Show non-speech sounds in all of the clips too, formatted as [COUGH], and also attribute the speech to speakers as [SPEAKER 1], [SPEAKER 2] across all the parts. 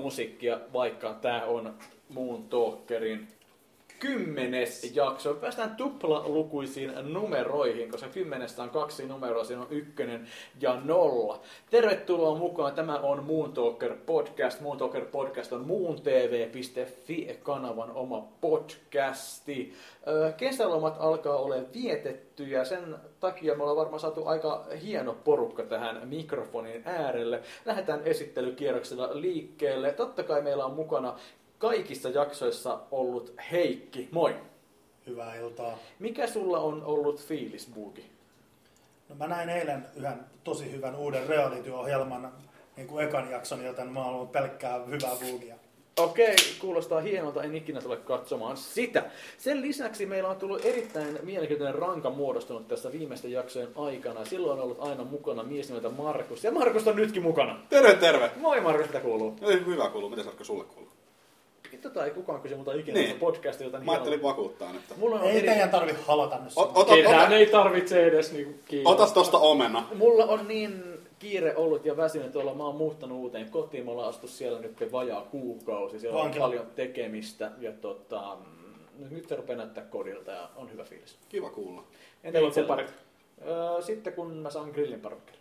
[SPEAKER 1] musiikkia, vaikka tämä on muun talkerin kymmenes jakso. Päästään tuplalukuisiin numeroihin, koska kymmenestä on kaksi numeroa, siinä on ykkönen ja nolla. Tervetuloa mukaan, tämä on Moon Talker Podcast. Moon Talker Podcast on muuntv.fi-kanavan oma podcasti. Öö, Kesälomat alkaa olla vietetty ja sen takia me ollaan varmaan saatu aika hieno porukka tähän mikrofonin äärelle. Lähdetään esittelykierroksella liikkeelle. Totta kai meillä on mukana kaikissa jaksoissa ollut Heikki. Moi!
[SPEAKER 2] Hyvää iltaa.
[SPEAKER 1] Mikä sulla on ollut fiilis, Buuki?
[SPEAKER 2] No mä näin eilen yhden tosi hyvän uuden reality-ohjelman, niin kuin ekan jakson, joten mä oon ollut pelkkää hyvää buugia.
[SPEAKER 1] Okei, kuulostaa hienolta, en ikinä tule katsomaan sitä. Sen lisäksi meillä on tullut erittäin mielenkiintoinen ranka muodostunut tässä viimeisten jaksojen aikana. Silloin on ollut aina mukana mies nimeltä Markus, ja Markus on nytkin mukana.
[SPEAKER 3] Terve, terve!
[SPEAKER 1] Moi Markus, mitä kuuluu?
[SPEAKER 3] No ei hyvä kuuluu, mitä Sarkko sulle kuuluu?
[SPEAKER 1] Tota ei kukaan kysy multa ikinä
[SPEAKER 3] Niin.
[SPEAKER 1] niin. podcastia, joten
[SPEAKER 3] Mä ajattelin
[SPEAKER 1] hienoa.
[SPEAKER 3] vakuuttaa nyt.
[SPEAKER 1] Mulla
[SPEAKER 4] No,
[SPEAKER 1] on
[SPEAKER 2] Ei
[SPEAKER 1] eri...
[SPEAKER 2] teidän tarvi halata nyt
[SPEAKER 3] Ot-
[SPEAKER 2] sinua.
[SPEAKER 3] ota-
[SPEAKER 1] Ketään
[SPEAKER 3] ota-
[SPEAKER 1] ei tarvitse edes niinku kiinnostaa.
[SPEAKER 3] Otas tosta omena.
[SPEAKER 1] Mulla on niin kiire ollut ja väsynyt olla. Mä oon muuttanut uuteen kotiin. Me ollaan astu siellä nyt vajaa kuukausi. Siellä on
[SPEAKER 2] Vankila.
[SPEAKER 1] paljon tekemistä. Ja tota, mm, nyt se rupeaa näyttää kodilta ja on hyvä fiilis.
[SPEAKER 3] Kiva kuulla.
[SPEAKER 4] Milloin
[SPEAKER 1] itsellä?
[SPEAKER 4] kuparit?
[SPEAKER 1] Öö, sitten kun mä saan grillin parokkeja.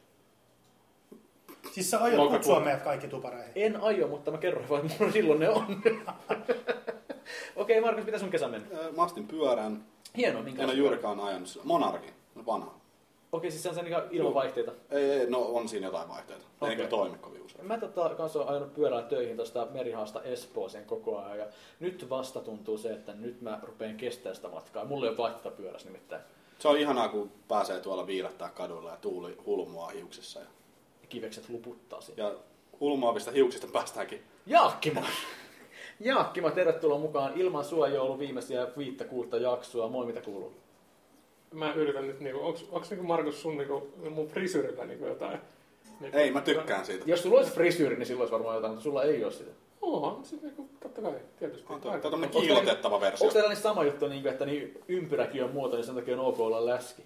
[SPEAKER 2] Siis sä aiot
[SPEAKER 4] Lokakuun.
[SPEAKER 2] kutsua meidät kaikki tupareihin.
[SPEAKER 1] En aio, mutta mä kerroin vaan, että mulla silloin ne on. [LAUGHS] Okei, Markus, mitä sun kesä meni?
[SPEAKER 3] Ö, Mä astin pyörän.
[SPEAKER 1] Hienoa,
[SPEAKER 3] En
[SPEAKER 1] minkä
[SPEAKER 3] ole juurikaan ajanut sillä. Monarki. No vanha.
[SPEAKER 1] Okei, siis se on sen ihan ilman vaihteita.
[SPEAKER 3] Ei, ei, no on siinä jotain vaihtoehtoja. Okay.
[SPEAKER 1] Okei.
[SPEAKER 3] Eikö toimi kovin usein.
[SPEAKER 1] Mä tota, kanssa oon ajanut pyörällä töihin tuosta Merihaasta Espooseen koko ajan ja nyt vasta tuntuu se, että nyt mä rupeen kestää sitä matkaa. Mulla ei ole vaihtoehto pyörässä nimittäin
[SPEAKER 3] Se on ihanaa, kun pääsee tuolla viilettää kadulla ja tuuli hulmua hiuksissa. Ja,
[SPEAKER 1] kivekset luputtaa siinä.
[SPEAKER 3] ja hulmuavista hiuksista päästäänkin.
[SPEAKER 1] [LAUGHS] Jaakkima! Jaakkima, tervetuloa mukaan. Ilman sua ei ole ollut viimeisiä viittä kuutta jaksoa. Moi, mitä kuuluu?
[SPEAKER 4] Mä yritän nyt, niinku, onks, onks niinku Markus sun niinku, mun frisyrillä niinku jotain? Niinku,
[SPEAKER 3] Ei, mä tykkään siitä.
[SPEAKER 1] Jos sulla olisi frisyyri, niin silloin olisi varmaan jotain, mutta sulla ei ole sitä.
[SPEAKER 4] Oonhan se niinku, totta kai, tietysti.
[SPEAKER 3] On tuo-
[SPEAKER 4] Aina.
[SPEAKER 3] tuo tämmönen
[SPEAKER 4] Onks teillä-
[SPEAKER 3] kiilotettava versio.
[SPEAKER 1] Onko teillä niin sama juttu, niin kuin, että niin ympyräkin on muoto, niin sen takia on ok olla läski?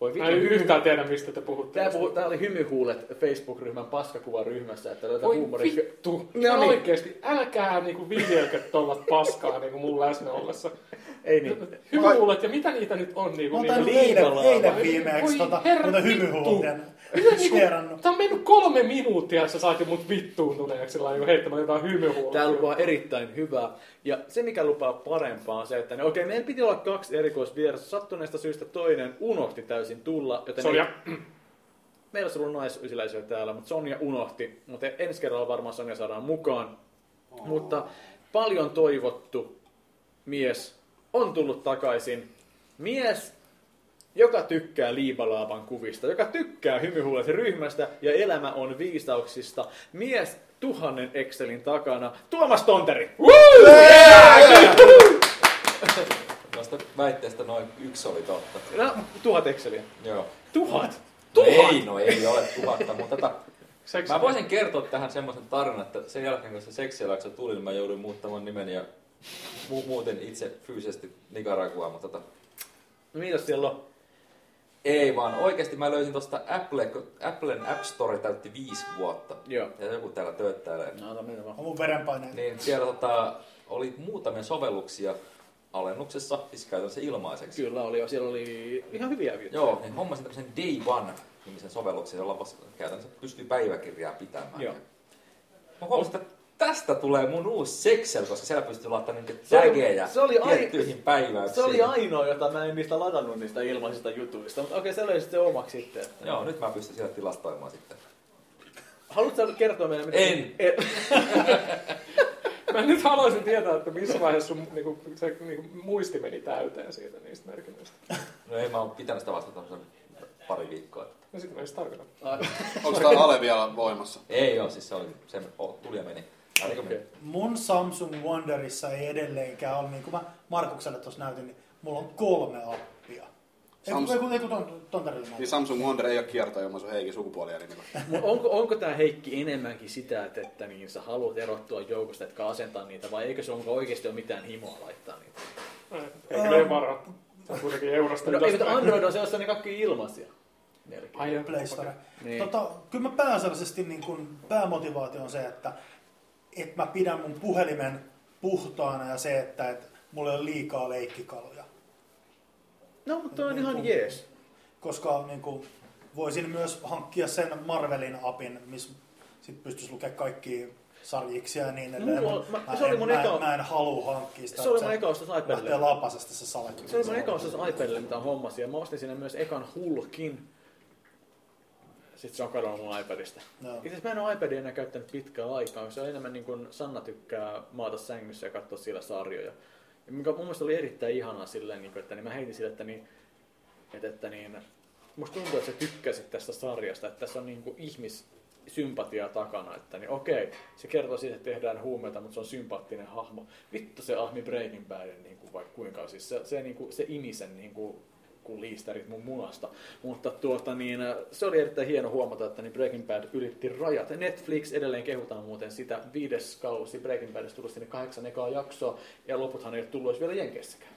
[SPEAKER 1] Voi
[SPEAKER 4] Mä en yhtään tiedä, mistä te puhutte.
[SPEAKER 1] Tää, puhu, tää oli hymyhuulet Facebook-ryhmän paskakuvaryhmässä, että löytää
[SPEAKER 4] Voi
[SPEAKER 1] huumori.
[SPEAKER 4] vittu!
[SPEAKER 1] No
[SPEAKER 4] No
[SPEAKER 1] niin.
[SPEAKER 4] niin. Oikeesti, älkää niinku viljelkö tolla paskaa niinku mun läsnä ollessa.
[SPEAKER 1] Ei niin.
[SPEAKER 4] Hyvä kuulet, ja mitä niitä nyt on
[SPEAKER 2] Mä
[SPEAKER 4] niinku?
[SPEAKER 2] oon
[SPEAKER 4] niinku
[SPEAKER 2] tainnut
[SPEAKER 1] liikaa
[SPEAKER 2] eilen,
[SPEAKER 1] laulaa.
[SPEAKER 2] eilen
[SPEAKER 4] Voi-
[SPEAKER 2] viimeeksi
[SPEAKER 4] voi
[SPEAKER 2] tota,
[SPEAKER 4] herra
[SPEAKER 2] noita
[SPEAKER 4] vittu.
[SPEAKER 2] hymyhuulten
[SPEAKER 4] Mitä niinku,
[SPEAKER 2] skeerannut.
[SPEAKER 4] tää on mennyt kolme minuuttia, ja sä saat jo mut vittuuntuneeksi sillä lailla, kun heittämään jotain hymyhuolta.
[SPEAKER 1] Tää lupaa erittäin hyvää. Ja se, mikä lupaa parempaa, on se, että ne, okei, meidän piti olla kaksi erikoisvierasta. Sattuneesta syystä toinen unohti täysin tulla, joten
[SPEAKER 4] Sonja,
[SPEAKER 1] Ei, meillä olisi ollut naisysiläisiä täällä, mutta Sonja unohti. Mutta ensi kerralla varmaan Sonja saadaan mukaan. Oh. Mutta paljon toivottu mies on tullut takaisin. Mies, joka tykkää liibalaavan kuvista, joka tykkää hymyhuulet ryhmästä ja elämä on viisauksista. Mies tuhannen Excelin takana, Tuomas Tonteri!
[SPEAKER 5] Tuosta väitteestä noin yksi oli totta.
[SPEAKER 1] No, tuhat Exceliä.
[SPEAKER 5] Joo.
[SPEAKER 1] Tuhat!
[SPEAKER 5] No
[SPEAKER 1] Tuhat!
[SPEAKER 5] ei, no ei ole tuhatta, mutta tota,
[SPEAKER 4] seksi.
[SPEAKER 5] mä voisin kertoa tähän semmoisen tarinan, että sen jälkeen kun se seksijakso tuli, niin mä jouduin muuttamaan nimeni ja mu- muuten itse fyysisesti Nicaragua, mutta tota,
[SPEAKER 1] No, mitäs siellä on?
[SPEAKER 5] ei vaan oikeasti mä löysin tosta Apple, kun Applen App Store täytti viisi vuotta.
[SPEAKER 1] Joo.
[SPEAKER 5] Ja joku täällä tööttäilee.
[SPEAKER 1] No, ota mennä vaan.
[SPEAKER 2] On mun verenpaineet.
[SPEAKER 5] Niin siellä tota, oli muutamia sovelluksia alennuksessa, siis käytännössä ilmaiseksi.
[SPEAKER 1] Kyllä oli jo, siellä oli ihan hyviä juttuja.
[SPEAKER 5] Joo, niin hommasin tämmöisen Day One-nimisen sovelluksen, jolla vas- käytännössä pystyy päiväkirjaa pitämään.
[SPEAKER 1] Joo.
[SPEAKER 5] Mä huomasin, että tästä tulee mun uusi seksel, koska siellä pystyy laittamaan niitä
[SPEAKER 1] Se oli-
[SPEAKER 5] tägejä
[SPEAKER 1] se oli ai-
[SPEAKER 5] tiettyihin päiväyksiin.
[SPEAKER 1] Se oli ainoa, jota mä en niistä ladannut niistä ilmaisista jutuista, mutta okei, se löi sitten omaksi sitten.
[SPEAKER 5] Joo, nyt mä pystyn siellä tilastoimaan sitten.
[SPEAKER 1] Haluatko sä kertoa meille? Mitä
[SPEAKER 5] En.
[SPEAKER 1] E-
[SPEAKER 4] Mä nyt haluaisin tietää, että missä vaiheessa sun niinku, se, niinku, muisti meni täyteen siitä niistä merkinnöistä.
[SPEAKER 5] No ei, mä oon pitänyt sitä vasta tämmösen pari viikkoa.
[SPEAKER 4] No sit mä en edes tarkoita.
[SPEAKER 3] Onko tää ale vielä voimassa?
[SPEAKER 5] Ei oo, siis se oli, se o- tuli ja meni. Älkää
[SPEAKER 1] Okei.
[SPEAKER 5] okay.
[SPEAKER 2] Mun Samsung Wonderissa ei edelleenkään ole, niin kuin mä Markukselle tuossa näytin, niin mulla on kolme appia. Ei kun-
[SPEAKER 3] Samsung-
[SPEAKER 2] ei kun- ei kun ton- Tontarille näytin.
[SPEAKER 3] Niin Samsung Wonder ei ole kiertoilmaisu Heikki sukupuolielimillä.
[SPEAKER 1] Mu- onko, onko tämä Heikki enemmänkin sitä, että, että niin, sä haluat erottua joukosta, etkä asentaa niitä, vai eikö se onko oikeasti ole mitään himoa laittaa niitä?
[SPEAKER 4] Ei, Eikä ne varaa. Se on kuitenkin eurosta
[SPEAKER 1] No, ei,
[SPEAKER 4] ylöspäin.
[SPEAKER 1] mutta Android on sellaista, ne kaikki ilmaisia.
[SPEAKER 4] Ai joo.
[SPEAKER 2] Playstore.
[SPEAKER 1] Niin.
[SPEAKER 2] Niin. Tota, kyllä mä pääasiallisesti niin kun päämotivaatio on se, että et mä pidän mun puhelimen puhtaana ja se, että et mulla ei ole liikaa leikkikaluja.
[SPEAKER 1] No, mutta on
[SPEAKER 2] Niin
[SPEAKER 1] ihan
[SPEAKER 2] kuin-
[SPEAKER 1] jees.
[SPEAKER 2] Koska niin kun, voisin myös hankkia sen Marvelin apin, missä sit pystyisi lukea kaikki sarjiksia ja niin edelleen.
[SPEAKER 1] Mulla-
[SPEAKER 2] Mä,
[SPEAKER 1] mä- se oli
[SPEAKER 2] en-
[SPEAKER 1] mun
[SPEAKER 2] mä,
[SPEAKER 1] eka-
[SPEAKER 2] en, mä en halua hankkia sitä.
[SPEAKER 1] Se oli
[SPEAKER 2] että
[SPEAKER 1] mun eka ostos
[SPEAKER 2] Lähtee
[SPEAKER 1] iPadille.
[SPEAKER 2] lapasesta se salakki.
[SPEAKER 1] Se oli mun eka ostos iPadille, mitä hommasin. Ja mä ostin siinä myös ekan hulkin. Sitten se on kadonnut mun iPadista.
[SPEAKER 2] Joo.
[SPEAKER 1] Itse asiassa mä en ole iPadia enää käyttänyt pitkään aikaa. Se on enemmän niin kuin Sanna tykkää maata sängyssä ja katsoa siellä sarjoja. Ja mikä mun mielestä oli erittäin ihanaa silleen, niin kuin, että niin mä heitin sille, että, niin, että, että niin, musta tuntuu, että sä tykkäsit tästä sarjasta, että tässä on niin kuin ihmissympatiaa takana, että niin okei, se kertoo siitä, että tehdään huumeita, mutta se on sympaattinen hahmo. Vittu se ahmi Breaking Badin niin kuin vaikka kuinka, siis se, se, niin kuin, se imi sen niin kuin, kuin liisterit mun munasta. Mutta tuota, niin, äh, se oli erittäin hieno huomata, että niin Breaking Bad ylitti rajat. Netflix edelleen kehutaan muuten sitä. Viides kausi Breaking Badista tullut sinne kahdeksan ekaa jaksoa, ja loputhan ei ole tullut edes vielä Jenkeissäkään.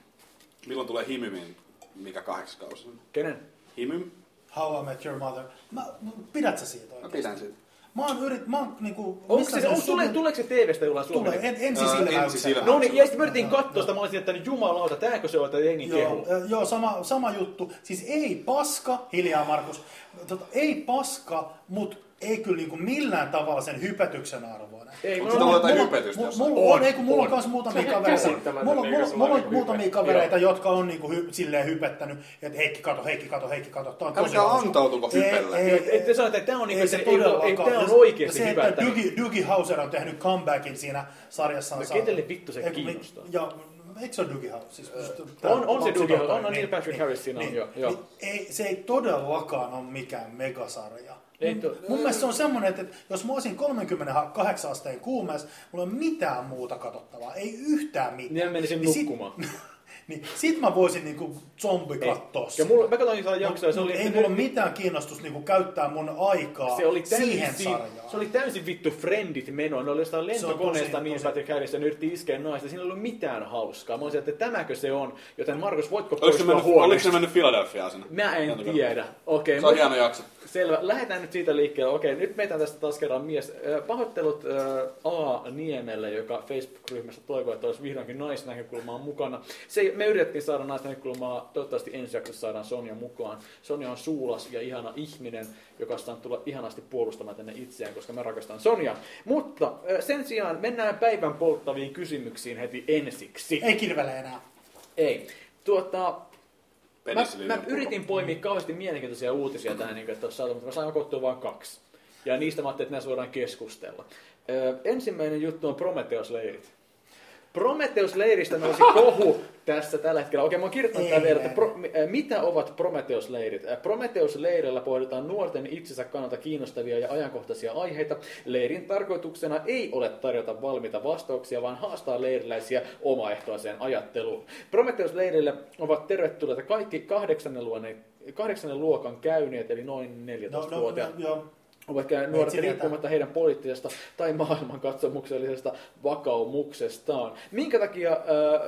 [SPEAKER 3] Milloin tulee Himymin, mikä kahdeksas kausi on?
[SPEAKER 1] Kenen?
[SPEAKER 3] Himym?
[SPEAKER 2] How I Met Your Mother. Mä, m- pidät sä siitä
[SPEAKER 3] Mä
[SPEAKER 2] oikein?
[SPEAKER 3] pidän siitä.
[SPEAKER 2] Mä oon yrit... Mä oon niinku...
[SPEAKER 1] Onko
[SPEAKER 2] missä
[SPEAKER 1] se, onko,
[SPEAKER 2] sun-
[SPEAKER 1] tule, tuleeko se TV-stä jollain
[SPEAKER 2] Tulee
[SPEAKER 1] suomeksi?
[SPEAKER 2] en, siis ensi
[SPEAKER 3] Ää, siis
[SPEAKER 2] silmäyksellä.
[SPEAKER 3] ensisilmäyksellä.
[SPEAKER 1] No niin, ja sitten mä yritin katsoa sitä, mä olisin, että niin jumalauta, tääkö se on, että
[SPEAKER 3] Niin
[SPEAKER 1] jengi
[SPEAKER 2] Joo,
[SPEAKER 1] kehu.
[SPEAKER 2] ö, joo sama, sama juttu. Siis ei paska, hiljaa Markus, tota, ei paska, mutta ei kyllä niinku millään tavalla sen hypetyksen arvoinen.
[SPEAKER 1] Ei,
[SPEAKER 3] Onko
[SPEAKER 1] mä-
[SPEAKER 3] sitä ollut jotain
[SPEAKER 2] Mulla-
[SPEAKER 3] hypetystä
[SPEAKER 2] mulla-
[SPEAKER 3] jossain?
[SPEAKER 2] Mulla on,
[SPEAKER 1] On,
[SPEAKER 2] ei kun mulla on
[SPEAKER 1] on.
[SPEAKER 2] myös muutamia
[SPEAKER 4] Se on
[SPEAKER 2] kavereita.
[SPEAKER 4] käsittämätöntä,
[SPEAKER 2] Mulla,
[SPEAKER 4] mikä
[SPEAKER 2] mulla,
[SPEAKER 4] sulla
[SPEAKER 2] mulla
[SPEAKER 4] on
[SPEAKER 2] on
[SPEAKER 4] niinku
[SPEAKER 2] muutamia
[SPEAKER 4] hype.
[SPEAKER 2] kavereita, jotka on niinku hy, silleen hypettänyt, että Heikki kato, Heikki kato, Heikki kato. Tää on tosi
[SPEAKER 3] Älkää
[SPEAKER 2] hauska.
[SPEAKER 3] antautuko
[SPEAKER 2] Ei,
[SPEAKER 3] hypelle.
[SPEAKER 2] ei,
[SPEAKER 1] Että et te sanotte, että tämä on, niinku,
[SPEAKER 2] ei
[SPEAKER 1] se,
[SPEAKER 2] se
[SPEAKER 1] ei, ole- ei,
[SPEAKER 2] todellakaan.
[SPEAKER 1] tämä on
[SPEAKER 2] Ja-
[SPEAKER 1] oikeasti
[SPEAKER 2] ja se,
[SPEAKER 1] hyvä.
[SPEAKER 2] että
[SPEAKER 1] että-
[SPEAKER 2] Dugi, Dugi Hauser on tehnyt comebackin siinä sarjassa.
[SPEAKER 1] No
[SPEAKER 2] saa-
[SPEAKER 1] ketelle vittu se
[SPEAKER 2] Ei, kun mi-
[SPEAKER 1] kiinnostaa?
[SPEAKER 2] Ja, eikö se ole Dugi Hauser? Siis, just-
[SPEAKER 1] on se
[SPEAKER 2] lapsi-
[SPEAKER 1] Dougie Hauser.
[SPEAKER 2] tohtori,
[SPEAKER 1] On, on Neil Patrick Harris siinä on, joo, joo.
[SPEAKER 2] niin, ei, se ei todellakaan ole mikään megasarja.
[SPEAKER 1] Ei
[SPEAKER 2] Mun-
[SPEAKER 1] to-
[SPEAKER 2] Mun mielestä se on semmoinen, että että jos mä olisin 38 asteen kuumeessa, mulla ei ole mitään muuta katsottavaa, ei yhtään mitään.
[SPEAKER 1] Niin mä menisin
[SPEAKER 2] Niin sit-
[SPEAKER 1] nukkumaan.
[SPEAKER 2] Niin sit mä voisin niinku zombi
[SPEAKER 1] Ei.
[SPEAKER 2] katsoa
[SPEAKER 1] Ja mulla, mä katsoin jotain jaksoa, ja se oli...
[SPEAKER 2] ei mulla ole mitään kiinnostusta niinku käyttää mun aikaa
[SPEAKER 1] se oli täysin,
[SPEAKER 2] siihen sarjaan.
[SPEAKER 1] Se oli täysin vittu friendit menoa. Ne oli jostain
[SPEAKER 2] Se on
[SPEAKER 1] lentokoneesta
[SPEAKER 2] tosi-
[SPEAKER 1] niin
[SPEAKER 2] tosi-
[SPEAKER 1] Patrick Harris ja ne yritti iskeä naista. Siinä ei ollut mitään hauskaa. Mä olisin, että tämäkö se on. Joten Markus, voitko
[SPEAKER 3] Oliko se
[SPEAKER 1] poistua
[SPEAKER 3] mennyt, oliko
[SPEAKER 1] huoneesta?
[SPEAKER 3] se mennyt Philadelphiaan sinne?
[SPEAKER 1] Mä en
[SPEAKER 3] Jotenkin.
[SPEAKER 1] tiedä. Okei,
[SPEAKER 3] Se on
[SPEAKER 1] mut-
[SPEAKER 3] hieno jakso.
[SPEAKER 1] Selvä. Lähdetään nyt siitä liikkeelle. Okei, nyt meitä tästä taas kerran mies. Ö, Pahoittelut ö, A. Niemelle, joka Facebook-ryhmässä toivoi, että olisi vihdoinkin naisnäkökulmaa mukana. Se, me yritettiin saada naisnäkökulmaa. Toivottavasti ensi jaksossa saadaan Sonja mukaan. Sonja on suulas ja ihana ihminen, joka saa tulla ihanasti puolustamaan tänne itseään, koska mä rakastan Sonjaa. Mutta ö, sen sijaan mennään päivän polttaviin kysymyksiin heti ensiksi.
[SPEAKER 2] Ei kirvele enää.
[SPEAKER 1] Ei. Tuota, Mä,
[SPEAKER 3] Penisilliinen
[SPEAKER 1] mä yritin poimia kauheasti mielenkiintoisia uutisia tähän, niin kuin, että olisi saatu, mutta mä sain koottua vain kaksi. Ja niistä mä ajattelin, että näistä voidaan keskustella. Ö, ensimmäinen juttu on Prometheus-leirit. Prometheus-leiristä nousi kohu tässä tällä hetkellä. Okei, mä oon kirjoittanut tämän vielä, että pro, ö, mitä ovat Prometheus-leirit? Ö, Prometheus-leireillä pohditaan nuorten itsensä kannalta kiinnostavia ja ajankohtaisia aiheita. Leirin tarkoituksena ei ole tarjota valmiita vastauksia, vaan haastaa leiriläisiä omaehtoiseen ajatteluun. Prometheus-leirille ovat tervetulleita kaikki kahdeksannen luokan, kahdeksannen luokan käyneet, eli noin
[SPEAKER 2] No,
[SPEAKER 1] 14-vuotiaat.
[SPEAKER 2] no, joo.
[SPEAKER 1] Ovat
[SPEAKER 2] Niin,
[SPEAKER 1] käy- nuoret
[SPEAKER 2] tiedetään.
[SPEAKER 1] riippumatta heidän poliittisesta tai maailmankatsomuksellisesta vakaumuksestaan. Minkä takia äh,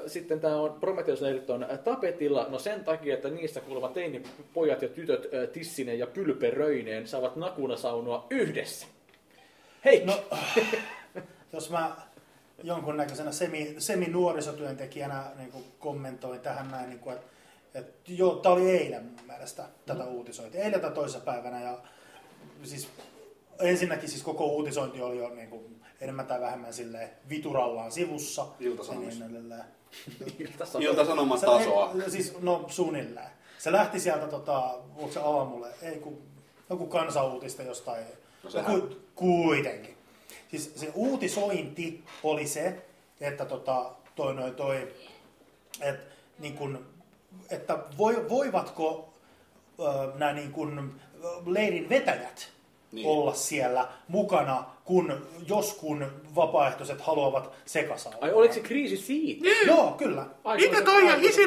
[SPEAKER 1] sitten tämä on prometheus on tapetilla? No sen takia, että niissä kuulemma teinipojat ja tytöt äh, tissineen ja pylperöineen saavat nakuna saunoa yhdessä. Hei! No,
[SPEAKER 2] No, [LAUGHS] jos mä jonkunnäköisenä semi, semi-nuorisotyöntekijänä niin kuin kommentoin tähän näin, niin kuin, että, että joo, tämä oli eilen mun mielestä tätä mm. uutisointia. Eilen tai toisapäivänä ja siis ensinnäkin siis koko uutisointi oli jo niin kuin, enemmän tai vähemmän silleen viturallaan sivussa.
[SPEAKER 3] Ilta-Sanomissa.
[SPEAKER 2] Ja niin edelleen.
[SPEAKER 1] tässä on
[SPEAKER 3] Ilta-Sanoman
[SPEAKER 2] Se-
[SPEAKER 3] tasoa.
[SPEAKER 2] ei- Siis, no suunnilleen. Se lähti sieltä, tota, onko se aamulle, ei kun, joku kansanuutista jostain.
[SPEAKER 3] No
[SPEAKER 2] No,
[SPEAKER 3] sehän-
[SPEAKER 2] ku, kuitenkin. Siis se uutisointi oli se, että tota, toi noin toi, et, niin kun, että voi, voivatko ö, nämä niin kun, ö, leirin vetäjät
[SPEAKER 3] Niin.
[SPEAKER 2] niin. olla siellä mukana, kun jos kun vapaaehtoiset haluavat sekasaunan.
[SPEAKER 1] Ai oliko se kriisi siitä?
[SPEAKER 2] Joo, kyllä.
[SPEAKER 4] Mikä toi ja isi?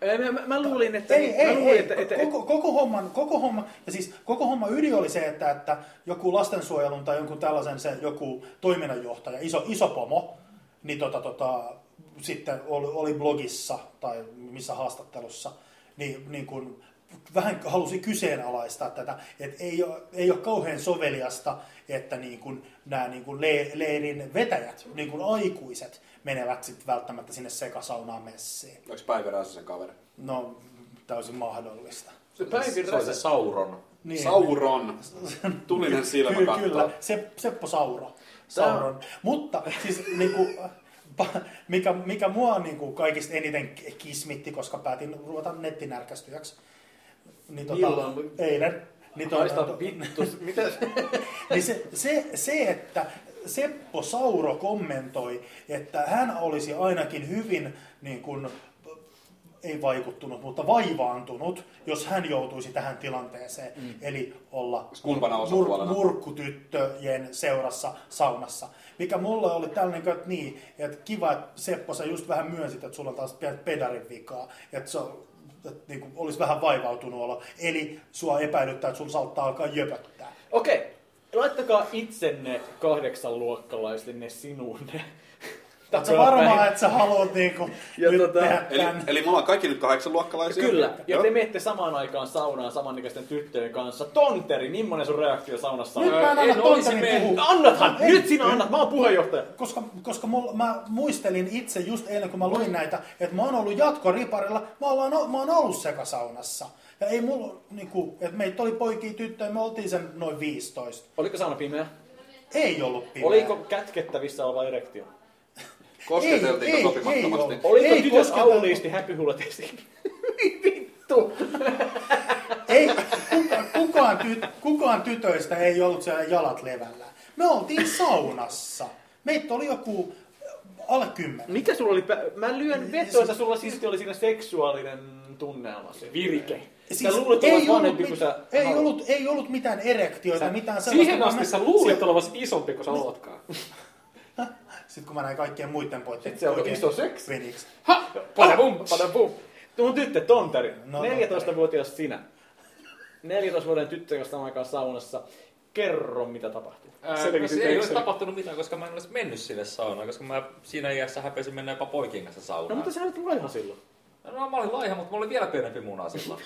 [SPEAKER 1] Ää, Mä, mä, mä luulin, että... niin.
[SPEAKER 2] Ei,
[SPEAKER 1] mä luulin,
[SPEAKER 2] ei, ei.
[SPEAKER 1] Että, että,
[SPEAKER 2] koko, koko, homman, koko, homma, ja siis koko homma ydin oli se, että, että joku lastensuojelun tai jonkun tällaisen se joku toiminnanjohtaja, iso, iso pomo, niin tota, tota, sitten oli, oli blogissa tai missä haastattelussa, niin, niin kun vähän halusin kyseenalaistaa tätä, että ei ole, ei ole kauhean soveliasta, että niin kuin nämä niin kuin le- leirin vetäjät, niin kuin aikuiset, menevät sitten välttämättä sinne sekasaunaan messiin.
[SPEAKER 3] Onko Päivi Räsäsen kaveri?
[SPEAKER 2] No, täysin mahdollista.
[SPEAKER 1] Se Päivi
[SPEAKER 5] Se on se
[SPEAKER 1] Räsänen.
[SPEAKER 5] Sauron.
[SPEAKER 2] Niin.
[SPEAKER 3] Sauron. Tulinen
[SPEAKER 2] Ky-
[SPEAKER 3] silmä
[SPEAKER 2] Kyllä, Se, Seppo Sauro. Sauron. Mutta siis niinku, [LAUGHS] pa- mikä, mikä mua niinku kaikista eniten k- kismitti, koska päätin ruveta nettinärkästyjäksi. Niin
[SPEAKER 1] Milloin?
[SPEAKER 2] Eilen. Niin, tota-
[SPEAKER 1] Haista vittu.
[SPEAKER 2] [LAUGHS]
[SPEAKER 1] Mitä?
[SPEAKER 2] niin se, se, se, että Seppo Sauro kommentoi, että hän olisi ainakin hyvin niin kuin, ei vaikuttunut, mutta vaivaantunut, jos hän joutuisi tähän tilanteeseen. Mm. Eli olla
[SPEAKER 3] Kumpana
[SPEAKER 2] mur-
[SPEAKER 3] osapuolena?
[SPEAKER 2] murkkutyttöjen seurassa saunassa. Mikä mulle oli tällainen, että niin, että kiva, että Seppo sä just vähän myönsit, että sulla on taas pientä pedarin vikaa. Että se on- että niin kuin olisi vähän vaivautunut olla. Eli sua epäilyttää, että sun saattaa alkaa jöpöttää.
[SPEAKER 1] Okei. Laittakaa itsenne kahdeksan luokkalaisille ne sinunne.
[SPEAKER 2] Oletko varmaa, että sä haluat niinku
[SPEAKER 1] Ja
[SPEAKER 2] nyt
[SPEAKER 1] tota-
[SPEAKER 2] tehdä
[SPEAKER 3] Eli,
[SPEAKER 2] tän?
[SPEAKER 3] eli me ollaan kaikki nyt kahdeksan luokkalaisia.
[SPEAKER 1] Kyllä, ja
[SPEAKER 3] Joo.
[SPEAKER 1] te menette samaan aikaan saunaan samanikäisten tyttöjen kanssa. Tonteri, millainen sun reaktio saunassa on?
[SPEAKER 2] Nyt mä en anna
[SPEAKER 4] en olisi
[SPEAKER 2] Tontanin
[SPEAKER 4] mennyt.
[SPEAKER 2] puhua.
[SPEAKER 1] Annathan!
[SPEAKER 2] Ei.
[SPEAKER 1] Nyt sinä annat, mä oon puheenjohtaja.
[SPEAKER 2] Koska, koska mulla, mä muistelin itse just eilen, kun mä luin näitä, että mä oon ollut jatkoriparilla, mä, ollaan, mä oon ollut sekasaunassa. Ja ei mulla, niinku, että meitä oli poikia tyttöjä, me oltiin sen noin 15.
[SPEAKER 1] Oliko sauna pimeä?
[SPEAKER 2] Ei ollut pimeä.
[SPEAKER 1] Oliko kätkettävissä oleva erektio?
[SPEAKER 3] Kosketeltiinko
[SPEAKER 2] Ei, ei,
[SPEAKER 3] sopimattomasti?
[SPEAKER 2] ei ole.
[SPEAKER 1] Oliko
[SPEAKER 2] Ei
[SPEAKER 1] tytöt
[SPEAKER 2] kosketeltu.
[SPEAKER 1] auliisti häpyhuulet esiin? [LAUGHS] Niin Vittu!
[SPEAKER 2] Ei, kuka, kukaan, tyt, kukaan tytöistä ei ollut siellä jalat levällä. Me oltiin saunassa. Meitä oli joku äh, alle kymmenen.
[SPEAKER 1] Mikä sulla oli? pä- Mä lyön vetoa, että sulla silti oli siinä seksuaalinen tunnelma. siinä.
[SPEAKER 4] Virke.
[SPEAKER 1] Sä luulet olevasi vanhempi
[SPEAKER 2] mit-
[SPEAKER 1] kuin sä
[SPEAKER 2] ei,
[SPEAKER 1] haluat.
[SPEAKER 2] Siis ollut, ei ollut mitään erektioita, mitään sellaista.
[SPEAKER 4] Siihen
[SPEAKER 2] vaan
[SPEAKER 4] asti
[SPEAKER 2] mä-
[SPEAKER 4] sä luulit
[SPEAKER 2] sit-
[SPEAKER 4] olevasi isompi kuin sä ootkaan.
[SPEAKER 2] Sitten kun mä näin kaikkien muiden poikkeen.
[SPEAKER 1] Sit se alkoi iso seksi.
[SPEAKER 2] Veniksi.
[SPEAKER 4] Ha! Padabum!
[SPEAKER 1] Padabum. Mun tyttö Tontari,
[SPEAKER 2] No,
[SPEAKER 1] 14-vuotias sinä. 14-vuotiaan tyttö, josta on aikaan saunassa. Kerro, mitä tapahtuu.
[SPEAKER 4] Ää,
[SPEAKER 5] Se, no,
[SPEAKER 4] Selvitit
[SPEAKER 5] se ei olisi
[SPEAKER 4] Excelin.
[SPEAKER 5] tapahtunut mitään, koska mä en olisi mennyt sinne saunaan, koska mä siinä iässä häpesin mennä jopa poikien kanssa saunaan.
[SPEAKER 1] No mutta sä olet laiha silloin.
[SPEAKER 5] No mä olin laiha, mutta mä olin vielä pienempi muna [LAUGHS] silloin.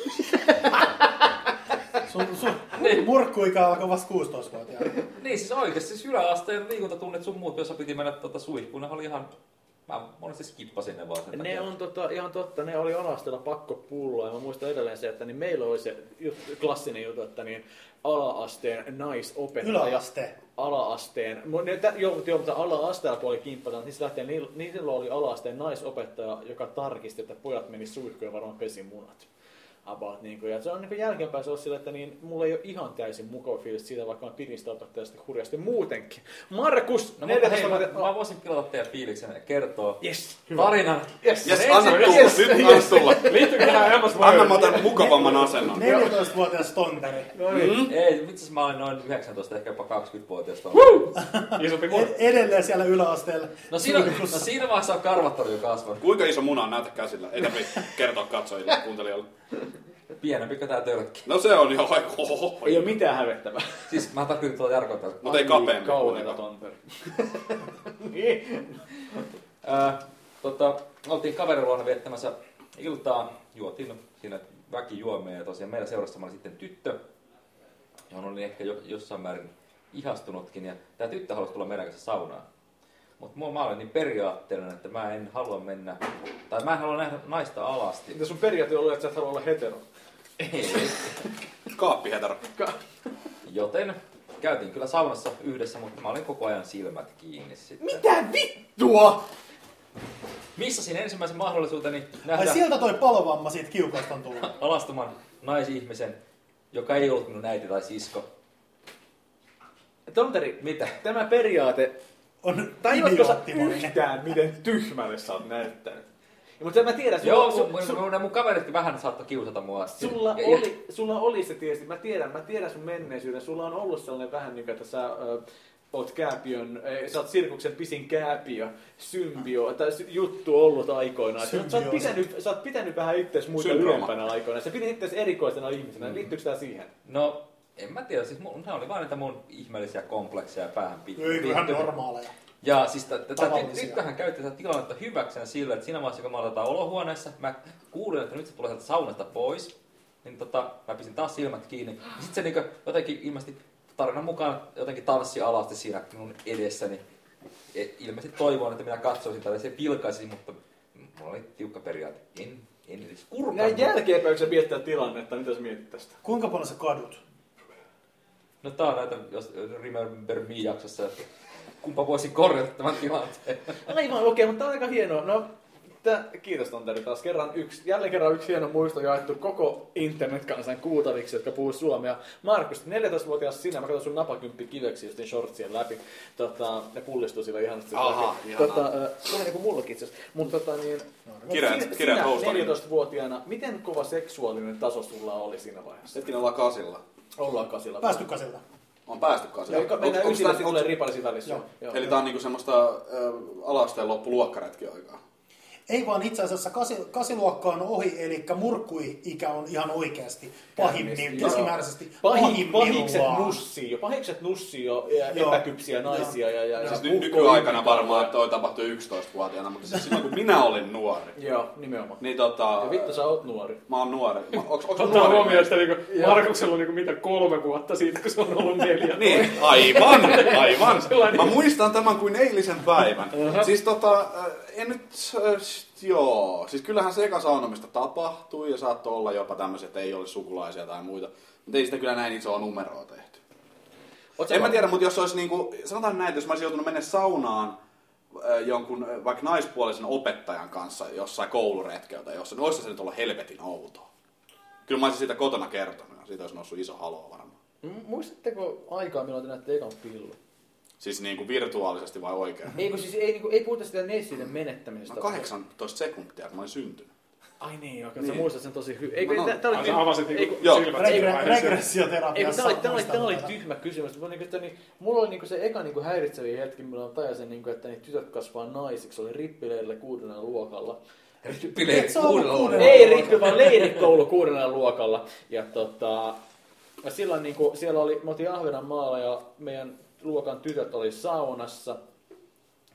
[SPEAKER 2] Sun, sun
[SPEAKER 1] [LAUGHS]
[SPEAKER 5] Niin.
[SPEAKER 2] murkkuikä alkoi vasta 16-vuotiaana.
[SPEAKER 5] niin siis oikeesti, siis yläasteen liikuntatunnit sun muut, jossa piti mennä tuota suihkuun, ne oli ihan... Mä monesti skippasin ne vaan sen
[SPEAKER 1] Ne on tota, ihan totta, ne oli alastella pakko pulloa ja mä muistan edelleen se, että niin meillä oli se juttu, klassinen juttu, että niin ala-asteen naisopettaja,
[SPEAKER 2] Yläaste.
[SPEAKER 1] ala-asteen, mu- ne, tä- joo, joo, mutta ala-asteella kun oli kimppataan, niin, se lähtien, niin, niin silloin oli ala-asteen naisopettaja, joka tarkisti, että pojat meni suihkuun ja varmaan pesi munat. About, niin kuin, ja se on niin kuin jälkeenpäin se on sillä, että niin, mulla ei ole ihan täysin mukava fiilis siitä, vaikka mä pidin sitä opettajasta hurjasti muutenkin. Markus,
[SPEAKER 5] No mutta hei,
[SPEAKER 1] 14
[SPEAKER 5] mä, mä voisin pilata teidän fiiliksen ja kertoa
[SPEAKER 1] Yes,
[SPEAKER 5] [LAUGHS] tarinan.
[SPEAKER 1] Yes,
[SPEAKER 3] Jes,
[SPEAKER 5] Sen
[SPEAKER 3] anna
[SPEAKER 5] ensimmäinen-
[SPEAKER 3] tulla. Nyt anna tulla.
[SPEAKER 4] Liittyykö tähän Emmas
[SPEAKER 3] Anna mä otan mukavamman asennon.
[SPEAKER 2] 14-vuotias tonteri.
[SPEAKER 1] No niin.
[SPEAKER 5] Ei, itse asiassa mä olin noin 19, ehkä jopa 20-vuotias.
[SPEAKER 4] Isompi
[SPEAKER 1] niin.
[SPEAKER 2] Ed-
[SPEAKER 4] kuin
[SPEAKER 2] edelleen siellä yläasteella.
[SPEAKER 5] No siinä, no
[SPEAKER 2] suihkussa.
[SPEAKER 5] siinä vaiheessa on karvattari jo kasvanut.
[SPEAKER 3] Kuinka iso muna on näytä käsillä? Ei tarvitse kertoa katsojille ja kuuntelijoille.
[SPEAKER 5] Pienempi kuin tää törkki.
[SPEAKER 3] No se on ihan vaikka hohoho.
[SPEAKER 1] Ei ole mitään hävettävää.
[SPEAKER 5] Siis mä tarkoitan tuolla Jarkon törkki.
[SPEAKER 3] Mutta ei kapeammin kuitenkaan.
[SPEAKER 1] tonteri. [LAUGHS] niin.
[SPEAKER 5] Ää, tota, oltiin kaveriluona viettämässä iltaa, juotiin siinä väkijuomia ja tosiaan meidän seurassamme oli sitten tyttö, johon olin ehkä jo, jossain määrin ihastunutkin ja tämä tyttö halusi tulla meidän kanssa saunaan. Mutta mä olen niin periaatteellinen, että mä en halua mennä, tai mä en halua nähdä naista
[SPEAKER 1] [LAUGHS]
[SPEAKER 5] alasti.
[SPEAKER 1] Mitä sun periaate on ollut, että sä et halua olla hetero?
[SPEAKER 5] Ei.
[SPEAKER 3] Kaappi hetero.
[SPEAKER 5] Joten käytiin kyllä saunassa yhdessä, mutta mä olin koko ajan silmät kiinni sitten.
[SPEAKER 1] Tuo!
[SPEAKER 5] Missä siinä ensimmäisen mahdollisuuteni
[SPEAKER 2] Ai
[SPEAKER 5] nähdä
[SPEAKER 2] sieltä toi palovamma siitä kiukaasta on tullut.
[SPEAKER 5] alastoman naisihmisen, joka ei ollut minun äiti tai sisko.
[SPEAKER 1] Tonteri,
[SPEAKER 5] Mitä?
[SPEAKER 1] tämä periaate,
[SPEAKER 2] On
[SPEAKER 1] tajutko sä
[SPEAKER 2] idioottimainen.
[SPEAKER 1] yhtään, miten tyhmälle sä oot näyttänyt? Ja, mutta mä tiedän, sulla,
[SPEAKER 5] Joo,
[SPEAKER 1] su,
[SPEAKER 5] sun,
[SPEAKER 1] su,
[SPEAKER 5] mun, mun kaveritkin vähän saattoi kiusata mua.
[SPEAKER 1] sulla,
[SPEAKER 5] Ja- ja-
[SPEAKER 1] oli, sulla oli se tietysti, mä tiedän, mä tiedän sun menneisyyden, sulla on ollut sellainen vähän niin kuin, että sä ö, oot kääpiön, ei, sä oot sirkuksen pisin kääpiö, symbio, tai sy- juttu ollut aikoinaan. Sä, sä, oot
[SPEAKER 2] Symbioosi.
[SPEAKER 1] pitänyt, sä oot pitänyt vähän itseäsi muita
[SPEAKER 3] Syndrooma.
[SPEAKER 1] ylempänä aikoina, sä pidit itseäsi erikoisena ihmisenä, liittyykö tää siihen?
[SPEAKER 5] No, en mä tiedä, siis mun, ne oli vaan niitä mun ihmeellisiä komplekseja ja päähän pi-
[SPEAKER 2] Ei kyllä ihan
[SPEAKER 5] piirtymiä.
[SPEAKER 2] normaaleja.
[SPEAKER 5] Ja siis tätä
[SPEAKER 2] Tavallisia.
[SPEAKER 5] tyttöhän käytti tätä tilannetta hyväkseen sillä, että siinä vaiheessa kun me aletaan olohuoneessa, mä kuulin, että nyt se tulee sieltä saunasta pois. niin tota, mä pistin taas silmät kiinni. Ja sit se niinku jotenkin ilmeisesti tarinan mukaan jotenkin tanssi alasti siinä minun edessäni. E- Ilmeisesti toivoin, että minä katsoisin tätä ja se pilkaisi, mutta mulla oli tiukka periaate. En, en edes kurkaan.
[SPEAKER 1] Näin jälkeenpäin, kun sä miettii tilannetta, mitä sä mietit tästä?
[SPEAKER 2] Kuinka paljon sä kadut?
[SPEAKER 5] No tää on näitä, jos Remember Me-jaksossa, että kumpa voisi korjata tämän tilanteen.
[SPEAKER 1] Aivan, okei, mutta tämä on aika hienoa. No, tä, kiitos Tonteri taas kerran. Yksi, jälleen kerran yksi hieno muisto jaettu koko internetkansan kuutaviksi, jotka puhuu suomea. Markus, 14-vuotias sinä, mä katson sun napakymppi kiveksi just niin shortsien läpi. Tota, ne pullistuu sillä ihanasti.
[SPEAKER 3] Aha, ihanaa.
[SPEAKER 1] tota, äh, vähän niin kuin mullakin itse asiassa. Mutta tota niin...
[SPEAKER 2] No,
[SPEAKER 3] Kirjain-
[SPEAKER 1] sinä-
[SPEAKER 3] kirjain
[SPEAKER 1] sinä,
[SPEAKER 3] housuihin.
[SPEAKER 1] 14-vuotiaana, miten kova seksuaalinen taso sulla oli siinä vaiheessa?
[SPEAKER 3] Hetkin ollaan kasilla.
[SPEAKER 1] Ollaan kasilla.
[SPEAKER 2] Päästy kasilta.
[SPEAKER 3] On päästy kasilla.
[SPEAKER 1] Joo, joka
[SPEAKER 3] Onks-
[SPEAKER 1] mennään
[SPEAKER 3] onks
[SPEAKER 1] ysillä,
[SPEAKER 3] tää-
[SPEAKER 1] sitten
[SPEAKER 3] onks-
[SPEAKER 1] tulee ripalisi välissä.
[SPEAKER 2] Joo.
[SPEAKER 1] Joo.
[SPEAKER 3] Eli tää on niinku semmoista äh, alasteen loppuluokkaretki aikaa.
[SPEAKER 2] Ei vaan itse asiassa kasi, kasiluokka on ohi, eli murkkuikä on ihan oikeasti pahimmillaan,
[SPEAKER 1] Käynnisti, joo.
[SPEAKER 2] keskimääräisesti
[SPEAKER 1] Pahi, pahikset
[SPEAKER 2] pahimmillaan.
[SPEAKER 1] nussii jo, pahikset nussii jo ja
[SPEAKER 2] Joo.
[SPEAKER 1] epäkypsiä naisia. Ja, ja, ja
[SPEAKER 3] Siis ny- nykyaikana varmaan toi tapahtui 11-vuotiaana, mutta siis silloin kun minä olin nuori,
[SPEAKER 1] Joo, nimenomaan.
[SPEAKER 3] niin tota...
[SPEAKER 1] Ja vittu sä oot nuori.
[SPEAKER 3] Mä oon nuori. Mä- Onks, onks mä
[SPEAKER 4] Ottaa
[SPEAKER 3] nuori?
[SPEAKER 4] huomioon, että niinku Markuksella on niinku mitä kolme vuotta siitä, kun se on ollut neljä.
[SPEAKER 3] Niin, aivan, aivan.
[SPEAKER 4] Sellainen.
[SPEAKER 3] Mä muistan tämän kuin eilisen päivän. Siis tota, äh, en nyt, äh, s- joo, siis kyllähän se eka saunomista tapahtui ja saattoi olla jopa tämmöisiä, että ei olisi sukulaisia tai muita. Mutta ei sitä kyllä näin isoa numeroa tehty.
[SPEAKER 1] Oot sä
[SPEAKER 3] en mä
[SPEAKER 1] vaan-
[SPEAKER 3] tiedä, mutta jos olisi niinku, sanotaan näin, että jos mä olisin joutunut mennä saunaan äh, jonkun äh, vaikka naispuolisen opettajan kanssa jossain kouluretkeltä, jossa, no olisi se nyt olla helvetin outoa. Kyllä mä olisin siitä kotona kertonut ja siitä olisi noussut iso haloo varmaan.
[SPEAKER 1] M- Muistatteko aikaa, milloin te näette ekan pillu?
[SPEAKER 3] Siis niinku virtuaalisesti vai oikein?
[SPEAKER 1] Ei, kun siis ei, niin kuin, ei puhuta sitä neisyyden menettämisestä.
[SPEAKER 3] Mä oon 18 sekuntia, kun mä olin syntynyt.
[SPEAKER 1] Ai niin, joo, kyllä sä muistat sen tosi hyvin. Ei,
[SPEAKER 3] No,
[SPEAKER 1] kun
[SPEAKER 3] no.
[SPEAKER 1] tää- tää oli
[SPEAKER 4] Ai,
[SPEAKER 1] kyllä-
[SPEAKER 4] sä avasit
[SPEAKER 1] ei,
[SPEAKER 4] niinku
[SPEAKER 1] kun-
[SPEAKER 3] Joo.
[SPEAKER 4] silmät. siinä
[SPEAKER 2] Regre-
[SPEAKER 4] vaiheessa.
[SPEAKER 1] Ei, kun
[SPEAKER 2] Regressioterapiassa.
[SPEAKER 1] tää oli, tää oli, tää oli
[SPEAKER 2] muistan
[SPEAKER 1] tyhmä kysymys. Mutta niin, että niin, mulla oli niin se eka niin häiritsevin hetki, milloin mä tajusin, niin kuin, että niin, tytöt kasvaa naisiksi. Oli rippileirillä kuudennella luokalla.
[SPEAKER 5] Rippileet
[SPEAKER 2] Et sä ollut
[SPEAKER 5] kuunnella.
[SPEAKER 2] kuunnella.
[SPEAKER 1] Ei rippi, vaan leirikoulu kuudennella luokalla. Ja tota, ja silloin niin kuin, siellä oli, me oltiin Ahvenanmaalla ja meidän luokan tytöt oli saunassa.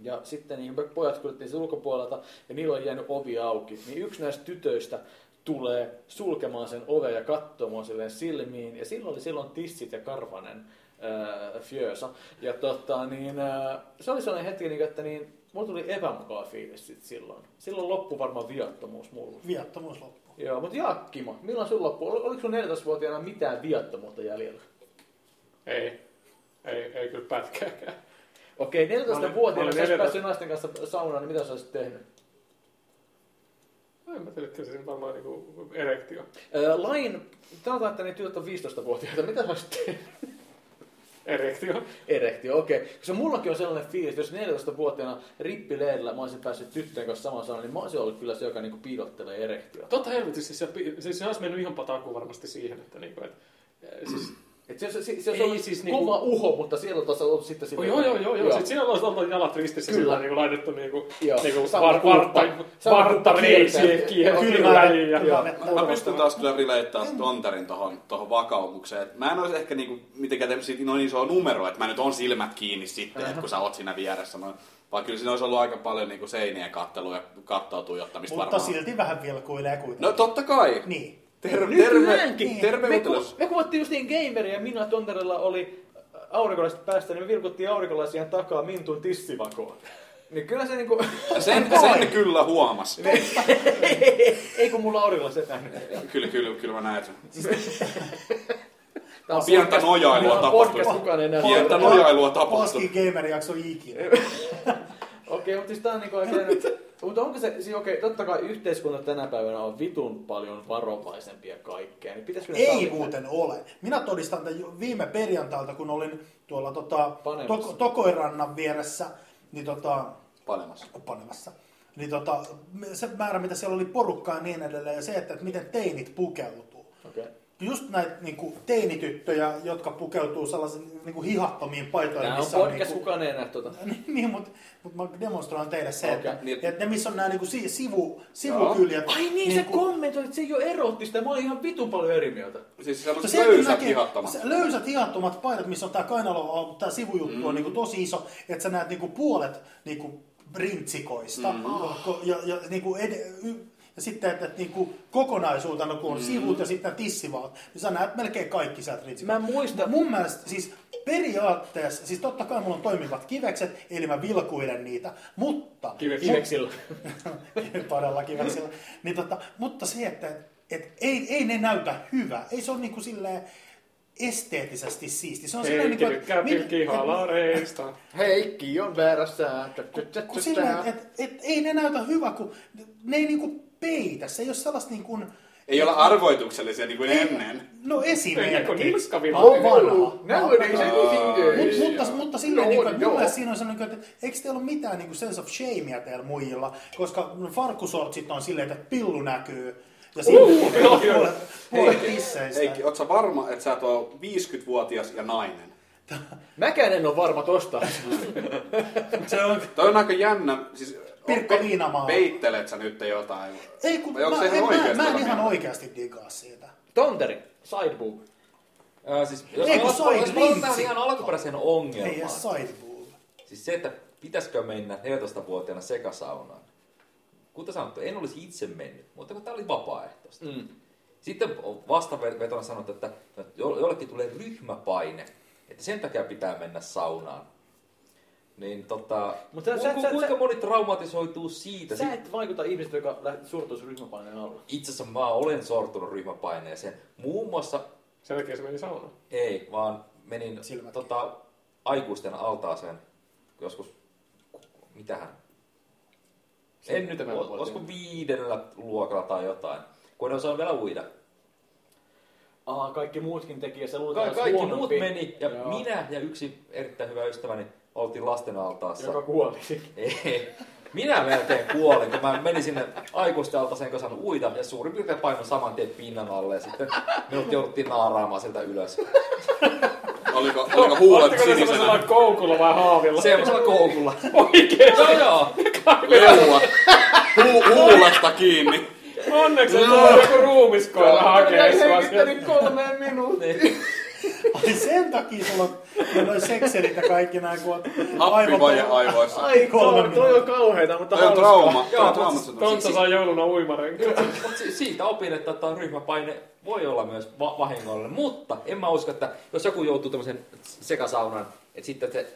[SPEAKER 1] Ja sitten niin me pojat kuljettiin sen ulkopuolelta ja niillä oli jäänyt ovi auki. Niin yksi näistä tytöistä tulee sulkemaan sen oven ja katsomaan silleen silmiin. Ja silloin oli silloin tissit ja karvanen öö, fjösa. Ja tota, niin, öö, se oli sellainen hetki, niin, että niin, mulla tuli epämukaa fiilis sit silloin. Silloin loppu varmaan viattomuus mulla.
[SPEAKER 2] Viattomuus loppuu.
[SPEAKER 1] Joo, mutta Jaakkimo, milloin sun loppu? Ol- Oliko sun 14-vuotiaana mitään viattomuutta jäljellä?
[SPEAKER 4] Ei. Ei, ei kyllä pätkääkään.
[SPEAKER 1] Okei,
[SPEAKER 4] Mä olin- mä
[SPEAKER 1] 14-vuotiaana, jos
[SPEAKER 4] olin
[SPEAKER 1] olisit
[SPEAKER 4] 14.
[SPEAKER 1] päässyt naisten kanssa saunaan, niin mitä sä olisit tehnyt?
[SPEAKER 4] No, En mä tiedä, kyllä se varmaan niinku erektio.
[SPEAKER 1] Ö, Lain, sanotaan, että ne tytöt on 15-vuotiaita, mitä sä olisit tehnyt?
[SPEAKER 4] Erektio.
[SPEAKER 1] Erektio, okei. Koska mullakin on sellainen fiilis, että jos 14-vuotiaana rippileirillä mä olisin päässyt tyttöjen kanssa samaan saunaan, niin mä olisin ollut kyllä se, joka niinku piilottelee erektiota.
[SPEAKER 4] Totta helvetis, siis se, siis se olisi mennyt ihan patakuun varmasti siihen, että niinku, et, siis
[SPEAKER 1] Et se, se, se, se,
[SPEAKER 4] Ei
[SPEAKER 1] on siis
[SPEAKER 4] siis
[SPEAKER 1] kova
[SPEAKER 4] niinku-
[SPEAKER 1] uho, mutta siellä on taas ollut sitten
[SPEAKER 4] Oh,
[SPEAKER 1] silleen-
[SPEAKER 4] joo, joo, joo, joo. Sitten siinä olisi ollut jalat ristissä
[SPEAKER 1] Niin Kyllä.
[SPEAKER 4] sillä niin laitettu niin kuin,
[SPEAKER 1] Joo.
[SPEAKER 4] niin kuin
[SPEAKER 1] Sama
[SPEAKER 4] var,
[SPEAKER 1] kuuppa.
[SPEAKER 4] vartta,
[SPEAKER 1] Sama
[SPEAKER 4] vartta
[SPEAKER 1] kuuppa
[SPEAKER 4] reisiä
[SPEAKER 1] kiertää.
[SPEAKER 4] kiinni
[SPEAKER 2] Kylmää
[SPEAKER 4] väliin. Ja,
[SPEAKER 2] vettä,
[SPEAKER 1] Joo.
[SPEAKER 2] kylmää vettä.
[SPEAKER 3] Mä pystyn taas kyllä rileittämään tonterin tohon, tohon vakaumukseen. Et mä en olisi ehkä niinku mitenkään tehnyt siitä noin isoa numeroa, että mä nyt niin, on silmät kiinni sitten, että kun sä oot siinä vieressä. Mä, vaan kyllä siinä olisi ollut aika paljon niinku seinien kattelua ja kattoa tuijottamista
[SPEAKER 2] Mutta
[SPEAKER 3] varmaan.
[SPEAKER 2] silti vähän vilkuilee kuitenkin.
[SPEAKER 3] No totta kai.
[SPEAKER 2] Niin.
[SPEAKER 3] Terve, terve,
[SPEAKER 1] Nykyäänkin!
[SPEAKER 3] terve
[SPEAKER 1] me,
[SPEAKER 3] utelus.
[SPEAKER 1] ku, me kuvattiin just niin gameria ja minä Tonterella oli aurinkolaiset päästä, niin me vilkuttiin aurinkolaisia ihan takaa Mintun tissivakoon. Niin kyllä se niinku...
[SPEAKER 3] Sen,
[SPEAKER 2] Vai.
[SPEAKER 3] sen kyllä huomas.
[SPEAKER 1] Ei kun mulla aurinkolaiset nähnyt.
[SPEAKER 3] Kyllä, kyllä, kyllä mä näen sen.
[SPEAKER 1] Tää on
[SPEAKER 3] Pientä
[SPEAKER 1] podcast-
[SPEAKER 3] nojailua
[SPEAKER 1] tää on
[SPEAKER 3] tapahtui.
[SPEAKER 1] podcast, kukaan ei näe.
[SPEAKER 3] Pientä nojailua tapahtui.
[SPEAKER 2] Paskin gamer jakso ikinä.
[SPEAKER 1] Okei, mutta siis tää on niinku oikein... Mutta onko se, siis okei, totta kai yhteiskunta tänä päivänä on vitun paljon varovaisempia kaikkea, niin pitäisikö ne
[SPEAKER 2] Ei
[SPEAKER 1] sallia-
[SPEAKER 2] muuten ole. Minä todistan tämän ju- viime perjantailta, kun olin tuolla tota,
[SPEAKER 1] Panemassa.
[SPEAKER 2] to- Tokoirannan vieressä, niin tota,
[SPEAKER 3] Panemassa.
[SPEAKER 2] panemassa. Niin tota, se määrä, mitä siellä oli porukkaa ja niin edelleen, ja se, että, että miten teinit pukeutuu.
[SPEAKER 1] Okei.
[SPEAKER 2] Just näitä niin kuin, teinityttöjä, jotka pukeutuu sellaisiin niin kuin, hihattomiin paitoihin.
[SPEAKER 1] Tää on
[SPEAKER 2] missä
[SPEAKER 1] podcast,
[SPEAKER 2] niinku-
[SPEAKER 1] kukaan ei näe tota.
[SPEAKER 2] [LAUGHS] niin, mutta mut mä demonstroin teille se,
[SPEAKER 1] Okei,
[SPEAKER 2] että,
[SPEAKER 3] niin.
[SPEAKER 2] että ne missä on nämä niinku si, sivu, sivukyljet.
[SPEAKER 1] Ai niin, sä
[SPEAKER 2] Niinku-
[SPEAKER 1] kommentoit, että se ei ole erottista, mä olin ihan vitun paljon eri mieltä.
[SPEAKER 3] Siis
[SPEAKER 2] Mutta No
[SPEAKER 3] semmoset
[SPEAKER 2] se, että
[SPEAKER 3] löysät
[SPEAKER 2] näkee-
[SPEAKER 3] hihattamat.
[SPEAKER 2] se- löysät hihattomat paidat, missä on tämä kainalo, tämä sivujuttu mm. on niinku tosi iso, että sä näet niinku puolet niinku rintsikoista. Mm. Ja, ja, niinku ed, y, Ja sitten, että, että niin kuin kokonaisuutena, kun on mm. sivut ja sitten nämä tissivaat, niin sä näet melkein kaikki sieltä ritsiköltä.
[SPEAKER 1] Mä muistan-
[SPEAKER 2] Mun mielestä siis periaatteessa, siis totta kai mulla on toimivat kivekset, eli mä vilkuilen niitä, mutta...
[SPEAKER 1] Kiveksillä.
[SPEAKER 2] [LAUGHS] Todella kiveksillä. Niin tota, mutta se, että et ei, ei ne näytä hyvää. Ei se ole niinku silleen esteettisesti siisti. Se on
[SPEAKER 4] Hei,
[SPEAKER 2] niinku, et
[SPEAKER 4] tykkää
[SPEAKER 2] min-
[SPEAKER 4] pilkkihaalareista.
[SPEAKER 1] Heikki on väärässä.
[SPEAKER 2] kun silleen, et, et, ei ne näytä hyvä, kun ne ei niinku peitä. Se ei ole sellaista niin kuin...
[SPEAKER 3] Ei olla arvoituksellisia niin kuin ennen.
[SPEAKER 2] No
[SPEAKER 4] Eikö
[SPEAKER 2] esimerkki.
[SPEAKER 4] nilskavilla?
[SPEAKER 2] Mä oon vanha.
[SPEAKER 1] Nowadays anything
[SPEAKER 2] Mut,
[SPEAKER 1] goes.
[SPEAKER 2] mutta, mutta silleen,
[SPEAKER 1] No,
[SPEAKER 2] no, niin kuin,
[SPEAKER 1] joo.
[SPEAKER 2] no. siinä on sellainen, että eikö teillä ole mitään niin kuin sense of shamea teillä muilla, koska farkkusortsit on silleen, että pillu näkyy. Ja siinä
[SPEAKER 4] Uh, joo, joo.
[SPEAKER 2] puolet, puolet tisseistä.
[SPEAKER 3] Heikki, ootko sä varma, että sä et oo 50-vuotias ja nainen?
[SPEAKER 1] Mäkään en ole varma tosta.
[SPEAKER 2] Se on,
[SPEAKER 3] Toi on aika jännä. Siis,
[SPEAKER 2] Pirkko
[SPEAKER 3] pe-
[SPEAKER 2] Viinamaa.
[SPEAKER 3] Peittelet sä nyt
[SPEAKER 4] [LAUGHS]
[SPEAKER 3] jotain?
[SPEAKER 2] ei kun,
[SPEAKER 3] Vai onko
[SPEAKER 2] mä,
[SPEAKER 3] se ihan
[SPEAKER 2] en, mä,
[SPEAKER 3] oikeesti
[SPEAKER 2] mä en
[SPEAKER 3] tätä
[SPEAKER 2] ihan
[SPEAKER 3] mieltä?
[SPEAKER 2] oikeasti digaa siitä.
[SPEAKER 1] Tonteri, sideboob.
[SPEAKER 5] Ää, siis, jos
[SPEAKER 2] Ei, kun
[SPEAKER 5] jos-
[SPEAKER 2] side
[SPEAKER 5] jos palataan tähän
[SPEAKER 2] rintsi.
[SPEAKER 5] ihan alkuperäiseen
[SPEAKER 2] Ei
[SPEAKER 5] ongelmaan.
[SPEAKER 2] edes sideboob.
[SPEAKER 5] Siis se, että pitäisikö mennä 14-vuotiaana sekasaunaan. Kuten sanottu, en olisi itse mennyt, mutta kun tämä oli vapaaehtoista.
[SPEAKER 1] Mm.
[SPEAKER 5] Sitten vastavetona sanottu, että jo- jollekin tulee ryhmäpaine, että sen takia pitää mennä saunaan. Niin tota,
[SPEAKER 1] Mutta sä-
[SPEAKER 5] ku-
[SPEAKER 1] sä-
[SPEAKER 5] ku-
[SPEAKER 1] sä-
[SPEAKER 5] kuinka
[SPEAKER 1] sä-
[SPEAKER 5] moni traumatisoituu siitä?
[SPEAKER 1] Sä et vaikuta ihmisiltä, joka lähti sortuisi ryhmäpaineen alle.
[SPEAKER 5] Itse asiassa mä olen sortunut ryhmäpaineeseen. Muun muassa
[SPEAKER 4] Sen takia se meni saunaan.
[SPEAKER 5] Ei, vaan menin
[SPEAKER 2] Silmät.
[SPEAKER 5] tota, aikuisten altaaseen joskus, mitähän, en nyt,
[SPEAKER 1] Seitsemän vuotta.
[SPEAKER 5] olisiko viidellä luokalla tai jotain, kun en osaa vielä uida.
[SPEAKER 1] Aa, kaikki muutkin teki ja se luulta
[SPEAKER 5] Ka-
[SPEAKER 1] olisi
[SPEAKER 5] kaikki muut
[SPEAKER 1] huonompi.
[SPEAKER 5] meni ja
[SPEAKER 1] Joo.
[SPEAKER 5] minä ja yksi erittäin hyvä ystäväni oltiin lasten altaassa.
[SPEAKER 1] Joka kuoli.
[SPEAKER 5] [LAUGHS] Ei, minä melkein kuolin, kun mä menin sinne aikuisten altaaseen, kun saanut uida ja suurin piirtein painoin saman tien pinnan alle ja sitten minut jouduttiin naaraamaan sieltä [LAUGHS] ylös.
[SPEAKER 3] Oliko, oliko huulet
[SPEAKER 4] Oletteko te
[SPEAKER 3] sinisenä?
[SPEAKER 4] [LAUGHS] sellaisella koukulla vai haavilla?
[SPEAKER 5] Semmoisella koukulla.
[SPEAKER 4] Oikein.
[SPEAKER 5] Joo joo.
[SPEAKER 3] Leua. Hu- huulesta kiinni.
[SPEAKER 4] Onneksi on tullut joku ruumiskoira hakee sua sieltä.
[SPEAKER 1] hengittänyt kolmeen minuuttiin.
[SPEAKER 5] Niin.
[SPEAKER 2] Ai sen takia sulla on ja noi sekselit ja kaikki näin, kun on
[SPEAKER 3] Happivaje
[SPEAKER 2] aivan-
[SPEAKER 3] aivoissa.
[SPEAKER 1] Ai,
[SPEAKER 2] Kolme
[SPEAKER 1] toi, toi on
[SPEAKER 2] minuuttia.
[SPEAKER 1] kauheita, mutta
[SPEAKER 3] Toi on
[SPEAKER 1] hauskaa.
[SPEAKER 3] trauma. Toi on
[SPEAKER 5] Joo,
[SPEAKER 3] trauma.
[SPEAKER 5] mutta siis
[SPEAKER 4] Tontsa saa jouluna uimarenkin.
[SPEAKER 5] Mut siis, si- siitä opin, että tämä ryhmäpaine voi olla myös va- vahingollinen, mutta en mä usko, että jos joku joutuu tämmöisen sekasaunan, että sitten se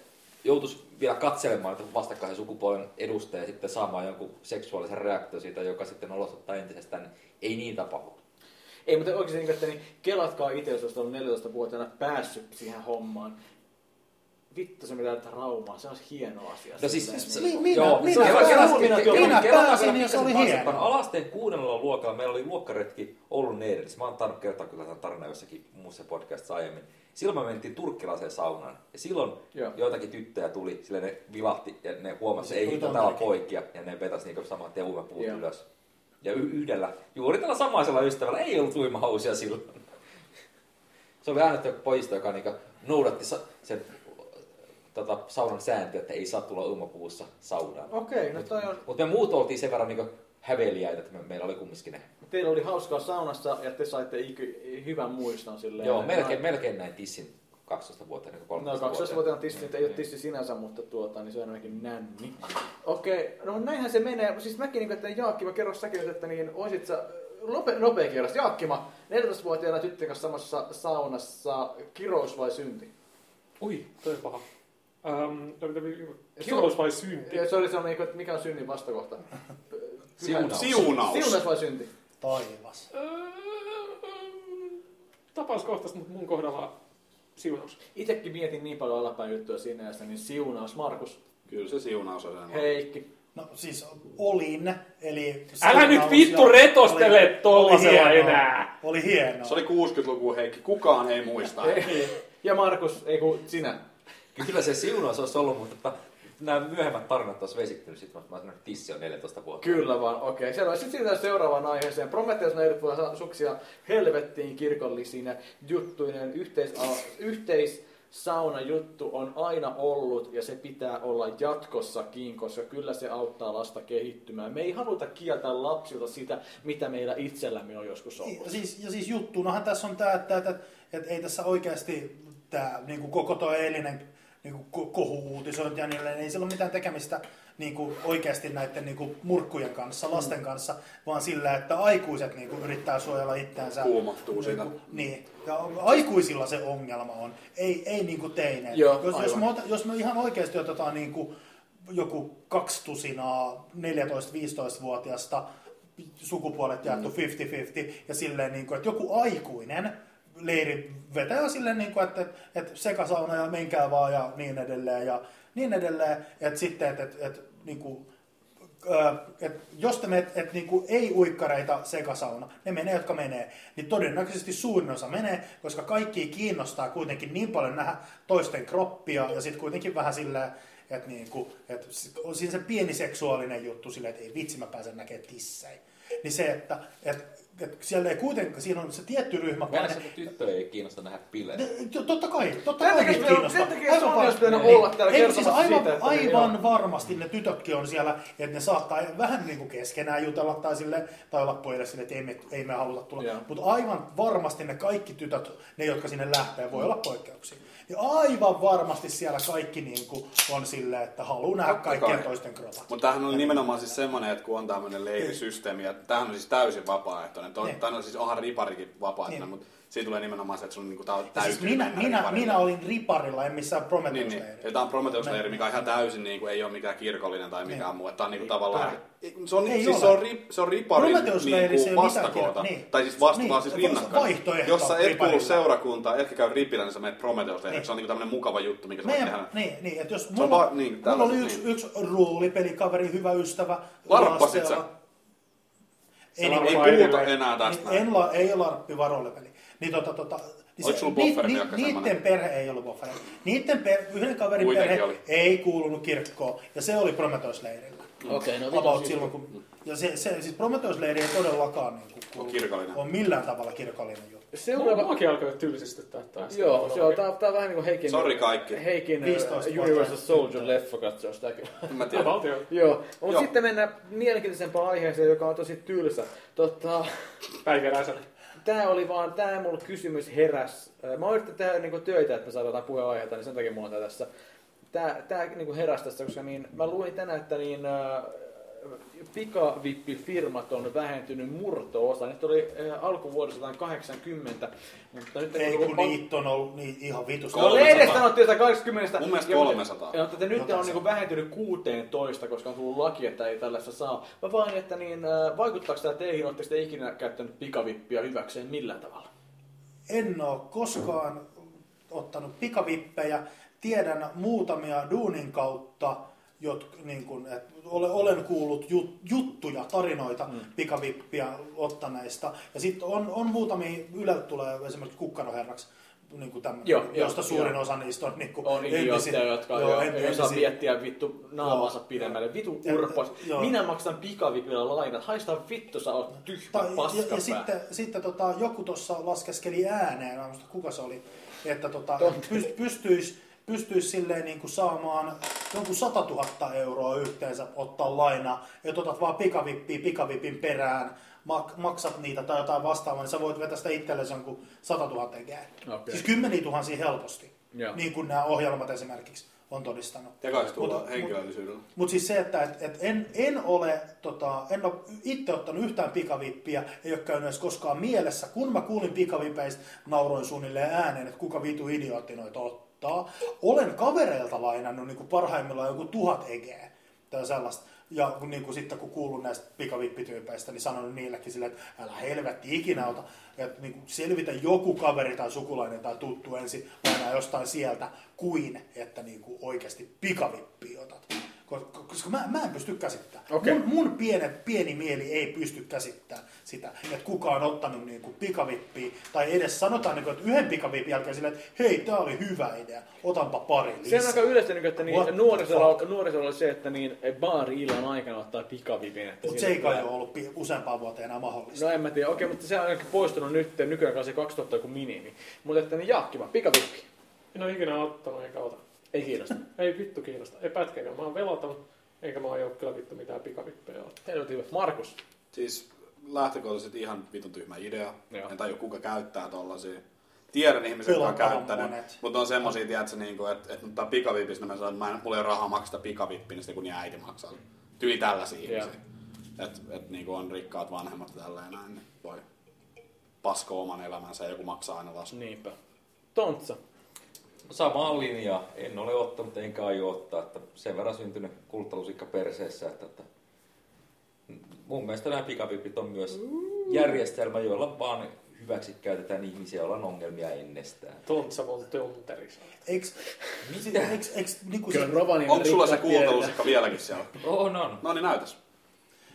[SPEAKER 5] joutuisi vielä katselemaan että vastakkaisen sukupuolen edustajia ja sitten saamaan jonkun seksuaalisen reaktion siitä, joka sitten olosottaa entisestään, niin ei niin tapahdu.
[SPEAKER 1] Ei, mutta oikeasti niin, että niin, kelatkaa itse, jos olisit ollut 14-vuotiaana päässyt siihen hommaan. Vittu se mitä traumaa, se olisi hieno asia.
[SPEAKER 5] No siis,
[SPEAKER 1] Silleen, niin
[SPEAKER 5] se-
[SPEAKER 2] Mi- minä-
[SPEAKER 5] joo,
[SPEAKER 2] minä
[SPEAKER 5] se- kela-
[SPEAKER 1] pääsin,
[SPEAKER 5] kela-
[SPEAKER 1] minä-
[SPEAKER 5] kela-
[SPEAKER 1] minä
[SPEAKER 5] kela-
[SPEAKER 2] pääsin,
[SPEAKER 5] kela-
[SPEAKER 2] ja se oli
[SPEAKER 5] taaksepäin.
[SPEAKER 2] hienoa.
[SPEAKER 5] Alasteen kuudennella luokalla meillä oli luokkaretki Oulun neidessä. Mä oon tainnut kertoa kyllä tämän tarinan jossakin muussa podcastissa aiemmin. Silloin me mentiin turkkilaiseen saunaan. Ja silloin
[SPEAKER 1] Joo.
[SPEAKER 5] joitakin tyttyjä tuli, sillä ne vilahti ja ne huomasi,
[SPEAKER 2] Sitten
[SPEAKER 5] että ei
[SPEAKER 2] tuli
[SPEAKER 5] hitto, täällä on
[SPEAKER 2] tontakin.
[SPEAKER 5] poikia. Ja ne vetäs niinku saman tien uimapuut
[SPEAKER 1] Joo.
[SPEAKER 5] ylös. Ja y- yhdellä, juuri tällä samaisella ystävällä ei ollut uimahousia silloin. Se oli aina tuo pojista, joka niinku noudatti sa- sen tota, saunan sääntöä, että ei saa tulla uimapuussa saunaan.
[SPEAKER 1] Okei, no toi on,
[SPEAKER 5] Mutta me muut oltiin sen verran niinku häveliäitä, että me, meillä oli kumminkin ne.
[SPEAKER 1] teillä oli hauskaa saunassa ja te saitte iky, hyvän muiston silleen.
[SPEAKER 5] Joo, melkein, melkein näin tissin 12 vuotta, niin
[SPEAKER 1] No
[SPEAKER 5] 13
[SPEAKER 1] 12-vuotiaan tissi nyt ei
[SPEAKER 5] Niin.
[SPEAKER 1] ole tissi sinänsä, mutta tuota, niin se on ainakin nänni. Okei, no näinhän se menee. Siis mäkin, niin että Jaakki, mä kerron säkin nyt, että niin oisit sä lope, nopea kerros. Jaakki, mä 14-vuotiaana tyttöjen kanssa samassa saunassa, kirous vai synti?
[SPEAKER 4] Ui, toi on paha. Ähm, no mitä- kirous vai synti?
[SPEAKER 1] Ja se oli sellainen, niin kuin, että mikä on synnin vastakohta?
[SPEAKER 5] Siunaus.
[SPEAKER 3] Siunaus.
[SPEAKER 1] Siunas vai synti?
[SPEAKER 2] Taivas.
[SPEAKER 4] Ähm, Öö, Tapauskohtaisesti, mutta mun kohdalla siunaus.
[SPEAKER 1] Itekin mietin niin paljon alapäin juttuja siinä ja sitä, niin siunaus. Markus,
[SPEAKER 3] Kyllä se siunaus on sen.
[SPEAKER 1] Heikki.
[SPEAKER 2] No siis olin, eli...
[SPEAKER 4] Älä nyt vittu
[SPEAKER 2] oli-
[SPEAKER 4] retostele
[SPEAKER 2] oli-
[SPEAKER 4] tollasella
[SPEAKER 2] oli hienoa.
[SPEAKER 4] enää.
[SPEAKER 2] Oli hienoa.
[SPEAKER 3] Se oli 60-lukua Heikki. Kukaan ei muista.
[SPEAKER 1] [LAUGHS] Ja Markus, ei kun sinä.
[SPEAKER 5] Kyllä se siunaus olisi ollut, mutta että nämä myöhemmät tarinat olisi vesiktynyt sitten, mutta mä sanoin, että tissi on 14 vuotta.
[SPEAKER 1] Kyllä vaan, okei. Selvä. Sitten siirrytään seuraavaan aiheeseen. Prometheus näytöt voi saa suksia helvettiin kirkollisina juttuinen. Yhteis, yhteis juttu on aina ollut ja se pitää olla jatkossakin, koska kyllä se auttaa lasta kehittymään. Me ei haluta kieltää lapsilta sitä, mitä meillä itsellämme on joskus ollut.
[SPEAKER 2] Ja siis, ja siis juttuunahan tässä on tämä, että, että, että, että ei tässä oikeasti tämä niin koko tuo niinku, eilinen niin kuin kohu-uutisointia, niin edelleen. ei sillä ole mitään tekemistä niin kuin oikeasti näiden niin kuin murkkujen kanssa, lasten kanssa, vaan sillä, että aikuiset niin kuin yrittää suojella itseänsä.
[SPEAKER 3] Kuumottuu siinä.
[SPEAKER 2] Niin, niin. Ja aikuisilla se ongelma on, ei, ei niin kuin teineet.
[SPEAKER 1] Joo,
[SPEAKER 2] jos, jos,
[SPEAKER 1] aivan.
[SPEAKER 2] me ota, jos me ihan oikeasti otetaan niin kuin joku kaksi tusinaa 14-15-vuotiasta sukupuolet
[SPEAKER 1] Mm.
[SPEAKER 2] jaettu 50-50 ja silleen, niin kuin, että joku aikuinen leiri vetää silleen, niin kuin, että, että sekasauna ja menkää vaan ja niin edelleen ja niin edelleen. Että sitten, että, että, että niin kuin, Ö, et jos te menet, et niinku ei uikkareita sekasauna, ne menee, jotka menee, niin todennäköisesti suurin osa menee, koska kaikki kiinnostaa kuitenkin niin paljon nähdä toisten kroppia ja sitten kuitenkin vähän silleen, että niinku, et sit on siinä se pieni seksuaalinen juttu silleen, että ei vitsi, mä pääsen näkemään tissejä. Niin se, että et, et siellä ei kuitenkaan, siinä on se tietty ryhmä,
[SPEAKER 5] Mä näin, että tyttö ei kiinnosta nähdä bilejä.
[SPEAKER 2] Ne- Totta kai, totta
[SPEAKER 1] Sen
[SPEAKER 2] kai
[SPEAKER 1] takia
[SPEAKER 2] niitä
[SPEAKER 1] meillä on-
[SPEAKER 2] kiinnostaa.
[SPEAKER 1] sen takia se on
[SPEAKER 2] Aivan
[SPEAKER 1] myös pitänyt
[SPEAKER 2] varmasti.
[SPEAKER 1] olla täällä
[SPEAKER 2] Ei, kun
[SPEAKER 1] kertomassa
[SPEAKER 2] siis aivan,
[SPEAKER 1] siitä, että niin ne-
[SPEAKER 2] aivan varmasti ne tytötkin on siellä, että ne saattaa vähän niin kuin keskenään jutella tai, sille, tai olla pojille sille, että ei me, ei me haluta tulla.
[SPEAKER 1] Joo.
[SPEAKER 2] Mutta aivan varmasti ne kaikki tytöt, ne jotka sinne lähtee, voi olla poikkeuksia. Ja aivan varmasti siellä kaikki niin kuin on silleen, että haluaa nähdä
[SPEAKER 3] Totta kai.
[SPEAKER 2] kaikkien toisten kropat.
[SPEAKER 3] Mutta tämähän oli nimenomaan siis semmoinen, että kun on tämmöinen leirisysteemi, ja tämähän on siis täysin vapaaehtoinen. Tämä on,
[SPEAKER 2] Niin.
[SPEAKER 3] tämähän on siis onhan riparikin vapaaehtoinen,
[SPEAKER 2] Niin.
[SPEAKER 3] mutta siinä tulee nimenomaan se, että sulla niinku, tää on
[SPEAKER 2] Ja
[SPEAKER 3] täytyy
[SPEAKER 2] Siis minä,
[SPEAKER 3] mennä
[SPEAKER 2] minä,
[SPEAKER 3] riparille.
[SPEAKER 2] minä olin riparilla, en missään
[SPEAKER 3] Niin,
[SPEAKER 2] Prometheus
[SPEAKER 3] niin. Ja tämä on Prometheus-leiri,
[SPEAKER 2] Niin.
[SPEAKER 3] mikä on ihan täysin niinku, ei ole mikään kirkollinen tai mikään
[SPEAKER 2] Niin.
[SPEAKER 3] muu. Tämä on niinku tavallaan... Se on,
[SPEAKER 2] Ei
[SPEAKER 3] siis
[SPEAKER 2] ole.
[SPEAKER 3] se on, ri, se on riparin
[SPEAKER 2] Prometheus-leiri, se ei
[SPEAKER 3] niinku
[SPEAKER 2] ole mitään
[SPEAKER 3] vastakoota.
[SPEAKER 2] kirja- niin.
[SPEAKER 3] Tai siis vasta,
[SPEAKER 2] Niin,
[SPEAKER 3] vaan siis
[SPEAKER 2] se on
[SPEAKER 3] rinnakkain.
[SPEAKER 2] vaihtoehto
[SPEAKER 3] Jos sä et kuulu
[SPEAKER 2] riparille.
[SPEAKER 3] seurakuntaan, etkä käy ripillä, niin sä menet Prometheus-leirille.
[SPEAKER 2] Niin.
[SPEAKER 3] Se on niinku tämmöinen mukava juttu, mikä sä voit tehdä.
[SPEAKER 2] Meidän, niin, niin, että jos
[SPEAKER 3] Se on
[SPEAKER 2] mulla,
[SPEAKER 3] vaan- niin,
[SPEAKER 2] mulla oli
[SPEAKER 3] tällaiset,
[SPEAKER 2] yksi,
[SPEAKER 3] niin.
[SPEAKER 2] yksi roolipelikaveri, hyvä ystävä.
[SPEAKER 3] Larppasit
[SPEAKER 2] yläasteella.
[SPEAKER 3] sä?
[SPEAKER 2] Ei,
[SPEAKER 4] Sä
[SPEAKER 2] niin,
[SPEAKER 3] Ei
[SPEAKER 4] Vai
[SPEAKER 3] puhuta
[SPEAKER 4] edelleen.
[SPEAKER 3] enää tästä.
[SPEAKER 2] niin, en, la, ei larppi, vaan roolipeli. Niin, tota, tota, niin
[SPEAKER 3] Oliko sulla bufferi miekka
[SPEAKER 2] niiden
[SPEAKER 3] semmonen?
[SPEAKER 2] perhe ei ollut bufferi. Niiden per, yhden kaverin
[SPEAKER 3] Kuitenkin
[SPEAKER 2] perhe
[SPEAKER 3] oli.
[SPEAKER 2] ei kuulunut kirkkoon, ja se oli Prometheus-leirillä.
[SPEAKER 1] Okei, no
[SPEAKER 2] About
[SPEAKER 1] vitos
[SPEAKER 2] silloin, kun, ja se, se, siis Prometheus-leiri ei todellakaan niin kuin, kuulu-
[SPEAKER 3] kirkollinen.
[SPEAKER 2] on millään tavalla kirkollinen juttu.
[SPEAKER 4] Seuraava.
[SPEAKER 1] Seuraava...
[SPEAKER 4] Muakin alkaa tylsistyttää taas.
[SPEAKER 1] Joo, se on, tää, tää on vähän niinku Heikin...
[SPEAKER 3] Sori kaikki.
[SPEAKER 1] Heikin
[SPEAKER 2] 15
[SPEAKER 1] uh, Universal
[SPEAKER 2] vuotta.
[SPEAKER 1] Soldier leffa katsoa sitä kyllä.
[SPEAKER 3] En mä tiedä.
[SPEAKER 4] About joo.
[SPEAKER 1] [LAUGHS] Joo, mutta
[SPEAKER 3] Joo.
[SPEAKER 1] sitten mennään mielenkiintoisempaan aiheeseen, joka on tosi tylsä. Totta,
[SPEAKER 4] Päikäläisenä.
[SPEAKER 1] tää oli vaan, tää mulla kysymys heräs. Äh, Mä yritin tehdä niinku töitä, että me saadaan jotain puheenaiheita, niin sen takia mulla on tää tässä. Tää, tää niinku heräs tästä, koska niin, mä luin tänään, että niin, äh, pikavippifirmat on vähentynyt murto-osa. Niitä oli äh, alkuvuodesta jotain 80, mutta nyt
[SPEAKER 2] Ei
[SPEAKER 1] ollut
[SPEAKER 2] kun niitä on ollut niin ihan vitusti.
[SPEAKER 1] No
[SPEAKER 3] Kolme-
[SPEAKER 1] lehdet sanottiin sitä 80.
[SPEAKER 3] Mun mielestä
[SPEAKER 1] Ja
[SPEAKER 3] 300.
[SPEAKER 1] Ja, mutta nyt
[SPEAKER 2] No,
[SPEAKER 1] tämä on
[SPEAKER 2] tässä.
[SPEAKER 1] niinku vähentynyt 16, koska on tullut laki, että ei tällaista saa. Mä vaan, että niin, äh, vaikuttaako tämä teihin, oletteko te ikinä käyttänyt pikavippiä hyväkseen millään tavalla?
[SPEAKER 2] En ole koskaan ottanut pikavippejä. Tiedän muutamia duunin kautta, jot, niin kun, et, ole, olen kuullut jut, juttuja, tarinoita mm. pikavippiä ottaneista. Ja sitten on, on muutamia, Yleltä tulee esimerkiksi kukkaroherraksi, niin kuin tämmönen,
[SPEAKER 1] Joo, joo,
[SPEAKER 2] josta suurin
[SPEAKER 1] joo.
[SPEAKER 2] osa niistä on, niin kuin,
[SPEAKER 1] On idiootteja, jotka joo, ei, ei saa miettiä vittu naamaansa
[SPEAKER 2] Joo.
[SPEAKER 1] pidemmälle. Vittu
[SPEAKER 2] Ja-
[SPEAKER 1] urppos.
[SPEAKER 2] joo.
[SPEAKER 1] Minä maksan pikavipillä lainat. Haista vittu, sä oot tyhmä
[SPEAKER 2] Tai, ja,
[SPEAKER 1] paskapää.
[SPEAKER 2] ja sitten, sitten tota, joku tuossa laskeskeli ääneen, mä en muista kuka se oli, että tota,
[SPEAKER 1] Totta.
[SPEAKER 2] pyst, pystyisi pystyis silleen niin kuin saamaan jonkun 100 000 euroa yhteensä ottaa lainaa, ja otat vaan pikavippiä pikavipin perään, mak, maksat niitä tai jotain vastaavaa, niin sä voit vetää sitä itsellesi jonkun 100 000 gää.
[SPEAKER 1] Okei.
[SPEAKER 2] Siis kymmeniä tuhansia helposti,
[SPEAKER 1] Joo.
[SPEAKER 2] niin kuin nämä ohjelmat esimerkiksi on todistanut.
[SPEAKER 3] Ja kai se tulla
[SPEAKER 2] Mutta-
[SPEAKER 3] henkilöllisyydellä.
[SPEAKER 2] Mutta siis se, että et, et en, en ole tota, en ole itse ottanut yhtään pikavippiä, ei ole käynyt edes koskaan mielessä. Kun mä kuulin pikavipeistä, nauroin suunnilleen ääneen, että kuka vitu idiootti noita ottaa. Olen kavereilta lainannut niin kuin parhaimmillaan joku tuhat egeä tai sellaista. Ja kun, niin kuin sitten kun kuulun näistä pikavippityypeistä, niin sanon niillekin silleen, että älä helvetti ikinä ota. Ja niin kuin selvitä joku kaveri tai sukulainen tai tuttu ensin aina jostain sieltä, kuin että niin kuin oikeasti pikavippi otat. Ko- Koska mä, mä en pysty käsittämään.
[SPEAKER 1] Okei.
[SPEAKER 2] Mun, mun pienet, pieni mieli ei pysty käsittämään sitä, että kuka on ottanut niin kuin pikavippiä. Tai edes sanotaan, niin kuin, että yhden pikavipin jälkeen silleen, että hei, tää oli hyvä idea, otanpa pari
[SPEAKER 1] Se
[SPEAKER 2] lisää.
[SPEAKER 1] on aika yleistä, niin, että
[SPEAKER 2] What
[SPEAKER 1] niin,
[SPEAKER 2] the
[SPEAKER 1] nuorisolla,
[SPEAKER 2] fuck?
[SPEAKER 1] nuorisolla oli se, että niin, baari-illan aikana ottaa pikavipin. että
[SPEAKER 2] Mutta se
[SPEAKER 1] siinä niinku
[SPEAKER 2] ei kai
[SPEAKER 1] tulee-
[SPEAKER 2] ole ollut pi- useampaan vuoteen enää mahdollista.
[SPEAKER 1] No en mä tiedä, okei, mutta se on ainakin poistunut nyt, nykyään kai se 2000 joku minimi. Mutta että niin Jaakkiva, pikavippi.
[SPEAKER 4] En ole ikinä ottanut eikä ota.
[SPEAKER 1] Ei kiinnosta.
[SPEAKER 4] Ei vittu kiinnosta. Ei pätkääkään. Mä oon velaton. Eikä mä aio kyllä vittu mitään pikavippejä ottaa.
[SPEAKER 1] Helvetin hyvä. Markus.
[SPEAKER 3] Siis lähtökohtaisesti ihan vitun tyhmä idea.
[SPEAKER 1] Joo.
[SPEAKER 3] En tajua kuka käyttää tollasia. tiedän ihmisiä, jotka on
[SPEAKER 2] Pelottavan
[SPEAKER 3] käyttänyt,
[SPEAKER 2] monet.
[SPEAKER 3] mutta on semmosia, tiedätkö, niin kuin, että, että tämä pikavipistä, mä sanon, että mä en, mulla ei ole rahaa maksaa pikavippiä, niin sitten kun äiti maksaa. Tyli tällaisia
[SPEAKER 1] Joo.
[SPEAKER 3] ihmisiä. Että et, niin on rikkaat vanhemmat ja tälleen näin, niin voi pasko oman elämänsä ja joku maksaa aina laskun.
[SPEAKER 1] Niinpä. Tontsa.
[SPEAKER 5] Samaa linjaa. En ole ottanut enkä aio ottaa. Että sen verran syntynyt kulttalusikka perseessä. Että, että mun mielestä nämä pikavipit on myös järjestelmä, jolla vaan hyväksi käytetään ihmisiä, joilla on ongelmia ennestään.
[SPEAKER 4] Tontsa von Tömteris.
[SPEAKER 1] No.
[SPEAKER 2] Eiks,
[SPEAKER 5] Mitä?
[SPEAKER 2] eiks, eiks, niinku
[SPEAKER 1] Kyllä
[SPEAKER 2] siis,
[SPEAKER 1] Rovaniemen
[SPEAKER 3] Onko sulla se
[SPEAKER 1] Niin, rikkaat tiedetään.
[SPEAKER 3] kuuntelusikka vieläkin siellä?
[SPEAKER 5] On, on.
[SPEAKER 3] No niin näytäs.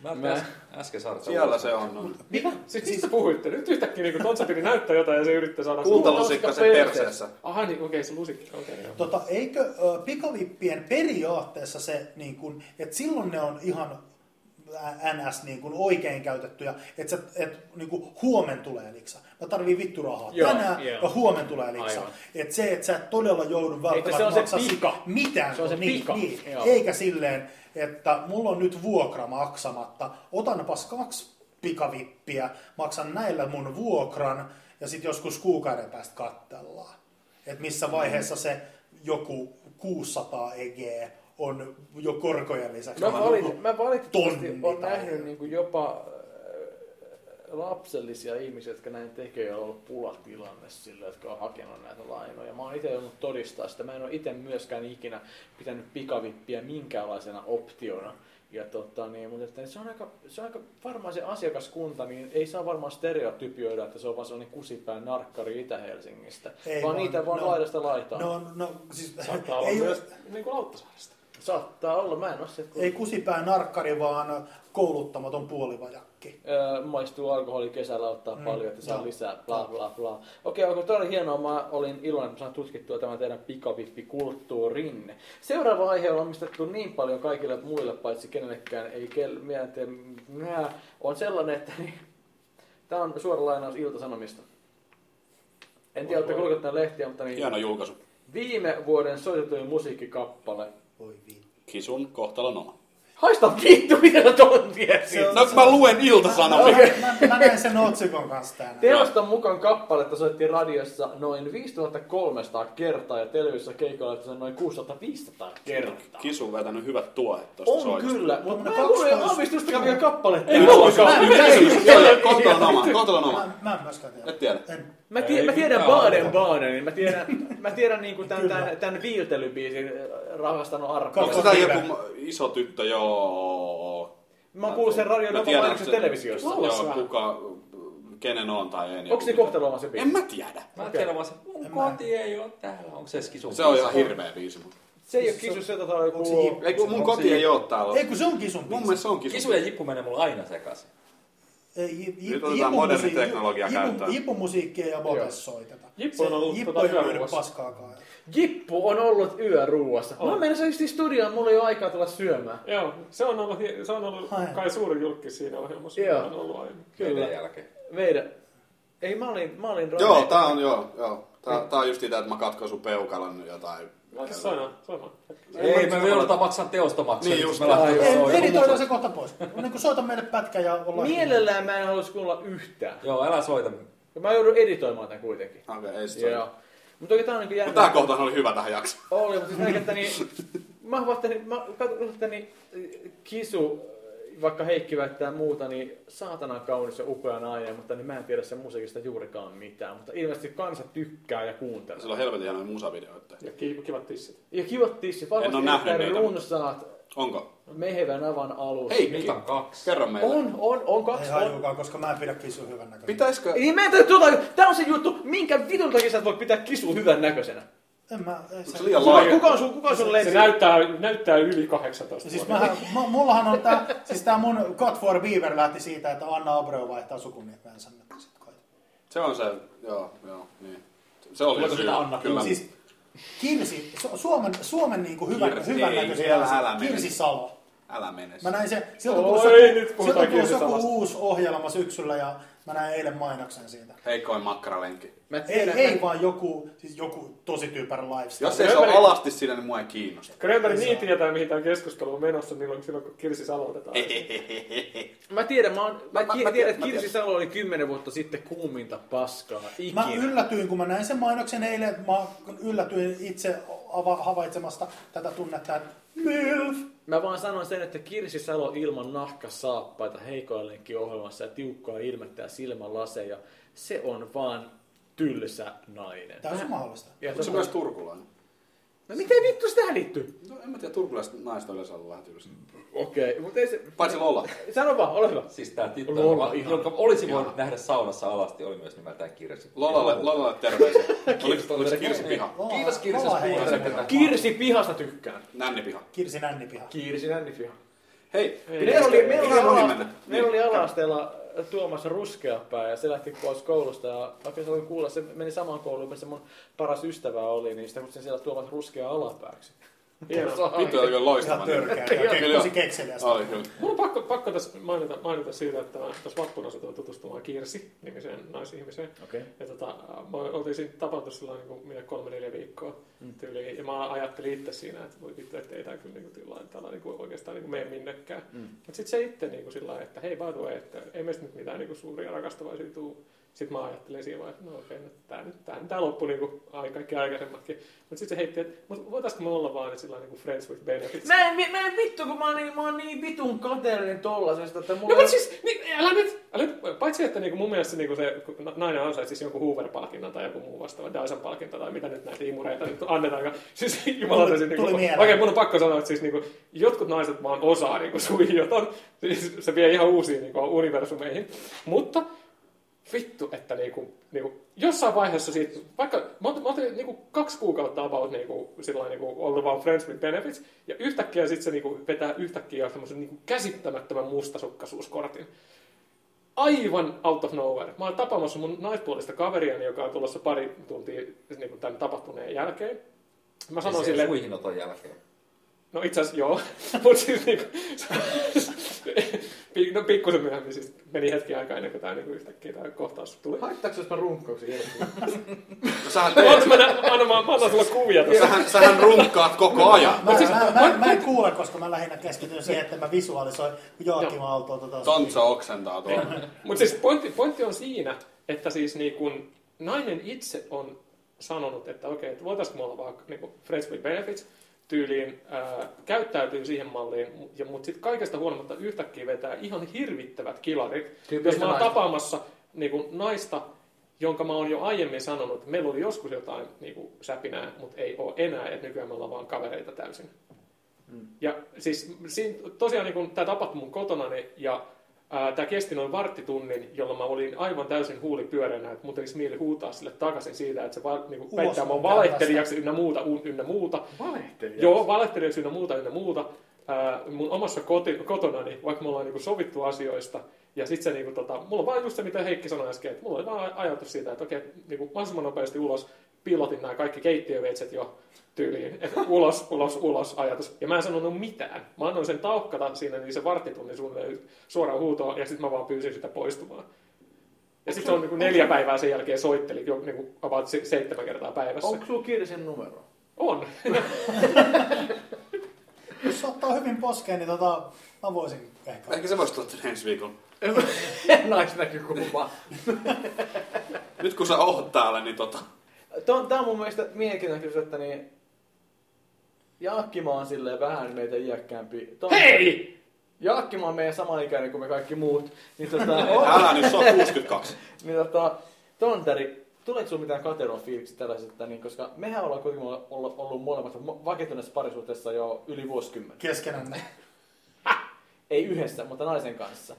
[SPEAKER 5] Mä,
[SPEAKER 1] Mä-
[SPEAKER 5] Mä... äsken saartaan.
[SPEAKER 3] Siellä se on.
[SPEAKER 1] Niin.
[SPEAKER 3] No.
[SPEAKER 4] Mitä? Siis mistä puhuitte? Nyt yhtäkkiä niin Tontsa piti näyttää jotain ja se yrittää saada...
[SPEAKER 3] Kuunta-
[SPEAKER 4] Kuulta.
[SPEAKER 3] Kuuntelusikka sen perseessä.
[SPEAKER 4] Aha, niin okei, okay, se lusikki. Okei, okay, joo.
[SPEAKER 2] tota, eikö ö, pikavippien periaatteessa se, niin kun, että silloin ne on ihan ä- ns niin kun oikein käytettyjä, että et, niin kun huomen tulee liksa. Mä tarviin vittu rahaa
[SPEAKER 1] Joo,
[SPEAKER 2] tänään
[SPEAKER 1] joo.
[SPEAKER 2] ja huomen tulee liksa.
[SPEAKER 1] Aivan.
[SPEAKER 2] Että se, että sä et todella joudu välttämättä
[SPEAKER 1] se on se
[SPEAKER 2] maksaa sit
[SPEAKER 1] pika.
[SPEAKER 2] mitään.
[SPEAKER 1] Se on se
[SPEAKER 2] niin,
[SPEAKER 1] pika.
[SPEAKER 2] Niin,
[SPEAKER 1] Joo.
[SPEAKER 2] eikä silleen, että mulla on nyt vuokra maksamatta, otanpas kaksi pikavippiä, maksan näillä mun vuokran ja sitten joskus kuukauden päästä kattellaan. Että
[SPEAKER 3] Mm.
[SPEAKER 2] missä vaiheessa se joku 600 EG on jo korkojen lisäksi.
[SPEAKER 3] No,
[SPEAKER 1] Mä, valit,
[SPEAKER 2] Joku-
[SPEAKER 1] mä valitettavasti
[SPEAKER 2] tonni
[SPEAKER 1] olen
[SPEAKER 2] tai-
[SPEAKER 1] nähnyt niin kuin jopa äh, lapsellisia ihmisiä, jotka näin tekee ja on ollut pulatilanne sillä, jotka on hakenut näitä lainoja. Mä oon itse ollut todistaa sitä. Mä en ole itse myöskään ikinä pitänyt pikavippiä minkäänlaisena optiona. Ja tota, niin, mutta että se on aika, se on aika varmaan se asiakaskunta, niin ei saa varmaan stereotypioida, että se on vaan sellainen kusipään narkkari Itä-Helsingistä.
[SPEAKER 2] Ei
[SPEAKER 1] vaan
[SPEAKER 2] vaan,
[SPEAKER 1] niitä vaan
[SPEAKER 2] no-
[SPEAKER 1] laidasta laitaan.
[SPEAKER 2] No, no, siis,
[SPEAKER 4] Saattaa olla
[SPEAKER 2] ei,
[SPEAKER 4] myös niin kuin Lauttasaaresta.
[SPEAKER 1] niinku Saattaa olla, mä en ole se.
[SPEAKER 2] ei kusipää narkkari, vaan kouluttamaton puolivajakki.
[SPEAKER 1] Öö, maistuu alkoholi kesällä ottaa mm.
[SPEAKER 2] Mm,
[SPEAKER 1] paljon, että saa
[SPEAKER 2] joo.
[SPEAKER 1] lisää, bla bla bla. Okei, okay, todella hienoa, mä olin iloinen, että mä saan tutkittua tämän teidän pikavippikulttuurin. Seuraava aihe on omistettu niin paljon kaikille muille, paitsi kenellekään ei kel, mä en tiedä, nää, on sellainen, että tämä on suora lainaus Ilta-Sanomista. En tiedä,
[SPEAKER 4] Voi voi.
[SPEAKER 1] oletteko lukenut näitä lehtiä, mutta niin,
[SPEAKER 3] Hieno julkaisu.
[SPEAKER 1] viime vuoden soitetuin musiikkikappale.
[SPEAKER 2] Voi vittu.
[SPEAKER 3] Kisun kohtalon oma.
[SPEAKER 1] Haista vittu vielä tontia siitä!
[SPEAKER 3] No mä luen iltasanomia.
[SPEAKER 2] Mä, mä, mä näin sen otsikon kanssa tänään.
[SPEAKER 1] Teoston mukaan kappaletta soitti radiossa noin 5300 kertaa ja televisiossa keikalla se noin 600-500 kertaa.
[SPEAKER 3] Kisu on vetänyt hyvät tuohet tosta
[SPEAKER 1] On
[SPEAKER 3] soitosta.
[SPEAKER 1] kyllä, mutta mä en
[SPEAKER 2] Tuommoinen
[SPEAKER 1] kuule
[SPEAKER 2] 12.
[SPEAKER 1] aavistustakaan vielä kappaletta.
[SPEAKER 4] Ei mullakaan.
[SPEAKER 3] Kohtalon oma, kohtalon oma.
[SPEAKER 2] Mä, mä en myöskään tiedä.
[SPEAKER 3] Et tiedä.
[SPEAKER 2] En.
[SPEAKER 1] Mä,
[SPEAKER 5] Ei
[SPEAKER 1] tie, mä tiedän
[SPEAKER 5] mitään
[SPEAKER 1] Baden Badenin, mä tiedän, mä tiedän niinku tämän,
[SPEAKER 2] Kyllä.
[SPEAKER 1] tämän, tämän viiltelybiisin äh, rakastanut arkkaa.
[SPEAKER 3] Onko se tää joku iso tyttö, joo.
[SPEAKER 1] Mä oon kuullut sen radion
[SPEAKER 3] Mä
[SPEAKER 1] jopa
[SPEAKER 3] tiedän,
[SPEAKER 1] mainoksen
[SPEAKER 3] se-
[SPEAKER 1] televisiossa.
[SPEAKER 4] Laula se
[SPEAKER 3] Joo,
[SPEAKER 4] vähän.
[SPEAKER 3] kuka, kenen on tai ei.
[SPEAKER 1] Onko se kohteloma se biisi?
[SPEAKER 3] En mä tiedä.
[SPEAKER 5] Mä
[SPEAKER 1] Okei.
[SPEAKER 5] tiedän vaan se, mun koti ei ole täällä. Onko se skisun?
[SPEAKER 3] Se on ihan hirveä biisi. mut-
[SPEAKER 1] Se ei oo kisu se, tota on
[SPEAKER 2] Onko se
[SPEAKER 1] joku...
[SPEAKER 2] hiippi?
[SPEAKER 3] Ei kun mun
[SPEAKER 1] Onko se
[SPEAKER 3] koti ei
[SPEAKER 1] hiippi?
[SPEAKER 3] oo täällä.
[SPEAKER 2] Ei kun se on kisun
[SPEAKER 3] Mun
[SPEAKER 2] biisi.
[SPEAKER 3] mielestä se on kisu.
[SPEAKER 5] Kisu ja jippu menee mulla aina sekaisin.
[SPEAKER 2] Ei,
[SPEAKER 3] Nyt otetaan moderni teknologia käyttöön.
[SPEAKER 2] Jipumusiikkia ja
[SPEAKER 1] Joo.
[SPEAKER 2] botes soiteta.
[SPEAKER 4] Jippu on
[SPEAKER 2] Se-
[SPEAKER 4] ollut
[SPEAKER 2] Jippu
[SPEAKER 4] tota
[SPEAKER 2] ei löydy
[SPEAKER 4] yöruuassa.
[SPEAKER 2] paskaakaan.
[SPEAKER 1] Jippu on ollut yöruuassa. Mä
[SPEAKER 4] On.
[SPEAKER 1] menen just studioon, mulla ei oo aikaa tulla syömään.
[SPEAKER 4] Joo, se on ollut, se on ollut
[SPEAKER 2] Ai.
[SPEAKER 4] kai suuri julkki siinä ohjelmassa.
[SPEAKER 1] Joo.
[SPEAKER 4] On ollut aina.
[SPEAKER 1] Kyllä.
[SPEAKER 5] Kyllä. jälkeen.
[SPEAKER 1] Meidän... Ei, mä olin, mä olin
[SPEAKER 3] Joo,
[SPEAKER 1] Rami-
[SPEAKER 3] tää on joo, joo. Tää, tää on just sitä, että mä katkoin sun peukalon jotain.
[SPEAKER 4] Laita soimaan, soimaan.
[SPEAKER 5] Ei, me joudutaan maksamaan teosta maksaa.
[SPEAKER 3] Niin
[SPEAKER 5] kun
[SPEAKER 3] just,
[SPEAKER 5] me laitetaan
[SPEAKER 1] aivan.
[SPEAKER 5] se
[SPEAKER 2] Ei,
[SPEAKER 5] joku
[SPEAKER 2] editoidaan
[SPEAKER 5] muu-
[SPEAKER 2] se kohta pois. Niin kuin soita meille pätkä ja ollaan...
[SPEAKER 1] Mielellään mä en halus kuulla yhtään.
[SPEAKER 5] Joo, älä soita.
[SPEAKER 1] Ja mä joudun editoimaan tämän kuitenkin.
[SPEAKER 3] Okei, okay, ei sit
[SPEAKER 1] Joo.
[SPEAKER 3] yeah.
[SPEAKER 1] Mutta oikein tää on niinku jännä.
[SPEAKER 3] Tää kohtahan oli hyvä tähän jaksoon.
[SPEAKER 1] Oli, mutta siis että niin... Mä vahtani, mä katsottani eh, kisu, eh, vaikka Heikki väittää muuta, niin saatanan kaunis ja upea nainen, mutta niin mä en tiedä sen musiikista juurikaan mitään. Mutta ilmeisesti kansa tykkää ja kuuntelee.
[SPEAKER 3] Sillä on helvetin hienoja musavideoita.
[SPEAKER 4] Ja ki- kivat tissit.
[SPEAKER 1] Ja kivat tissit,
[SPEAKER 3] En oo nähnyt
[SPEAKER 1] varmasti erittäin
[SPEAKER 3] niitä.
[SPEAKER 1] runsaat
[SPEAKER 3] Onko?
[SPEAKER 1] mehevän avan alus.
[SPEAKER 3] Hei,
[SPEAKER 5] Niitä on kaksi.
[SPEAKER 3] kerro meille.
[SPEAKER 1] On, on, on
[SPEAKER 2] Ei
[SPEAKER 1] kaksi, on,
[SPEAKER 2] hajukaan, koska mä en pidä kisun hyvän näköisenä.
[SPEAKER 3] Pitäisikö...
[SPEAKER 1] Niin mä en tajua tuota, tää on se juttu, minkä vitun takia sä et voi pitää kisu hyvän näköisenä.
[SPEAKER 2] En mä... ei
[SPEAKER 3] Onko
[SPEAKER 2] se-
[SPEAKER 3] se liian
[SPEAKER 1] Kuka,
[SPEAKER 3] laaja?
[SPEAKER 1] kuka on sun, kuka on sun
[SPEAKER 4] Se
[SPEAKER 1] lendi?
[SPEAKER 4] näyttää, näyttää yli 18
[SPEAKER 2] Siis
[SPEAKER 4] vuotta.
[SPEAKER 2] mähän, mu- mullahan on tää, siis tää mun God for Beaver lähti siitä, että Anna Abreu vaihtaa sukunimeensä nyt sit kai.
[SPEAKER 3] Se on se, joo, joo, niin. Se oli se
[SPEAKER 5] Tuleeko
[SPEAKER 3] syy,
[SPEAKER 5] sitä Anna?
[SPEAKER 3] No kyllä.
[SPEAKER 2] Siis Kirsi, Su- Suomen, Suomen niinku hyvän,
[SPEAKER 3] Kirsi,
[SPEAKER 2] hyvän
[SPEAKER 3] ei
[SPEAKER 2] näköisen
[SPEAKER 3] vielä,
[SPEAKER 2] naisen,
[SPEAKER 3] älä mene.
[SPEAKER 2] Kirsi Salo.
[SPEAKER 3] Älä mene.
[SPEAKER 2] Mä
[SPEAKER 3] sinne.
[SPEAKER 2] näin sen, sieltä on
[SPEAKER 4] Oi,
[SPEAKER 2] tulossa,
[SPEAKER 4] nyt
[SPEAKER 2] sieltä
[SPEAKER 4] puhutaan
[SPEAKER 2] on tulossa
[SPEAKER 4] kyllä
[SPEAKER 2] joku
[SPEAKER 4] samasta.
[SPEAKER 2] uusi ohjelma syksyllä ja mä näin eilen mainoksen siitä.
[SPEAKER 3] Heikoin makkaralenki.
[SPEAKER 1] Mä
[SPEAKER 2] Ei,
[SPEAKER 1] tiedän,
[SPEAKER 2] ei vaan joku, siis joku tosi typerä lifestyle.
[SPEAKER 3] Jos ei se ole
[SPEAKER 4] Grönberg-
[SPEAKER 3] alasti siinä, niin mua ei kiinnosta.
[SPEAKER 4] Grönberg
[SPEAKER 2] Ei
[SPEAKER 4] niin
[SPEAKER 2] saa.
[SPEAKER 4] tietää, mihin tämä keskustelu on menossa milloin, silloin, kun Kirsis aloitetaan.
[SPEAKER 1] Mä tiedän, mä, oon, mä,
[SPEAKER 3] Mä- mä-
[SPEAKER 1] ki-
[SPEAKER 3] mä
[SPEAKER 1] tiedän,
[SPEAKER 3] tiedän,
[SPEAKER 1] että
[SPEAKER 3] mä
[SPEAKER 1] Kirsi
[SPEAKER 3] tiedän.
[SPEAKER 1] Salo oli kymmenen vuotta sitten kuuminta paskaa ikinä.
[SPEAKER 2] Mä yllätyin, kun mä näin sen mainoksen eilen, mä yllätyin itse ava- havaitsemasta tätä tunnetta, että MILF!
[SPEAKER 1] Mä vaan sanon sen, että Kirsi Salo ilman nahkasaappaita heikoillekin ohjelmassa ja tiukkaa ilmettä ja silmälaseja, se on vaan tylsä nainen.
[SPEAKER 2] Täysin mahdollista.
[SPEAKER 1] Ja
[SPEAKER 3] Onko se
[SPEAKER 1] tota-
[SPEAKER 3] myös turkulainen?
[SPEAKER 1] no miten vittu se tähän liittyy?
[SPEAKER 3] No en mä tiedä, turkulaiset naiset on yleensä ollut vähän tylsä.
[SPEAKER 1] Okei, okay, mutta ei se...
[SPEAKER 3] Paitsi Lola.
[SPEAKER 1] Sano vaan, ole hyvä.
[SPEAKER 5] Siis tää tyttö,
[SPEAKER 1] Lola,
[SPEAKER 5] joka,
[SPEAKER 1] ihana.
[SPEAKER 5] jonka olisi voinut
[SPEAKER 3] Ihana.
[SPEAKER 5] nähdä saunassa alasti, oli myös nimeltään Kirsi.
[SPEAKER 3] Lolalle, Lolalle terveisiä. Oliko, oliko se
[SPEAKER 5] Terve.
[SPEAKER 3] Kirsi piha?
[SPEAKER 2] Lola- Niin.
[SPEAKER 5] Kiitos Kirsi,
[SPEAKER 2] Lola
[SPEAKER 5] jos
[SPEAKER 2] heittää.
[SPEAKER 5] kuuntelit tätä.
[SPEAKER 1] Kirsi pihasta tykkään.
[SPEAKER 3] Nänni piha.
[SPEAKER 2] Kirsi Nännipiha.
[SPEAKER 1] Kirsi nännipiha.
[SPEAKER 3] Hei,
[SPEAKER 4] Ei.
[SPEAKER 1] Meillä oli, meillä oli,
[SPEAKER 3] Ihan ohi
[SPEAKER 1] ala,
[SPEAKER 3] mennä.
[SPEAKER 1] meillä oli
[SPEAKER 3] Niin.
[SPEAKER 1] ala-asteella Tuomas Ruskeapää ja se lähti pois koulusta ja oikein sain kuulla, se meni samaan kouluun, missä mun paras ystävä oli, niin sitä kutsin siellä Tuomas Ruskea alapääksi.
[SPEAKER 4] Hienoa.
[SPEAKER 3] vittu oli kyllä
[SPEAKER 2] Ihan
[SPEAKER 3] loistava.
[SPEAKER 2] törkeä.
[SPEAKER 3] Kyllä,
[SPEAKER 2] ja ke-
[SPEAKER 3] kyllä.
[SPEAKER 2] Tosi kekseliästä.
[SPEAKER 3] Oli kyllä.
[SPEAKER 4] Mun on pakko, pakko tässä mainita, mainita siitä, että mä tässä vappuna satuin tutustumaan Kirsi nimiseen naisihmiseen.
[SPEAKER 1] Okei.
[SPEAKER 4] Ja tota, mä oltiin siinä tapahtu silloin niin kuin, mitä kolme neljä viikkoa tyyliin. Ja mä ajattelin itse siinä, että voi vittu, että ei tää kyllä niin kuin, tillain, täällä niin kuin, oikeastaan niin kuin, mene minnekään. Mm. Mutta sitten se itse niin kuin, sillä lailla, että hei by the way, että ei meistä nyt mitään niin kuin, suuria rakastavaisia tuu. Sitten mä ajattelin siinä vaiheessa, että no okei, no, tää nyt tää, tää loppui niin kuin, ai, kaikki aikaisemmatkin. Mutta sitten se heitti, että mut voitaisko me olla vaan sillä niin kuin friends with benefits.
[SPEAKER 1] Mä en, mä en vittu, kun mä oon niin, mä oon niin vitun kateellinen tollasesta, että mulla...
[SPEAKER 4] No mutta siis, niin, älä nyt, älä nyt, paitsi että niinku mun mielestä niinku se kun na- nainen ansaitsisi jonkun Hoover-palkinnon tai joku muu vastaava Dyson-palkinto tai mitä nyt näitä imureita nyt annetaan. Siis [LAUGHS] jumalauta, siis niinku,
[SPEAKER 2] tuli mieleen.
[SPEAKER 4] oikein mun on pakko sanoa, että siis niinku, jotkut naiset vaan osaa niinku suijoton. Siis se vie ihan uusiin niinku universumeihin. Mutta vittu, että niinku, niinku, jossain vaiheessa siitä, vaikka mä otin, mä otin niinku kaksi kuukautta about niinku, sillain, niinku, ollut vaan friends with benefits, ja yhtäkkiä sitten se niinku, vetää yhtäkkiä semmoisen niinku, käsittämättömän mustasukkaisuuskortin. Aivan out of nowhere. Mä oon tapaamassa mun naispuolista kaveriani, joka on tulossa pari tuntia niinku, tämän tapahtuneen jälkeen. Mä sanoin
[SPEAKER 5] Siis
[SPEAKER 4] silleen,
[SPEAKER 5] Suihinoton jälkeen.
[SPEAKER 4] No itse asiassa joo, [LAUGHS] mutta siis niinku, [LAUGHS] Pi- no pikkusen myöhemmin siis meni hetki aikaa ennen kuin tämä niinku yhtäkkiä tämä kohtaus tuli.
[SPEAKER 1] Haittaako jos mä runkkauksen jälkeen?
[SPEAKER 3] No, sähän,
[SPEAKER 4] Oot
[SPEAKER 3] teet, no,
[SPEAKER 4] mä, nä- anna, mä, mä annan sulle kuvia tuossa.
[SPEAKER 3] sähän, sähän runkkaat koko ajan.
[SPEAKER 2] Mä, mä, mä, mä, en kuule, koska mä lähinnä keskityn siihen, että mä visualisoin Joakim Aaltoa tota.
[SPEAKER 3] Tontsa oksentaa tuolla.
[SPEAKER 4] Mutta siis pointti, pointti on siinä, että siis niin kun nainen itse on sanonut, että okei, että voitaisiinko me olla vaan niin kuin friends with benefits tyyliin, ää, käyttäytyy siihen malliin, mu- ja, mutta sitten kaikesta huolimatta yhtäkkiä vetää ihan hirvittävät kilarit,
[SPEAKER 1] Tyypillistä
[SPEAKER 4] jos mä oon
[SPEAKER 1] naista.
[SPEAKER 4] tapaamassa niin kun naista, jonka mä oon jo aiemmin sanonut, että meillä oli joskus jotain niin kuin säpinää, mutta ei ole enää, että nykyään me ollaan vaan kavereita täysin. Ja siis siinä, tosiaan niin tämä tapahtui mun kotonani ja tämä kesti noin varttitunnin, jolloin mä olin aivan täysin huulipyöränä, että mun tekisi mieli huutaa sille takaisin siitä, että se va, niin kuin
[SPEAKER 2] Ulos
[SPEAKER 4] väittää mun
[SPEAKER 2] mun
[SPEAKER 4] valehtelijaksi ynnä muuta, un, ynnä muuta.
[SPEAKER 1] Valehtelijat.
[SPEAKER 4] Joo, valehtelijaksi ynnä muuta, ynnä muuta. Ää, mun omassa koti, kotonani, vaikka me ollaan niin sovittu asioista, ja sitten se, niin kuin, tota, mulla on vaan just se, mitä Heikki sanoi äsken, että mulla oli vaan ajatus siitä, että okei, niin kuin, mahdollisimman nopeasti ulos, pilotin nämä kaikki keittiöveitset jo tyyliin, että ulos, ulos, ulos ajatus. Ja mä en sanonut mitään. Mä annoin sen taukkata siinä, niin se varttitunnin suunnilleen suoraan huutoon, ja sitten mä vaan pyysin sitä poistumaan. Ja sitten se on niin kuin neljä päivää sen jälkeen soitteli, jo niin kuin about se- seitsemän kertaa päivässä.
[SPEAKER 1] Onko sulla Kirsin numero?
[SPEAKER 4] On.
[SPEAKER 2] Jos se ottaa hyvin poskeen, niin tota, mä voisin ehkä.
[SPEAKER 3] Ehkä se voisi tulla tänne ensi viikolla.
[SPEAKER 1] Naisnäkökulma.
[SPEAKER 3] Nyt kun sä oot täällä, niin tota...
[SPEAKER 1] Tämä tää on mun mielestä mielenkiintoista, että niin... Jaakkima on silleen vähän meitä iäkkäämpi. Tom-
[SPEAKER 4] Hei!
[SPEAKER 1] Jaakkima on meidän samanikäinen kuin me kaikki muut. Niin tota, on,
[SPEAKER 3] Älä nyt, se on 62.
[SPEAKER 1] niin tota, Tonteri, tuleeko sinulla mitään kateron fiiliksi tällaisesta, niin, koska mehän ollaan kuitenkin olla- olla- ollut molemmat mo- vakituisessa parisuhteessa jo yli vuosikymmen.
[SPEAKER 2] Keskenänne.
[SPEAKER 1] Ei yhdessä, mutta naisen kanssa.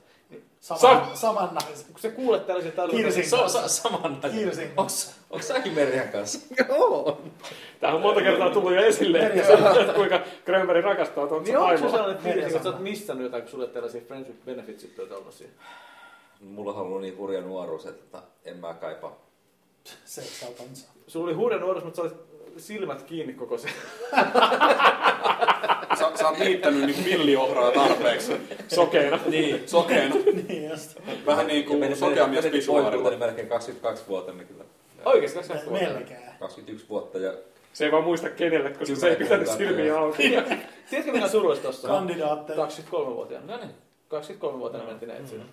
[SPEAKER 2] Saman,
[SPEAKER 4] Sa-
[SPEAKER 2] saman naisen.
[SPEAKER 1] Kun sä kuulet tällaisia tarinoita...
[SPEAKER 2] Kirsi.
[SPEAKER 5] Se on sa- saman näin.
[SPEAKER 2] Kirsin.
[SPEAKER 5] Onks säkin Merjan kanssa?
[SPEAKER 1] Joo.
[SPEAKER 4] Tämä on monta kertaa tullut jo esille, että kuinka Grönberg rakastaa tuon
[SPEAKER 1] Niin onko se
[SPEAKER 4] vaimoa.
[SPEAKER 1] sellainen fiilis, että sä oot
[SPEAKER 2] Mediasana.
[SPEAKER 1] missannut jotain, kun sulle tällaisia friends with benefits on ollut siinä?
[SPEAKER 5] Mulla on ollut niin hurja nuoruus, että en mä kaipaa.
[SPEAKER 2] Seksautonsa.
[SPEAKER 1] Sulla oli hurja nuoruus, mutta sä olit silmät kiinni koko se.
[SPEAKER 3] sä, sä oot niittänyt niin villiohraa tarpeeksi
[SPEAKER 4] sokeena.
[SPEAKER 5] Niin.
[SPEAKER 3] sokeena.
[SPEAKER 2] niin just.
[SPEAKER 3] Vähän niin kuin sokea mies pisuaarilla.
[SPEAKER 5] niin melkein 22 vuotta, niin kyllä.
[SPEAKER 4] Oikeesti tässä on
[SPEAKER 5] Mel-
[SPEAKER 2] Melkein.
[SPEAKER 5] 21 vuotta ja
[SPEAKER 4] Se ei vaan muista kenelle, koska se ei pitänyt silmiä auki.
[SPEAKER 1] [LAUGHS] Tiedätkö mikä on surullista tossa?
[SPEAKER 2] Kandidaatteja.
[SPEAKER 1] 23-vuotiaana.
[SPEAKER 5] no niin.
[SPEAKER 1] 23-vuotiaana mentiin etsimään.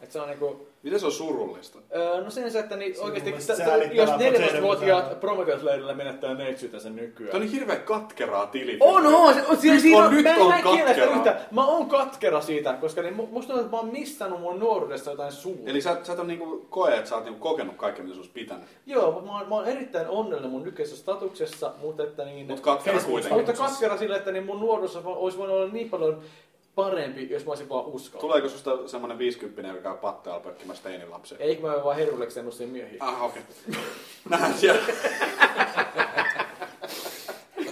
[SPEAKER 1] Et se on niinku,
[SPEAKER 3] Miten se on surullista?
[SPEAKER 1] öö, no sen se, että niin
[SPEAKER 2] Se on
[SPEAKER 1] oikeesti,
[SPEAKER 2] mun mielestä
[SPEAKER 1] tä-
[SPEAKER 2] säälittävää,
[SPEAKER 1] jos
[SPEAKER 2] mutta
[SPEAKER 1] 14-vuotiaat
[SPEAKER 2] selvä.
[SPEAKER 1] prometeusleirillä menettää neitsytensä nykyään.
[SPEAKER 3] Tämä on niin hirveä katkeraa tili.
[SPEAKER 1] On, on, se- on, siinä,
[SPEAKER 3] Nyt
[SPEAKER 1] siinä
[SPEAKER 3] on-
[SPEAKER 1] on,
[SPEAKER 3] nyt
[SPEAKER 1] mä, en-
[SPEAKER 3] on
[SPEAKER 1] mä en kiellä sitä
[SPEAKER 3] katkeraa.
[SPEAKER 1] yhtään. Mä oon katkera siitä, koska niin, mu- musta tuntuu, että mä oon missannut mun nuoruudesta jotain suurta.
[SPEAKER 3] Eli sä, sä et ole niinku koe, että sä oot niinku kokenut kaiken, mitä sun olisi pitänyt.
[SPEAKER 1] Joo, mut mä oon, mä oon erittäin onnellinen mun nykyisessä statuksessa, mutta että niin...
[SPEAKER 3] Mut katkera kuitenkin.
[SPEAKER 1] Mutta katkera sillä, että niin mun nuoruudessa mä- olisi voinut olla niin paljon parempi, jos mä olisin vaan uskallut.
[SPEAKER 3] Tuleeko susta semmonen 50 joka käy pattealla pökkimässä teinin lapsia?
[SPEAKER 1] Eikö mä vaan herulleksi ennusin miehiä?
[SPEAKER 3] Ah, okei. Nähdään siellä.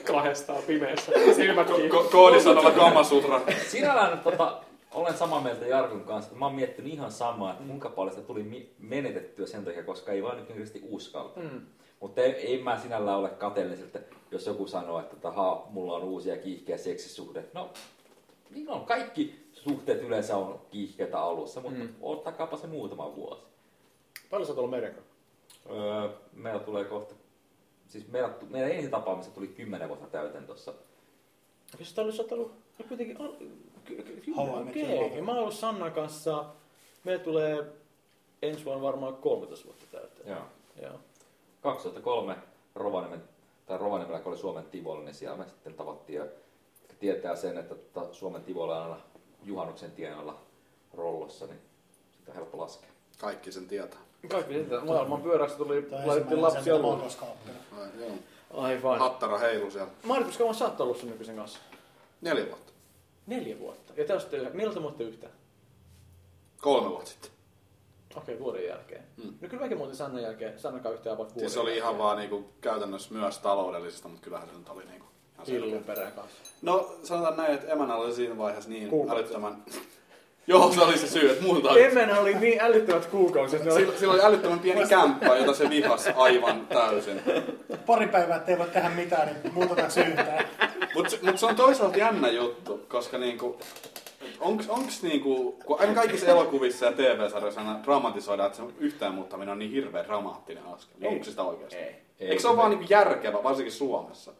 [SPEAKER 4] Kahdestaan pimeässä. Silmät kiinni.
[SPEAKER 3] Ko- koodisanolla Kamasutra.
[SPEAKER 5] Sinällään tota, olen samaa mieltä Jarkun kanssa, että mä oon miettinyt ihan samaa, että kuinka paljon sitä tuli mi- menetettyä sen takia, koska ei vaan yksinkertaisesti uskalla.
[SPEAKER 1] Mm.
[SPEAKER 5] Mutta ei, ei mä sinällään ole kateellinen, että jos joku sanoo, että taha, mulla on uusia kiihkeä seksisuhde. No, niin on. Kaikki suhteet yleensä on kiihkeitä alussa, mutta
[SPEAKER 1] Mm.
[SPEAKER 5] mm. ottakaapa se muutama vuosi.
[SPEAKER 1] Paljon sä oot ollut meren kanssa?
[SPEAKER 5] Öö, meillä tulee kohta, siis meillä, meidän ensi tapaamista tuli 10 vuotta täyteen tuossa.
[SPEAKER 1] Jos tää olisi ollut, no kuitenkin, al- ky- ky- ky-
[SPEAKER 2] Haluan
[SPEAKER 1] okei.
[SPEAKER 2] mennä kyllä.
[SPEAKER 1] Mä oon ollut Sannan kanssa, me tulee ensi vuonna varmaan 13 vuotta täyteen.
[SPEAKER 5] Joo.
[SPEAKER 1] Joo.
[SPEAKER 5] 2003 Rovaniemen, tai Rovaniemellä, kun oli Suomen Tivoli, niin siellä me sitten tavattiin. Ja tietää sen, että tota Suomen Tivoli on aina juhannuksen tienoilla rollossa, niin sitä on helppo laskea.
[SPEAKER 3] Kaikki sen tietää.
[SPEAKER 1] Kaikki sitä maailman pyöräksi tuli,
[SPEAKER 2] Tämä on
[SPEAKER 1] laitettiin
[SPEAKER 2] ensimmäinen
[SPEAKER 1] lapsia
[SPEAKER 2] asia, mitä mä oon
[SPEAKER 1] luo. Ah.
[SPEAKER 2] koskaan oppinut.
[SPEAKER 3] Ai, joo.
[SPEAKER 1] Aivan.
[SPEAKER 3] Hattara heilu siellä.
[SPEAKER 1] Markus, koska mä oot ollut sun nykyisen kanssa?
[SPEAKER 3] Neljä vuotta.
[SPEAKER 1] Neljä vuotta. Ja te olette, milloin te muutte yhtään?
[SPEAKER 3] Kolme vuotta sitten.
[SPEAKER 1] Okei, vuoden jälkeen.
[SPEAKER 3] Mm.
[SPEAKER 1] No kyllä mäkin muutin Sannan jälkeen, Sannakaan yhtään vaan vuoden
[SPEAKER 3] Siis se oli
[SPEAKER 1] jälkeen.
[SPEAKER 3] ihan vaan niinku käytännössä myös taloudellisesta, mutta kyllähän se nyt oli niinku ihan selkeä.
[SPEAKER 1] Hillun perään kanssa.
[SPEAKER 3] No sanotaan näin, että emänä oli siinä vaiheessa niin
[SPEAKER 1] Kuukausi.
[SPEAKER 3] älyttömän... [LAUGHS] Joo, se oli se syy, että muuta oli.
[SPEAKER 1] Emänä oli niin älyttömät kuukausi, että ne oli...
[SPEAKER 3] Sillä, sillä oli älyttömän pieni kämppä, jota se vihasi aivan täysin.
[SPEAKER 2] Pari päivää, ettei voi tehdä mitään, niin muutetaanko se yhtään.
[SPEAKER 3] Mutta mut se on toisaalta jännä juttu, koska niinku, onks, onks niinku, kun aina kaikissa elokuvissa ja TV-sarjoissa aina dramatisoidaan, että se yhtään muuttaminen on niin hirveän dramaattinen askel. Onko se sitä oikeasti?
[SPEAKER 1] Ei.
[SPEAKER 3] Eikö se ole vaan niinku järkevä, varsinkin Suomessa?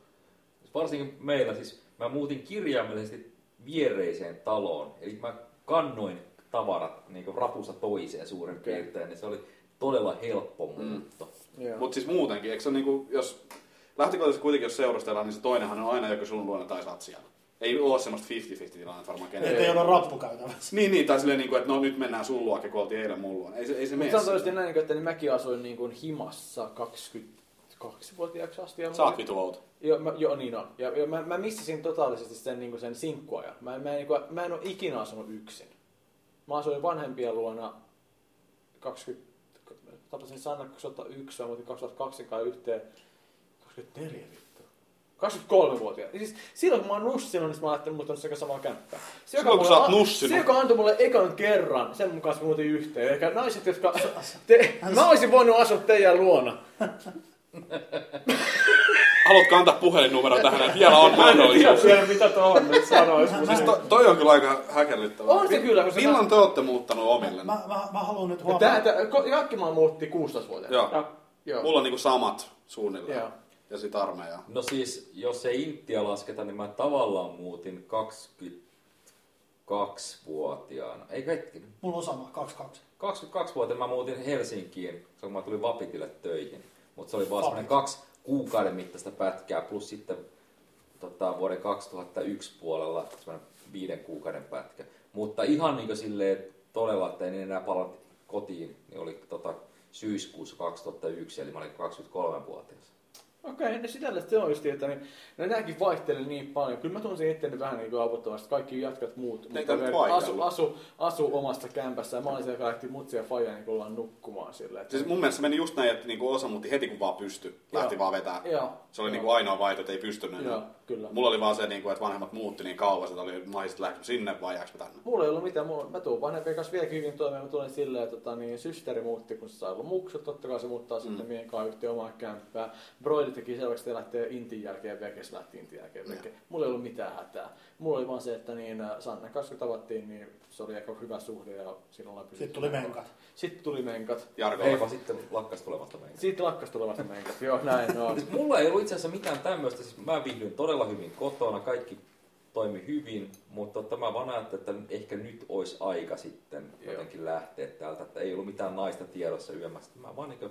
[SPEAKER 5] Varsinkin meillä siis, mä muutin kirjaimellisesti viereiseen taloon, eli mä kannoin tavarat niin rapusta toiseen suurin piirtein, niin se oli todella helppo muutto.
[SPEAKER 1] Joo.
[SPEAKER 3] Mutta siis muutenkin, eikö se ole niinku, jos lähtökohtaisesti kuitenkin jos seurustellaan, niin se toinenhan on aina joku sun luona tai sä oot siellä. Ei ole semmoista 50-50 tilannetta varmaan
[SPEAKER 2] Että
[SPEAKER 3] kenellä.
[SPEAKER 2] ei ole rappukäytävässä.
[SPEAKER 3] Niin, niin, tai silleen, niinku, että no nyt mennään sun luokke, kun oltiin eilen mun luona. Ei se, ei se mene.
[SPEAKER 1] Mutta se on
[SPEAKER 3] silleen.
[SPEAKER 1] tosiaan näin, niin kuin, että niin mäkin asuin niin kuin himassa 22-vuotiaaksi asti. Ja
[SPEAKER 3] Sä oot
[SPEAKER 1] mä-
[SPEAKER 3] vitu outo.
[SPEAKER 1] Joo, mä, joo, niin on. Ja, ja mä, mä missasin totaalisesti sen, niin sen sinkkuajan. Mä, mä, en, niin kuin, mä en ole ikinä asunut yksin. Mä asuin vanhempien luona 20... Tapasin Sanna 2001, mä muutin 2002 kanssa yhteen. 24 vittu. 23-vuotiaana. Ja Siis silloin kun mä oon nussinut, niin mä ajattelin, että sekä samaa kämppää. Se,
[SPEAKER 3] Silloin, kun sä oot
[SPEAKER 1] mulle-
[SPEAKER 3] nussinut.
[SPEAKER 1] Se, joka antoi mulle ekan kerran, sen mukaan me muutin yhteen. Eikä naiset, jotka... Te, mä olisin voinut asua teidän luona.
[SPEAKER 3] Haluatko antaa puhelinnumero tähän, että
[SPEAKER 1] [LAUGHS]
[SPEAKER 3] vielä on
[SPEAKER 4] Tiedä
[SPEAKER 3] mahdollisuus?
[SPEAKER 4] vielä, mitä tuohon nyt sanois. mut
[SPEAKER 3] Siis to, toi on kyllä aika häkellyttävää.
[SPEAKER 1] On se kyllä, koska
[SPEAKER 3] Milloin te olette muuttanut omille?
[SPEAKER 2] Mä, mä, mä haluan nyt
[SPEAKER 1] Ja
[SPEAKER 2] huomata.
[SPEAKER 1] Tää, tää, ko- kaikki maa muutti 16-vuotiaana.
[SPEAKER 3] Joo.
[SPEAKER 4] Joo.
[SPEAKER 1] Joo.
[SPEAKER 3] Mulla on niinku samat suunnilleen.
[SPEAKER 1] Joo.
[SPEAKER 3] Ja sit armeijaa.
[SPEAKER 5] No siis, jos ei Intia lasketa, niin mä tavallaan muutin 22-vuotiaana. Ei hetkinen.
[SPEAKER 2] Mulla on sama, 22.
[SPEAKER 5] 22-vuotiaana mä muutin Helsinkiin, kun mä tulin Vapitille töihin. Mutta se oli vaan
[SPEAKER 2] Vapit.
[SPEAKER 5] semmoinen kaksi kuukauden mittaista pätkää, plus sitten tota, vuoden 2001 puolella semmoinen viiden kuukauden pätkä. Mutta ihan niin kuin silleen todella, että en enää palannut kotiin, niin oli tota, syyskuussa 2001, eli mä olin 23-vuotias.
[SPEAKER 1] Okei, okay, no sitä se on just, että niin, no nämäkin vaihtelee niin paljon. Kyllä mä tunsin itteni vähän niin kuin avuttomasti. Kaikki jatkat muut.
[SPEAKER 3] Teitä
[SPEAKER 1] mutta
[SPEAKER 3] nyt
[SPEAKER 1] ne
[SPEAKER 3] vaihdellut.
[SPEAKER 1] asu, asu, asu, omasta kämpässä. Ja Mä olin siellä joka lähti mutsia ja faija niin ollaan nukkumaan sillä. Että...
[SPEAKER 3] Siis mun mielestä se meni just näin, että niinku osa muutti heti kun vaan pysty. Lähti
[SPEAKER 1] Joo.
[SPEAKER 3] vaan vetää.
[SPEAKER 1] Joo.
[SPEAKER 3] Se oli
[SPEAKER 1] Joo.
[SPEAKER 3] niinku ainoa vaihtoehto, että ei pystynyt
[SPEAKER 1] Joo,
[SPEAKER 3] enää.
[SPEAKER 1] kyllä.
[SPEAKER 3] Mulla oli vaan se, niinku, että vanhemmat muutti niin kauas, että oli maiset lähdekö sinne vai jääkö tänne.
[SPEAKER 1] Mulla ei ollut mitään, mulla, mä tuun vanhempien kanssa vieläkin hyvin toimeen, mä tulin silleen, että tota, niin, systeri muutti, kun se sai ollut muksut, totta kai se muuttaa mm. sitten miehen kanssa yhteen omaan kämppään. Broidit teki selväksi, että lähtee intin jälkeen veke, se lähti intin jälkeen veke. Mulla ei ollut mitään hätää. Mulla oli vaan se, että niin, äh, Sannan kanssa kun tavattiin, niin se oli aika hyvä suhde ja silloin ollaan pysytty.
[SPEAKER 2] Sitten tuli menkat.
[SPEAKER 1] Sitten tuli menkat.
[SPEAKER 3] Jarkolla.
[SPEAKER 5] Ei vaan sitten lakkas tulemasta meitä.
[SPEAKER 1] Sitten lakkas tulevasta menkat, joo näin
[SPEAKER 5] [LAUGHS]
[SPEAKER 1] on.
[SPEAKER 5] Siis mulla ei ollut itse asiassa mitään tämmöistä. Siis mä viihdyin todella hyvin kotona, kaikki toimi hyvin, mutta tota, mä vaan ajattelin, että ehkä nyt olisi aika sitten
[SPEAKER 1] Joo.
[SPEAKER 5] jotenkin lähteä täältä, että ei ollut mitään naista tiedossa yömmässä. Mä vaan niin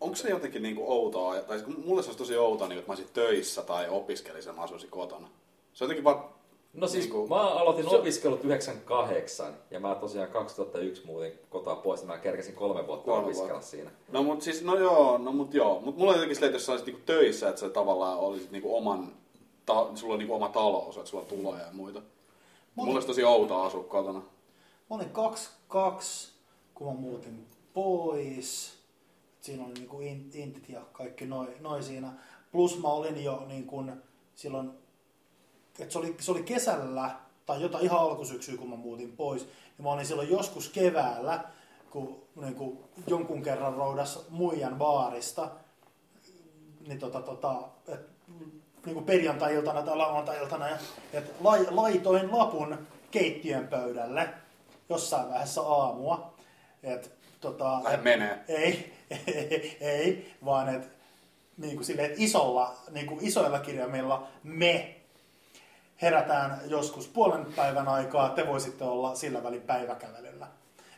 [SPEAKER 3] Onko se jotenkin niinku outoa, tai siis kun mulle se olisi tosi outoa, niin, että mä olisin töissä tai opiskelisin ja mä asuisin kotona. Se on jotenkin vaan...
[SPEAKER 5] No siis
[SPEAKER 3] Niinku-
[SPEAKER 5] mä aloitin opiskelut 98 ja mä tosiaan 2001 muuten kotoa pois, niin mä kerkesin kolme vuotta
[SPEAKER 3] Kolme
[SPEAKER 5] opiskella
[SPEAKER 3] vuotta.
[SPEAKER 5] siinä.
[SPEAKER 3] No mut siis, no joo, no mut joo. Mut mulla on jotenkin silleen, että jos sä olisit niinku töissä, että sä tavallaan olisit niinku oman... Ta, sulla on niinku oma talous, että sulla on tuloja ja muita.
[SPEAKER 2] Mut-
[SPEAKER 3] Mulla olisi tosi outoa asua kotona.
[SPEAKER 2] Mä olin 22, kun mä muutin pois. Siinä oli niinku in- intit ja kaikki noi, noi siinä. Plus mä olin jo niin kuin silloin, että se oli, se oli kesällä tai jotain ihan alkusyksyä, kun mä muutin pois. Ja mä olin silloin joskus keväällä, kun niin kuin jonkun kerran roudas muijan baarista. Niin tota, tota, et, niin kuin perjantai-iltana tai lauantai-iltana, ja- et lai, laitoin lapun keittiön pöydälle jossain vaiheessa aamua. Et, tota,
[SPEAKER 3] Lähde menee.
[SPEAKER 2] ei, [LAUGHS] ei, ei, vaan et, niin kuin silleen, et isolla, niin kuin isoilla kirjaimilla me herätään joskus puolen päivän aikaa, te voisitte olla sillä välin päiväkävelyllä.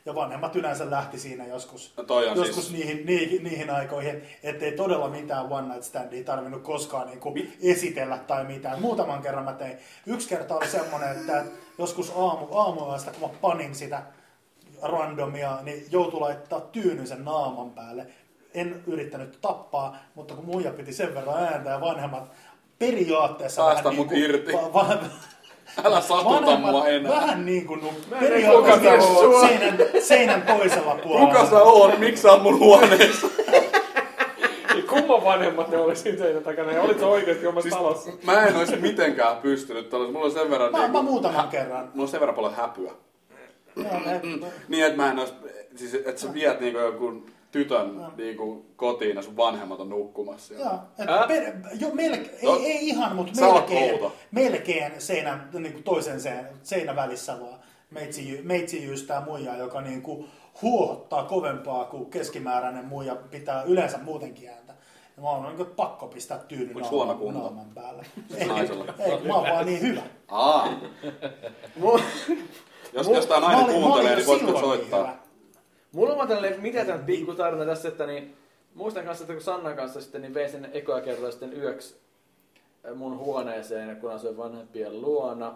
[SPEAKER 2] Ja vanhemmat yleensä lähti siinä joskus,
[SPEAKER 3] No toi on
[SPEAKER 2] joskus
[SPEAKER 3] siis-
[SPEAKER 2] niihin, niihin, niihin aikoihin, ettei todella mitään one night standia tarvinnut koskaan niin kuin esitellä tai mitään. Muutaman kerran mä tein. Yksi kerta oli semmoinen, että joskus aamu, aamuyöstä, kun mä panin sitä randomia, niin joutui laittaa tyynyn sen naaman päälle. En yrittänyt tappaa, mutta kun muija piti sen verran ääntä ja vanhemmat periaatteessa
[SPEAKER 3] Päästä
[SPEAKER 2] vähän
[SPEAKER 3] mut
[SPEAKER 2] niin
[SPEAKER 3] irti.
[SPEAKER 2] kuin, va- va-
[SPEAKER 3] Älä satuta
[SPEAKER 2] Vanhemmat
[SPEAKER 3] mua enää.
[SPEAKER 2] Vähän niin kuin nu-
[SPEAKER 1] en
[SPEAKER 2] periaatteessa niinku
[SPEAKER 1] kuka sä oot?
[SPEAKER 2] seinän, seinän toisella puolella.
[SPEAKER 3] Kuka sä oon? Miksi sä oot mun huoneessa?
[SPEAKER 4] Niin kumman vanhemmat ne oli siinä seinän takana ja olit sä oikeasti omassa
[SPEAKER 3] Siis,
[SPEAKER 4] talossa?
[SPEAKER 3] mä en olisi mitenkään pystynyt tällaisen. Mulla on sen verran...
[SPEAKER 2] Mä,
[SPEAKER 3] niinku-
[SPEAKER 2] mä muutaman kerran.
[SPEAKER 3] Mulla on sen verran paljon häpyä.
[SPEAKER 2] Joo, mä-
[SPEAKER 3] Niin, että mä en ois, siis, että sä viet niinku jonkun tytön niinku kotiin ja sun vanhemmat on nukkumassa. siellä.
[SPEAKER 2] Joo, et
[SPEAKER 1] Äh?
[SPEAKER 2] per, jo melke, ei,
[SPEAKER 3] No,
[SPEAKER 2] ei ihan, mutta
[SPEAKER 3] sä oot
[SPEAKER 2] melkein,
[SPEAKER 3] outo.
[SPEAKER 2] melkein seinän, niin kuin toisen seinän, seinän välissä vaan. Meitsi, jy- meitsi jyystää muijaa, joka niin kuin huohottaa kovempaa kuin keskimääräinen muija pitää yleensä muutenkin ääntä. Ja mä oon niin kuin pakko pistää tyynyn
[SPEAKER 3] Oliko huono
[SPEAKER 2] naaman,
[SPEAKER 3] kunto?
[SPEAKER 2] naaman päälle. Ei,
[SPEAKER 3] Naisella.
[SPEAKER 2] ei, kun mä oon vaan niin hyvä.
[SPEAKER 3] Aa. Jos, jos tää
[SPEAKER 2] Mä
[SPEAKER 3] nainen
[SPEAKER 2] olin- mä
[SPEAKER 3] kuuntelee,
[SPEAKER 2] olin
[SPEAKER 3] niin
[SPEAKER 2] jo
[SPEAKER 3] voitko
[SPEAKER 2] silloin niin hyvä.
[SPEAKER 3] soittaa?
[SPEAKER 1] Mulla on tällainen, mitä tämän pikku tarina tässä, että niin, muistan kanssa, että kun Sannan kanssa sitten, niin vein sen ekoa kertaa sitten yöksi äh, mun huoneeseen, kun asuin vanhempien luona.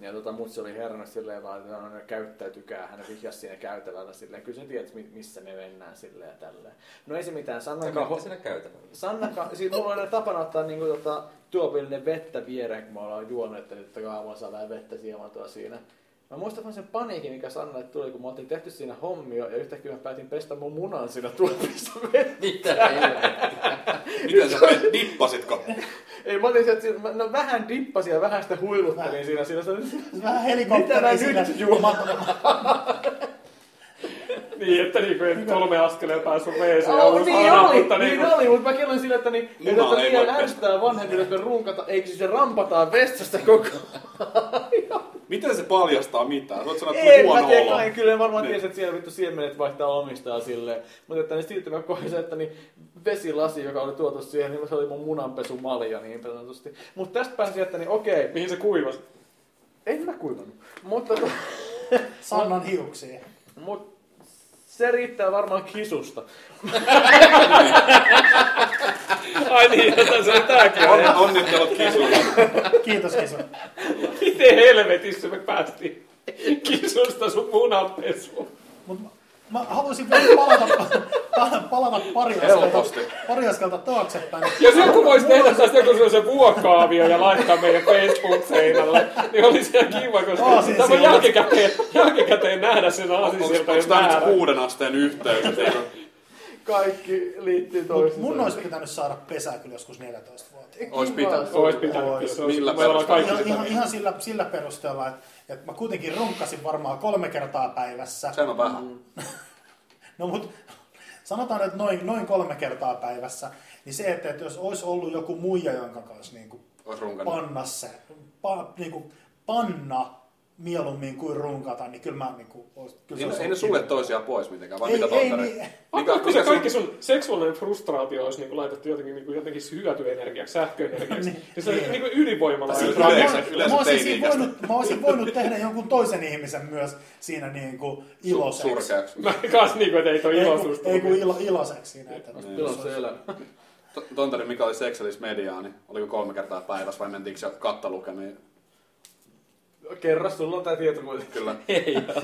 [SPEAKER 1] Ja tota, mut se oli herännyt silleen vaan, että no, käyttäytykää, hän vihjasi siinä käytävällä silleen, kyllä sä tiedät, mi- missä me mennään silleen ja tälleen. No ei se mitään,
[SPEAKER 5] Ja
[SPEAKER 1] Sannan
[SPEAKER 5] kahva
[SPEAKER 1] kanssa,
[SPEAKER 5] siinä käytävällä.
[SPEAKER 1] Sanna, ka- siis mulla on aina tapana ottaa niinku tota, tuopillinen vettä viereen, kun mä ollaan juonut, että nyt kaamulla saa vähän vettä siemantua siinä. Mä muistan vaan sen paniikin, mikä Sannalle tuli, kun mä oltiin tehty siinä hommio ja yhtäkkiä mä päätin pestä mun munan siinä tuopissa [LAUGHS] vettä.
[SPEAKER 5] Mitä
[SPEAKER 3] Miten sä dippasitko?
[SPEAKER 1] Ei, mä olin sieltä, mä, no, vähän dippasin ja vähän sitä huiluttelin siinä, siinä se
[SPEAKER 2] Vähän
[SPEAKER 1] Mitä mä
[SPEAKER 2] helikopteri
[SPEAKER 1] nyt
[SPEAKER 2] sinne. Mä-
[SPEAKER 4] Niin, että niin kuin kolme askeleen päässyt wc ja
[SPEAKER 1] Oh,
[SPEAKER 4] uusi
[SPEAKER 1] niin
[SPEAKER 4] aina,
[SPEAKER 1] oli,
[SPEAKER 4] mutta
[SPEAKER 1] niin, oli, mutta mä kerron sillä, että niin, ei
[SPEAKER 3] Munaa
[SPEAKER 1] tätä
[SPEAKER 3] ei
[SPEAKER 1] liian
[SPEAKER 3] voi pestä.
[SPEAKER 1] ärsyttää vanhemmille, kun runkata, eikö siis se rampataan vessasta koko
[SPEAKER 3] Miten se paljastaa mitään? Voit sanoa, että
[SPEAKER 1] Ei,
[SPEAKER 3] sulla
[SPEAKER 1] mä
[SPEAKER 3] on
[SPEAKER 1] tiedän,
[SPEAKER 3] huono
[SPEAKER 1] kai,
[SPEAKER 3] olo.
[SPEAKER 1] kyllä ne varmaan
[SPEAKER 3] Niin.
[SPEAKER 1] tiesi, että siellä vittu siemenet vaihtaa omistaa silleen. Mutta että niin siirtymä kohdassa, että niin vesilasi, joka oli tuotu siihen, niin se oli mun munanpesumalja niin sanotusti. Mutta tästä pääsin, että niin okei,
[SPEAKER 4] Mihin se kuivasi?
[SPEAKER 1] en mä kuivannut. Mutta to,
[SPEAKER 2] Sannan hiuksia.
[SPEAKER 1] mut, se riittää varmaan kisusta.
[SPEAKER 4] Ai niin, jotain se oli tääkin.
[SPEAKER 3] On, onnittelut kisulle.
[SPEAKER 2] Kiitos Kisu.
[SPEAKER 4] Miten helvetissä me päästiin kisusta sun munanpesuun?
[SPEAKER 2] Mut mä, mä haluaisin vielä palata, pala- palata [LAUGHS] pari,
[SPEAKER 3] Helposti.
[SPEAKER 2] askelta, pari askelta taaksepäin.
[SPEAKER 4] Jos joku voisi tehdä tästä joku sellaisen vuokaavio ja laittaa meidän Facebook-seinälle, niin olisi ihan kiva, koska
[SPEAKER 2] Aasin
[SPEAKER 4] tämä voi
[SPEAKER 2] silmät.
[SPEAKER 4] jälkikäteen, jälkikäteen nähdä sen aasinsilta,
[SPEAKER 3] Onko
[SPEAKER 4] jos
[SPEAKER 3] tää nyt
[SPEAKER 4] nähdään.
[SPEAKER 3] se kuuden asteen yhteys?
[SPEAKER 1] Kaikki liittyy
[SPEAKER 2] Mut
[SPEAKER 1] toisiinsa.
[SPEAKER 2] mun olisi pitänyt saada pesää kyllä joskus 14-vuotiaana.
[SPEAKER 3] Ois pitänyt.
[SPEAKER 4] Olisi pitänyt.
[SPEAKER 2] Ois.
[SPEAKER 4] se olisi-
[SPEAKER 3] Millä
[SPEAKER 4] Me ollaan kaikki
[SPEAKER 2] Ihan,
[SPEAKER 4] sitä
[SPEAKER 2] ihan,
[SPEAKER 4] mieltä.
[SPEAKER 2] ihan sillä, sillä perusteella, että, että mä Mm. kuitenkin runkkasin varmaan kolme kertaa päivässä.
[SPEAKER 3] Sehän on vähän.
[SPEAKER 2] No mut [LAUGHS] sanotaan, että noin, noin kolme kertaa päivässä, niin se, että, että jos olisi ollut joku muija, jonka kanssa niin kuin
[SPEAKER 3] Ois runkannut.
[SPEAKER 2] panna se, pa, niin kuin panna mieluummin kuin runkata, niin kyllä mä niin kuin, ois- kyllä
[SPEAKER 3] Ei,
[SPEAKER 2] olisi
[SPEAKER 3] ne- ei ne
[SPEAKER 2] ollut
[SPEAKER 3] sulje
[SPEAKER 2] kiva.
[SPEAKER 3] toisiaan pois mitenkään, vaan
[SPEAKER 2] Ei-
[SPEAKER 3] mitä
[SPEAKER 2] ei
[SPEAKER 3] tontare-
[SPEAKER 2] niin-
[SPEAKER 4] Mikä,
[SPEAKER 3] mikä
[SPEAKER 4] se
[SPEAKER 3] sun-
[SPEAKER 4] kaikki sun seksuaalinen frustraatio olisi niin kuin laitettu jotenkin, niin kuin jotenkin hyötyenergiaksi, sähköenergiaksi,
[SPEAKER 2] Niin.
[SPEAKER 4] niin se olisi niin kuin ydinvoimalla.
[SPEAKER 3] Tai
[SPEAKER 4] Niin,
[SPEAKER 3] Siis yleensä-
[SPEAKER 2] Mä oon-
[SPEAKER 3] yleensä
[SPEAKER 2] mä oisin
[SPEAKER 3] teini-ikäisten.
[SPEAKER 2] siinä voinut, mä olisin voinut tehdä jonkun toisen ihmisen myös siinä niin kuin iloiseksi.
[SPEAKER 3] surkeaksi.
[SPEAKER 4] Mä kans niin kuin, että ei toi
[SPEAKER 2] ei,
[SPEAKER 4] iloisuus.
[SPEAKER 2] kun, ei kun ilo, iloiseksi siinä. Että,
[SPEAKER 3] Niin.
[SPEAKER 1] Kyllä se elää.
[SPEAKER 3] T- Tontari Mika oli seksellis mediaani. Oliko kolme kertaa päivässä vai mentiinkö se kattalukemiin?
[SPEAKER 1] Kerras, sulla on tää tieto kuitenkin.
[SPEAKER 3] Kyllä.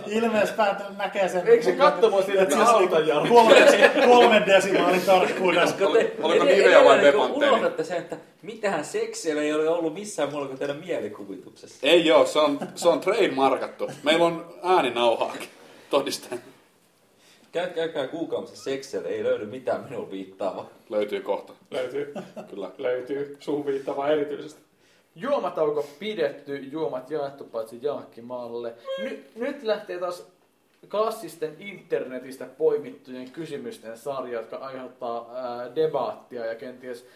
[SPEAKER 2] Ilmeisesti päätä näkee sen. siis niinku
[SPEAKER 1] Eikö se katto mua siinä, että mä hautan jalkaa?
[SPEAKER 2] Kolmen, kolmen desimaalin tarkkuudessa.
[SPEAKER 3] Oli- oliko
[SPEAKER 5] Ed-
[SPEAKER 3] Nivea vai
[SPEAKER 5] edelleen, niin kun
[SPEAKER 3] Bepanteeni?
[SPEAKER 5] Unohdatte sen, että mitään seksiä ei ole ollut missään muualla kuin teidän mielikuvituksessa.
[SPEAKER 3] Ei joo, se on, se on trademarkattu. Meillä on ääninauhaakin todisteen.
[SPEAKER 5] Käy, käykää googlaamassa seksiä, ei löydy mitään minun viittaavaa.
[SPEAKER 3] Löytyy kohta,
[SPEAKER 4] Löytyy,
[SPEAKER 3] kyllä.
[SPEAKER 4] löytyy suhun viittavaa erityisesti.
[SPEAKER 1] Juomatauko pidetty, juomat jaettu paitsi Jaakkimalle. Ny, nyt lähtee taas klassisten internetistä poimittujen kysymysten sarja, jotka aiheuttaa ää, debaattia ja kenties...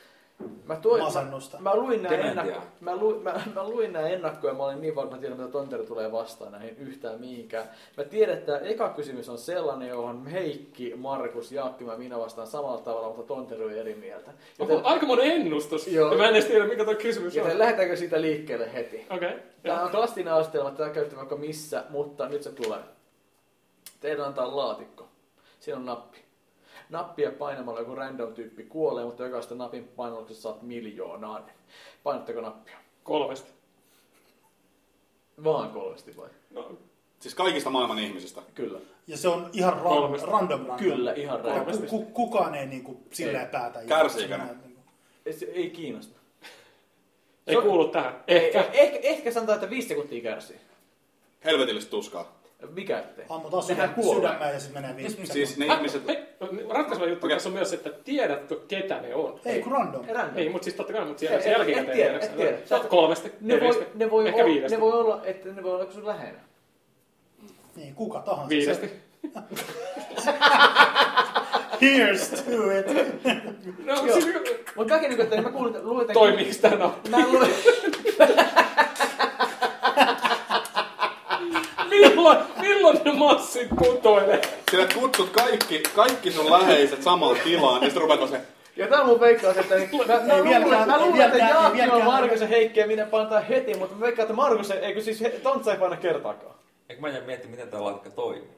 [SPEAKER 1] Mä, toin,
[SPEAKER 2] Masennusta.
[SPEAKER 1] mä, mä, luin nää
[SPEAKER 5] Dementiaa.
[SPEAKER 1] ennakko, mä, luin, mä, mä, luin nää ennakkoja ja mä olin niin varma, että tiedän, mitä tonteri tulee vastaan näihin yhtään mihinkään. Mä tiedän, että eka kysymys on sellainen, johon Heikki, Markus, Jaakki ja minä vastaan samalla tavalla, mutta tonteri on eri mieltä.
[SPEAKER 4] Onko
[SPEAKER 1] Joten,
[SPEAKER 4] aikamoinen ennustus?
[SPEAKER 1] Joo.
[SPEAKER 4] Ja mä en edes tiedä, mikä tuo kysymys on.
[SPEAKER 1] joten lähdetäänkö siitä liikkeelle heti?
[SPEAKER 4] Okei. Okay.
[SPEAKER 1] Tämä on klassinen astelma, tätä käytetään vaikka missä, mutta nyt se tulee. Teidän antaa laatikko. Siinä on nappi. Nappia painamalla joku random tyyppi kuolee, mutta jokaista napin painalluksesta saat miljoonan. Painatteko nappia?
[SPEAKER 4] Kolmesta.
[SPEAKER 1] Vaan kolmesti vai?
[SPEAKER 4] No,
[SPEAKER 3] Siis kaikista maailman ihmisistä.
[SPEAKER 1] Kyllä.
[SPEAKER 2] Ja se on ihan random.
[SPEAKER 4] Kolmesta.
[SPEAKER 2] random, random.
[SPEAKER 1] Kyllä, ihan
[SPEAKER 2] Ja
[SPEAKER 1] randomisti.
[SPEAKER 2] ku- ku- kukaan ei niin kuin, silleen päätä. niinku.
[SPEAKER 3] Kärsiikö ne?
[SPEAKER 1] Ei se- Ei kiinnosta.
[SPEAKER 4] ei
[SPEAKER 1] Se-
[SPEAKER 4] kuulu tähän.
[SPEAKER 1] Eh-
[SPEAKER 4] Ehkä.
[SPEAKER 1] ehkä, ehkä sanotaan, että viisi sekuntia kärsii.
[SPEAKER 3] Helvetillistä tuskaa.
[SPEAKER 1] Mikä ettei?
[SPEAKER 2] Ammutaan
[SPEAKER 1] Nehän
[SPEAKER 2] sydän,
[SPEAKER 1] kuolee.
[SPEAKER 2] niinku sydämeen ja sitten menee viisi
[SPEAKER 3] Siis ne
[SPEAKER 4] Ah,
[SPEAKER 3] ihmiset...
[SPEAKER 4] hei, Ratkaiseva juttu
[SPEAKER 3] Okei.
[SPEAKER 4] tässä on myös, että tiedätkö, ketä ne on.
[SPEAKER 2] Ei kun random.
[SPEAKER 1] Random.
[SPEAKER 4] Ei, mutta siis totta kai, mutta
[SPEAKER 1] Ei,
[SPEAKER 4] siellä se
[SPEAKER 1] et-
[SPEAKER 4] jälkikäteen
[SPEAKER 1] et tiedä, et
[SPEAKER 4] tiedätkö.
[SPEAKER 1] tiedä. Sä-
[SPEAKER 4] No, kolmesta,
[SPEAKER 1] Ne voi,
[SPEAKER 4] neljästä,
[SPEAKER 1] ne, voi
[SPEAKER 4] ehkä
[SPEAKER 1] olla, ne
[SPEAKER 4] viidestä,
[SPEAKER 1] voi olla, että ne voi olla sun lähellä.
[SPEAKER 2] Niin, kuka tahansa.
[SPEAKER 4] viidestä.
[SPEAKER 2] Here's to it.
[SPEAKER 4] No,
[SPEAKER 1] Joo.
[SPEAKER 4] siis
[SPEAKER 1] Mut kaiken nykyään, mä kuulin, luin tän-
[SPEAKER 4] toimiiko tämä no?
[SPEAKER 1] Mä luin,
[SPEAKER 4] Milloin, milloin ne massit putoilee?
[SPEAKER 3] Sillä kutsut kaikki, kaikki sun läheiset samaan tilaan, ja sitten rupeat vaan se...
[SPEAKER 1] Ja tää on mun veikkaus, että niin, mä, mä,
[SPEAKER 2] Ei
[SPEAKER 1] luulen,
[SPEAKER 2] vieläkään,
[SPEAKER 1] mä
[SPEAKER 2] ei
[SPEAKER 1] luulen, että
[SPEAKER 2] vieläkään, ei
[SPEAKER 1] Jaakki on
[SPEAKER 2] vieläkään.
[SPEAKER 1] Markus ja Heikki ja minä painetaan heti, mutta mä veikkaan, että Markus ei, eikö siis he- Tontsa ei paina kertaakaan.
[SPEAKER 5] Eikö mä en miettiä, miten tämä laatikko toimii?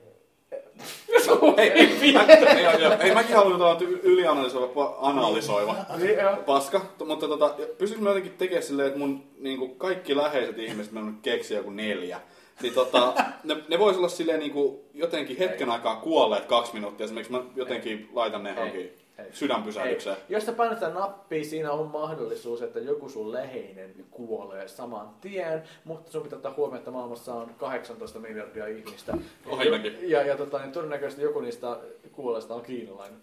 [SPEAKER 3] Hei, ei, mä, ei, ei, ei, mäkin haluan olla ty- ylianalysoiva, pa- analysoiva
[SPEAKER 1] Niin, joo.
[SPEAKER 3] paska, t- mutta tota, pystyisikö mä jotenkin tekemään silleen, että mun niinku, kaikki läheiset ihmiset, mä nyt keksin joku neljä, niin tota, ne, ne vois olla silleen niinku, jotenkin hetken aikaa kuolleet kaksi minuuttia, esimerkiksi mä jotenkin laitan ne johonkin
[SPEAKER 1] Ei.
[SPEAKER 3] sydänpysähdykseen.
[SPEAKER 1] Ei. Jos sä painat sitä nappia, siinä on mahdollisuus, että joku sun läheinen kuolee saman tien, mutta sun pitää ottaa huomioon, että maailmassa on 18 miljardia ihmistä.
[SPEAKER 3] Ainakin.
[SPEAKER 1] Ja, ja tota, niin todennäköisesti joku niistä kuolleista on kiinalainen.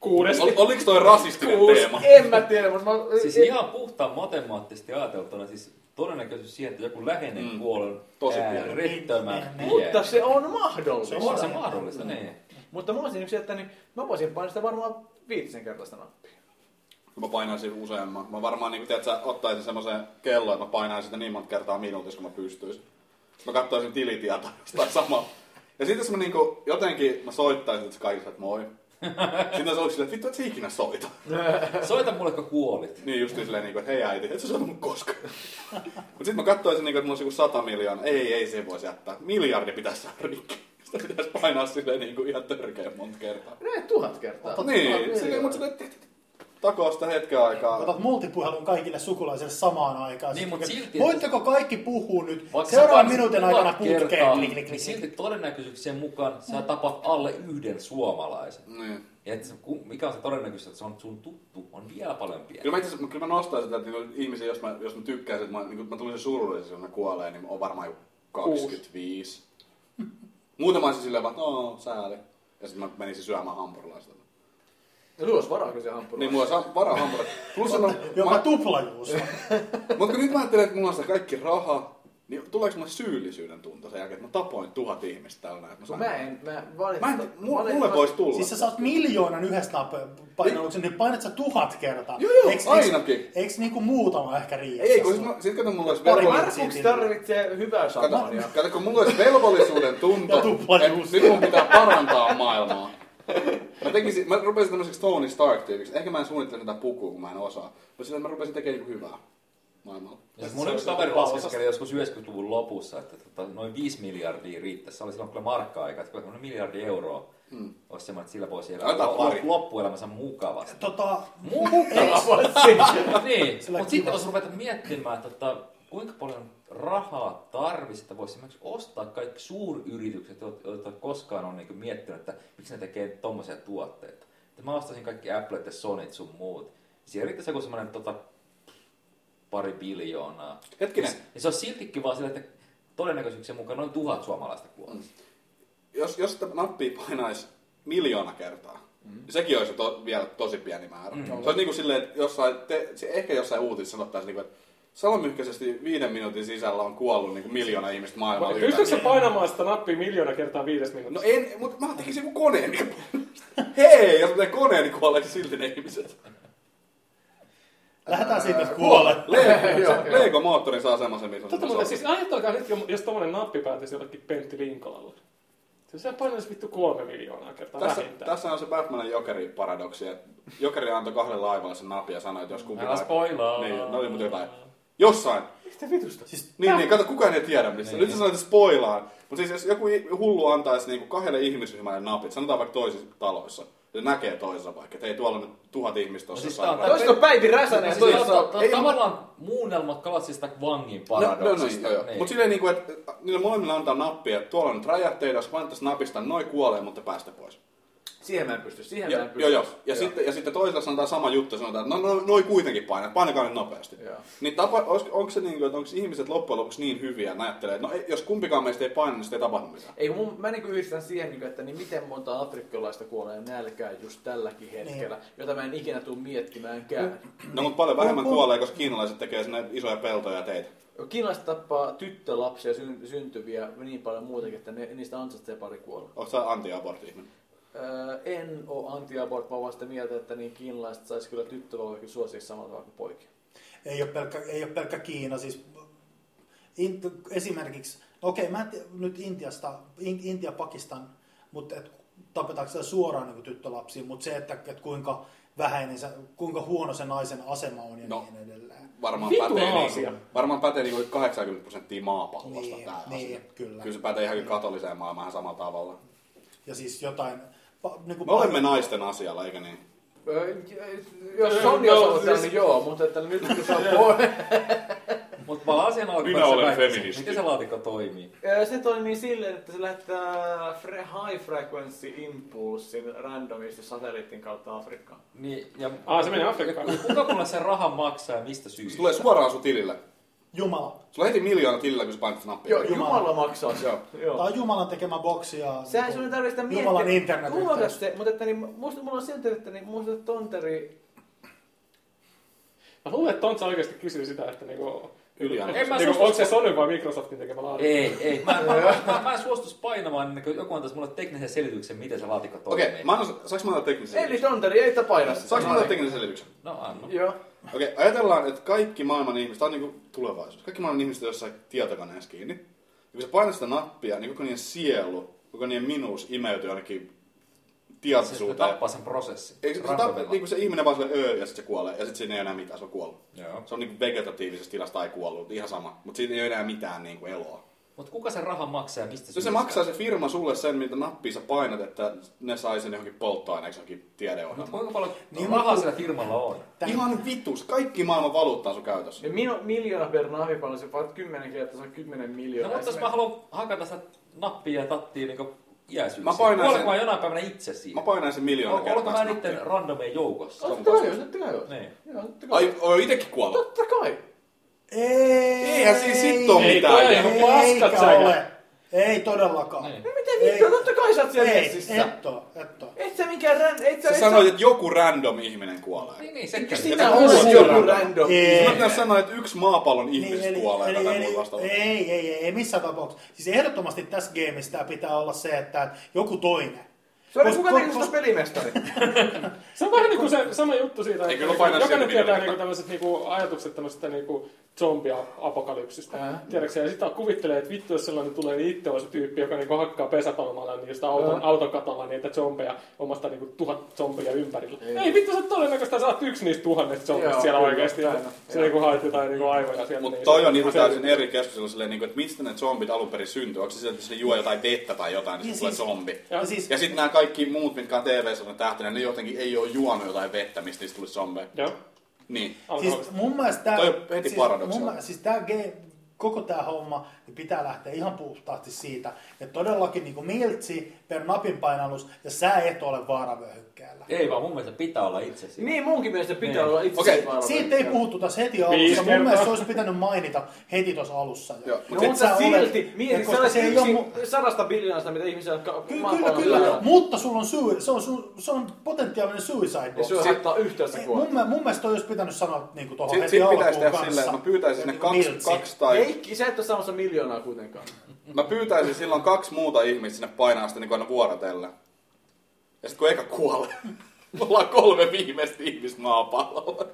[SPEAKER 4] Kuudesta.
[SPEAKER 3] Ol, oliko toi rasistinen
[SPEAKER 4] Kuusi.
[SPEAKER 3] teema?
[SPEAKER 1] En mä tiedä, mutta mä...
[SPEAKER 5] Siis
[SPEAKER 1] en-
[SPEAKER 5] ihan puhtaan matemaattisesti ajateltuna, siis todennäköisyys siihen, että joku läheinen
[SPEAKER 3] Mm.
[SPEAKER 5] mm. kuolee
[SPEAKER 3] Tosi
[SPEAKER 2] Niin,
[SPEAKER 5] äärettömän
[SPEAKER 2] niin,
[SPEAKER 5] pieni.
[SPEAKER 1] Mutta se on mahdollista.
[SPEAKER 5] se on se mahdollista, niin.
[SPEAKER 1] Mutta mä olisin yksi, että niin, mä voisin painaa sitä varmaan viitisen kertaista nappia.
[SPEAKER 3] Mä painaisin useamman. Mä varmaan niin tiedät, sä, ottaisin semmoisen kellon, että mä painaisin sitä niin monta kertaa minuutissa, kun mä pystyisin. Mä katsoisin tilitietoa tai samaa. Ja sitten jos mä niinku, jotenkin mä soittaisin, että se kaikki sanoo, että moi. Sitten olisi ollut silleen, että vittu, et sä ikinä soita.
[SPEAKER 5] Soita mulle, kun kuolit.
[SPEAKER 3] Niin just niin silleen, niinku, että hei äiti, et sä soita mun koskaan. [LAUGHS] Mut sitten mä katsoisin, niinku, että mulla olisi joku sata miljoonaa. Ei, ei se voisi jättää. Miljardi pitäisi saada rikki. [LAUGHS] Sitä pitäisi painaa silleen niinku, ihan törkeä monta No kertaa.
[SPEAKER 1] Näin tuhat kertaa.
[SPEAKER 2] Otat-
[SPEAKER 3] Niin, silleen, mutta silleen, että takoa sitä hetken aikaa.
[SPEAKER 2] Otat multipuhelun kaikille sukulaisille samaan aikaan.
[SPEAKER 5] Niin, mut silti-
[SPEAKER 2] Voitteko kaikki puhua nyt
[SPEAKER 5] Vaikka sä
[SPEAKER 2] seuraavan
[SPEAKER 5] painat
[SPEAKER 2] minuutin
[SPEAKER 5] tuhat
[SPEAKER 2] aikana putkeen?
[SPEAKER 5] kertaa,
[SPEAKER 2] Klik, klik,
[SPEAKER 5] Niin
[SPEAKER 2] klik,
[SPEAKER 5] silti
[SPEAKER 2] klik.
[SPEAKER 5] todennäköisyyksien mukaan sä tapat alle yhden suomalaisen.
[SPEAKER 3] Niin.
[SPEAKER 5] Ja että se, ku- mikä on se todennäköisyys, että se on sun tuttu, on vielä paljon pieni.
[SPEAKER 3] Kyllä mä, itse, asiassa- kyllä mä nostaisin tätä että niinku ihmisiä, jos mä, jos mä tykkäisin, että mä, niin mä tulisin surulliseksi, kun ne kuolee, niin mä oon varmaan joku 25. Muuten mä olisin silleen vaan, että "Oo, sääli. Ja sitten mä menisin syömään hampurilaista.
[SPEAKER 1] Ja sulla olisi varaa kyllä se hamppuri.
[SPEAKER 3] Niin mulla on varaa hampurilaista. Plus on,
[SPEAKER 2] Jopa
[SPEAKER 3] mä,
[SPEAKER 2] tuplajuus.
[SPEAKER 3] mutta kun nyt mä ajattelen, että mulla on sitä kaikki raha, Niin tuleeko mulle syyllisyyden tunto sen jälkeen, että mä tapoin tuhat ihmistä tällä että mä sain...
[SPEAKER 1] Mä en, mä
[SPEAKER 3] Mä en,
[SPEAKER 1] valitettavasti...
[SPEAKER 3] mulle, mulle voisi tulla.
[SPEAKER 2] Siis sä saat miljoonan yhdestä napp- painalluksen, niin painat sä tuhat kertaa.
[SPEAKER 3] Joo, joo,
[SPEAKER 2] Eiks-
[SPEAKER 3] ainakin.
[SPEAKER 2] Eiks, eiks niinku muutama ehkä riitä?
[SPEAKER 3] Ei, kun siis mä, sit kato, mulla olisi velvollisuus.
[SPEAKER 1] Markuks tarvitsee hyvää
[SPEAKER 3] Kato,
[SPEAKER 1] samania.
[SPEAKER 3] kato, kun mulla olisi velvollisuuden tunto,
[SPEAKER 2] Ja tupla
[SPEAKER 3] että
[SPEAKER 2] juusto.
[SPEAKER 3] nyt mun pitää parantaa maailmaa. Mä, tekisin, mä rupesin tämmöiseksi Tony Stark-tyypiksi. Ehkä mä en suunnittele tätä pukua, kun mä en osaa. Mutta sillä mä rupesin tekemään joku hyvää maailmalla.
[SPEAKER 5] Ja mun yksi kaveri laskeskeli joskus 90-luvun lopussa, että tota, noin 5 miljardia riittäisi. Se oli silloin kyllä markka-aika, että noin miljardi euroa mm. olisi semmoinen, että sillä voisi elää
[SPEAKER 3] Ota
[SPEAKER 5] lo-
[SPEAKER 3] pari.
[SPEAKER 5] loppuelämänsä [LAUGHS] mukavasti.
[SPEAKER 2] Tota,
[SPEAKER 3] [LAUGHS]
[SPEAKER 5] niin,
[SPEAKER 2] Sillä
[SPEAKER 5] mutta
[SPEAKER 2] kiva.
[SPEAKER 5] sitten jos ruvetaan miettimään, että tota, kuinka paljon rahaa tarvitsisi, että voisi esimerkiksi ostaa kaikki suuryritykset, jo- joita koskaan on niin miettinyt, että miksi ne tekee tommosia tuotteita. Että mä ostaisin kaikki Apple ja Sonyt sun muut. Siihen riittäisi joku semmoinen tota, pari biljoonaa.
[SPEAKER 3] Hetkinen.
[SPEAKER 5] Ja se on siltikin vaan sillä, että todennäköisyyksien mukaan noin tuhat suomalaista kuolee.
[SPEAKER 3] Jos, jos sitä nappia painaisi miljoona kertaa,
[SPEAKER 4] Mm-hmm.
[SPEAKER 3] niin sekin olisi to, vielä tosi pieni määrä. Se olisi niin kuin silleen, että jossain, te, se, ehkä jossain uutisissa sanottaisiin, niin kuin, että salamyhkäisesti viiden minuutin sisällä on kuollut niin kuin miljoona ihmistä maailmalla.
[SPEAKER 4] Pystytkö sä
[SPEAKER 3] yhtäkkiä.
[SPEAKER 4] painamaan sitä nappia miljoona kertaa viides
[SPEAKER 3] No
[SPEAKER 4] minuutissa?
[SPEAKER 3] en, mutta mä tekisin joku koneen. Niin Hei, jos mä teen koneen, niin kuoleeko silti ne ihmiset?
[SPEAKER 2] lähdetään siitä, että kuolet.
[SPEAKER 1] Joo, joo.
[SPEAKER 3] Lego moottori saa semmoisen, missä
[SPEAKER 4] Totta muuten, siis ajatelkaa nyt, jo- jos tommonen nappi päätyisi jollekin Pentti Linkolalle. Se sehän painaisi vittu kolme miljoonaa kertaa
[SPEAKER 3] tässä,
[SPEAKER 4] vähintään.
[SPEAKER 3] tässä on se Batmanin Jokerin paradoksi, että Jokeri antoi kahdelle laivalle sen napin ja sanoi, että jos kumpi...
[SPEAKER 5] Älä
[SPEAKER 3] laiva-
[SPEAKER 5] spoilaa.
[SPEAKER 3] Niin, no oli mutta jotain. Jossain.
[SPEAKER 4] Mitä vitusta?
[SPEAKER 2] Siis,
[SPEAKER 3] Niin, niin, kato, kukaan ei tiedä missä.
[SPEAKER 5] Niin.
[SPEAKER 3] Nyt sä sanoit, että spoilaan. Mutta siis jos joku i- hullu antaisi niinku kahdelle ihmisryhmälle napit, sanotaan vaikka toisissa taloissa, ja näkee toisessa vaikka, että ei tuolla nyt tuhat ihmistä
[SPEAKER 5] No
[SPEAKER 3] tuossa
[SPEAKER 5] siis
[SPEAKER 3] no,
[SPEAKER 5] tää on
[SPEAKER 3] siis
[SPEAKER 1] Toista on Päivi Räsänen ja
[SPEAKER 5] Siis
[SPEAKER 1] toista
[SPEAKER 5] tää on-
[SPEAKER 1] on...
[SPEAKER 5] tää on
[SPEAKER 3] ei-
[SPEAKER 5] tavallaan muunnelma kalatsista vangin paradoksista.
[SPEAKER 3] No, no, no, niin. Mutta silleen, niinku, että niille molemmille antaa nappia, että tuolla on nyt räjähteitä, jos painattaisiin napista, noin kuolee, mutta päästä pois.
[SPEAKER 1] Siihen mä en pysty, siihen
[SPEAKER 3] Ja,
[SPEAKER 1] mä en pysty.
[SPEAKER 3] joo, joo. Ja, sitten, ja sitten toisella sanotaan sama juttu, sanotaan, että no, no noi kuitenkin painat, painakaa nyt nopeasti.
[SPEAKER 1] Joo.
[SPEAKER 3] Niin tapa, onko, onko se niin kuin, että onko ihmiset loppujen lopuksi niin hyviä, että ne ajattelee, että no ei, jos kumpikaan meistä ei paina, niin sitten ei tapahdu mitään.
[SPEAKER 1] Ei, kun mun, mä niin yhdistän siihen, niinku, että niin miten monta afrikkalaista kuolee nälkään just tälläkin
[SPEAKER 3] Niin.
[SPEAKER 1] hetkellä, jota mä en ikinä tule miettimäänkään.
[SPEAKER 3] No mutta paljon vähemmän kuolee, koska kiinalaiset tekee sinne isoja peltoja ja teitä.
[SPEAKER 1] Kiinalaiset tappaa tyttölapsia, syn, syntyviä niin paljon muutenkin, että ne, niistä ansaitsee pari kuolla.
[SPEAKER 3] Onko sä anti-abort-ihminen?
[SPEAKER 1] Öö, en ole anti-abort, vaan vaan sitä mieltä, että niin kiinalaiset saisi kyllä tyttövauvakin suosia samalla tavalla kuin poikia.
[SPEAKER 2] ei, ole pelkkä, ei ole pelkkä Kiina. Siis, int, esimerkiksi, no okei, mä en tiedä, nyt Intiasta, in, Intia, Pakistan, mutta et, tapetaanko siellä suoraan niin tyttölapsiin, mutta se, että et kuinka vähäinen, se, kuinka huono se naisen asema on ja
[SPEAKER 3] No.
[SPEAKER 2] no. niin edelleen.
[SPEAKER 3] Varmaan
[SPEAKER 4] Vitu
[SPEAKER 3] pätee,
[SPEAKER 4] Aasia.
[SPEAKER 3] niin, varmaan pätee niin kuin 80 prosenttia maapallosta
[SPEAKER 2] Niin,
[SPEAKER 3] tämä
[SPEAKER 2] niin,
[SPEAKER 3] asia.
[SPEAKER 2] kyllä.
[SPEAKER 3] Kyllä se pätee ihan kyllä katoliseen maailmaan samalla tavalla.
[SPEAKER 2] Ja siis jotain... Pa, niin kuin
[SPEAKER 3] Me olemme naisten asialla, eikö niin?
[SPEAKER 1] Öö, jos Sonja
[SPEAKER 4] No,
[SPEAKER 1] no, sanoo
[SPEAKER 4] siis-
[SPEAKER 1] tämän, niin joo, mutta että nyt kun se [LAUGHS] on pois,
[SPEAKER 5] Mutta palaan siihen
[SPEAKER 3] Minä olen
[SPEAKER 5] alkuperäiseen
[SPEAKER 3] feministi.
[SPEAKER 5] väitteeseen. Miten se laatikko toimii?
[SPEAKER 1] Öö, Se toimii silleen, että se lähettää fre- high frequency impulssin randomisti satelliitin kautta Afrikkaan.
[SPEAKER 5] Niin, ja...
[SPEAKER 4] Aa, se menee Afrikkaan.
[SPEAKER 5] Ja Kuka mulle sen rahan maksaa ja mistä
[SPEAKER 3] Se
[SPEAKER 5] syystä?
[SPEAKER 3] tulee suoraan sun tilille.
[SPEAKER 2] Jumala.
[SPEAKER 3] Sulla on heti miljoona tilillä, kun sä painat nappia.
[SPEAKER 1] Joo,
[SPEAKER 2] Jumala.
[SPEAKER 1] Jumala, maksaa se.
[SPEAKER 3] Joo.
[SPEAKER 2] Tämä
[SPEAKER 1] Joo.
[SPEAKER 2] on Jumalan tekemä boksi ja... niinku
[SPEAKER 1] Sehän sun ei tarvitse sitä miettiä.
[SPEAKER 2] Jumalan internet
[SPEAKER 1] Kuulokas se, mutta että niin, musta, mulla on silti, että niin, musta tonteri...
[SPEAKER 4] Mä luulen, että Tontsa oikeasti kysyy sitä, että niinku...
[SPEAKER 3] Yliannos.
[SPEAKER 4] En mä niinku, onko se Sony vai Microsoftin tekemä laatikko?
[SPEAKER 5] Ei, ei. Mä, mä, mä, mä, mä en suostuisi painamaan, ennen kuin joku antaisi mulle teknisen selityksen, miten se laatikko toimii.
[SPEAKER 3] Okei, okay, mä annan, saanko mä antaa teknisen
[SPEAKER 1] Eli
[SPEAKER 3] selityksen?
[SPEAKER 1] tonteri ei sitä paina sitä.
[SPEAKER 3] Saanko mä antaa teknisen selityksen?
[SPEAKER 5] No anna.
[SPEAKER 1] Joo.
[SPEAKER 3] Okei, okay, ajatellaan, että kaikki maailman ihmiset, tämä on niinku tulevaisuus, kaikki maailman ihmiset on jossain tietokoneessa kiinni. Ja kun sä painat sitä nappia, niin koko niiden sielu, koko niiden minuus imeytyy ainakin
[SPEAKER 5] Se, se
[SPEAKER 3] tietoisuuteen.
[SPEAKER 5] tappaa sen prosessin.
[SPEAKER 3] Eikö se, tap,
[SPEAKER 5] Randomilla.
[SPEAKER 3] niinku se ihminen vaan sille öö, ja sitten se kuolee, ja sitten siinä ei enää mitään, se on kuollut.
[SPEAKER 5] Joo.
[SPEAKER 3] Se on niinku vegetatiivisessa tilassa tai kuollut, ihan sama. Mutta siinä ei ole enää mitään niinku eloa.
[SPEAKER 5] Mutta kuka sen rahan maksaa ja mistä
[SPEAKER 3] Jos No se maksaa se firma sulle sen, mitä nappia sä painat, että ne sai sen johonkin polttoaineeksi johonkin
[SPEAKER 5] Mutta
[SPEAKER 3] tiedeohjelmaan.
[SPEAKER 5] kuinka paljon
[SPEAKER 2] Niin,
[SPEAKER 5] niin, rahaa
[SPEAKER 2] mut-
[SPEAKER 5] sillä firmalla on?
[SPEAKER 2] Tän-
[SPEAKER 3] Ihan vitus, kaikki maailman valuuttaa sun käytössä.
[SPEAKER 1] Ja minu, miljoona per napipallo, se vaan 10 kertaa, se on 10
[SPEAKER 5] No,
[SPEAKER 1] miljoonaa.
[SPEAKER 5] mutta jos mä haluan hakata sitä nappia ja tattia niin iäisyyksiin.
[SPEAKER 3] Mä painan
[SPEAKER 5] Kuolenko
[SPEAKER 3] sen-
[SPEAKER 5] mä jonain päivänä itse
[SPEAKER 3] Mä
[SPEAKER 5] siihen?
[SPEAKER 3] painan sen miljoona
[SPEAKER 5] Ol- Olenko
[SPEAKER 3] kertaa.
[SPEAKER 5] mä
[SPEAKER 3] sen
[SPEAKER 5] niiden
[SPEAKER 3] nappia.
[SPEAKER 5] randomien joukossa?
[SPEAKER 1] Totta kai, jos nyt joo.
[SPEAKER 5] Niin.
[SPEAKER 1] Joo, totta kai.
[SPEAKER 3] Ai, oi itekin kuollut.
[SPEAKER 1] Totta kai.
[SPEAKER 2] Ei,
[SPEAKER 3] Eihän siinä sit oo
[SPEAKER 4] Ei,
[SPEAKER 3] mitään.
[SPEAKER 4] toi on ihan paskat
[SPEAKER 2] Eikä
[SPEAKER 4] säkä.
[SPEAKER 2] ole. Ei todellakaan.
[SPEAKER 5] Niin.
[SPEAKER 1] No Mitä
[SPEAKER 2] Ei.
[SPEAKER 1] vittua, totta kai sä oot siellä
[SPEAKER 2] Ei,
[SPEAKER 1] messissä.
[SPEAKER 2] et oo, et oo.
[SPEAKER 1] Et sä mikään rän... Et sä,
[SPEAKER 3] Sä
[SPEAKER 1] et
[SPEAKER 3] sanoit, että joku random ihminen kuolee.
[SPEAKER 5] Niin, niin,
[SPEAKER 1] Eikö
[SPEAKER 5] sekin.
[SPEAKER 1] sinä
[SPEAKER 3] Joku
[SPEAKER 1] olet joku
[SPEAKER 3] random.
[SPEAKER 1] random?
[SPEAKER 2] Ei.
[SPEAKER 3] Siis Mä pitäis sanoa, että yksi maapallon
[SPEAKER 2] Niin,
[SPEAKER 3] ihmistä
[SPEAKER 2] eli-
[SPEAKER 3] kuolee
[SPEAKER 2] eli-
[SPEAKER 3] tätä
[SPEAKER 2] eli-
[SPEAKER 3] muuta vastaavaa.
[SPEAKER 2] Ei, ei, ei, ei missään tapauksessa. Siis ehdottomasti tässä gameissa tää pitää olla se, että joku toinen.
[SPEAKER 1] Se oli
[SPEAKER 2] Kos-
[SPEAKER 1] kuka
[SPEAKER 2] kos-
[SPEAKER 1] teki susta pelimestari?
[SPEAKER 4] Se on vähän niin kuin se sama juttu siitä,
[SPEAKER 3] Eikö
[SPEAKER 4] että
[SPEAKER 3] lupa aina
[SPEAKER 4] jokainen
[SPEAKER 3] sen
[SPEAKER 4] tietää
[SPEAKER 3] videolta?
[SPEAKER 4] niin tämmöiset niin ajatukset tämmöisestä niin zombiapokalypsistä.
[SPEAKER 1] Ää.
[SPEAKER 3] Äh.
[SPEAKER 4] Tiedätkö, ja sitä kuvittelee, että vittu, jos sellainen tulee, niin itse on se tyyppi, joka niin hakkaa pesäpalomalla niin sitä auton,
[SPEAKER 1] Ää.
[SPEAKER 4] autokatalla niitä zombeja omasta niin tuhat zombia ympärillä. Ei, vittu, sä todennäköisesti saat yksi niistä tuhannesta zombista
[SPEAKER 1] Joo,
[SPEAKER 4] siellä
[SPEAKER 1] kyllä,
[SPEAKER 4] oikeasti. Ja
[SPEAKER 1] aina.
[SPEAKER 4] se niin haet jotain niin aivoja sieltä.
[SPEAKER 3] Mutta
[SPEAKER 4] niin-
[SPEAKER 3] toi on ihan
[SPEAKER 4] se-
[SPEAKER 3] täysin eri keskustelu silleen, niinku, että mistä ne zombit alun perin syntyy. Onko se sieltä, että sinne juo jotain vettä tai jotain, niin
[SPEAKER 2] Niin
[SPEAKER 3] sitten tulee
[SPEAKER 2] siis-
[SPEAKER 3] zombi.
[SPEAKER 2] Ja siis,
[SPEAKER 3] Ja sitten nämä kaikki muut, mitkä on TV-sarjan tähtenä, ne jotenkin ei ole juonut jotain vettä, mistä niistä tulisi zombeja.
[SPEAKER 4] Joo,
[SPEAKER 3] Niin.
[SPEAKER 2] siis
[SPEAKER 4] alkoholista.
[SPEAKER 2] mun mielestä tää,
[SPEAKER 3] Toi on heti
[SPEAKER 2] siis,
[SPEAKER 3] paradoksi.
[SPEAKER 2] mun, mä- siis tää game, koko tää homma niin pitää lähteä ihan puhtaasti siitä, että todellakin niin kuin miltsi per napin painallus ja sä et ole vaaravyöhykkeellä.
[SPEAKER 5] Ei vaan mun mielestä pitää olla itse siinä.
[SPEAKER 1] Niin, munkin mielestä pitää
[SPEAKER 5] Niin.
[SPEAKER 1] olla itse
[SPEAKER 3] Okei,
[SPEAKER 1] asiassa varma.
[SPEAKER 2] Siitä ei puhuttu tässä heti
[SPEAKER 4] Viisi
[SPEAKER 2] alussa. Mun
[SPEAKER 4] kertaa.
[SPEAKER 2] mielestä se olisi pitänyt mainita heti tuossa alussa. jo.
[SPEAKER 3] Joo,
[SPEAKER 1] No,
[SPEAKER 2] Et
[SPEAKER 1] mutta
[SPEAKER 2] sä olet-
[SPEAKER 1] silti,
[SPEAKER 2] ja
[SPEAKER 1] mieti,
[SPEAKER 2] koska se
[SPEAKER 1] se
[SPEAKER 2] ei ole mu-
[SPEAKER 1] yksi sadasta biljoonasta, mitä ihmisiä, jotka
[SPEAKER 2] Ky- kyllä,
[SPEAKER 1] maapallolla
[SPEAKER 2] kyllä,
[SPEAKER 1] elää.
[SPEAKER 2] mutta sulla on syy, se on, su, se on potentiaalinen suicide
[SPEAKER 1] Ja
[SPEAKER 2] box.
[SPEAKER 1] syö haittaa yhtään sitä
[SPEAKER 2] Ei,
[SPEAKER 1] kuolla.
[SPEAKER 2] mun, mä- mun mielestä toi olisi pitänyt sanoa niin kuin tuohon
[SPEAKER 3] Sitten
[SPEAKER 2] heti
[SPEAKER 3] sit
[SPEAKER 2] alkuun
[SPEAKER 3] pitäisi tehdä
[SPEAKER 2] kanssa.
[SPEAKER 3] silleen, että mä pyytäisin sinne
[SPEAKER 2] Niinku
[SPEAKER 3] kaksi,
[SPEAKER 2] miltsi.
[SPEAKER 3] kaksi tai...
[SPEAKER 1] Heikki, sä et ole saamassa miljoonaa kuitenkaan.
[SPEAKER 3] Mä pyytäisin silloin kaksi muuta ihmistä sinne painaa sitä niin aina vuorotellen. Ja sitten kun eka kuolee, [LAUGHS] me ollaan kolme viimeistä ihmistä maapallolla.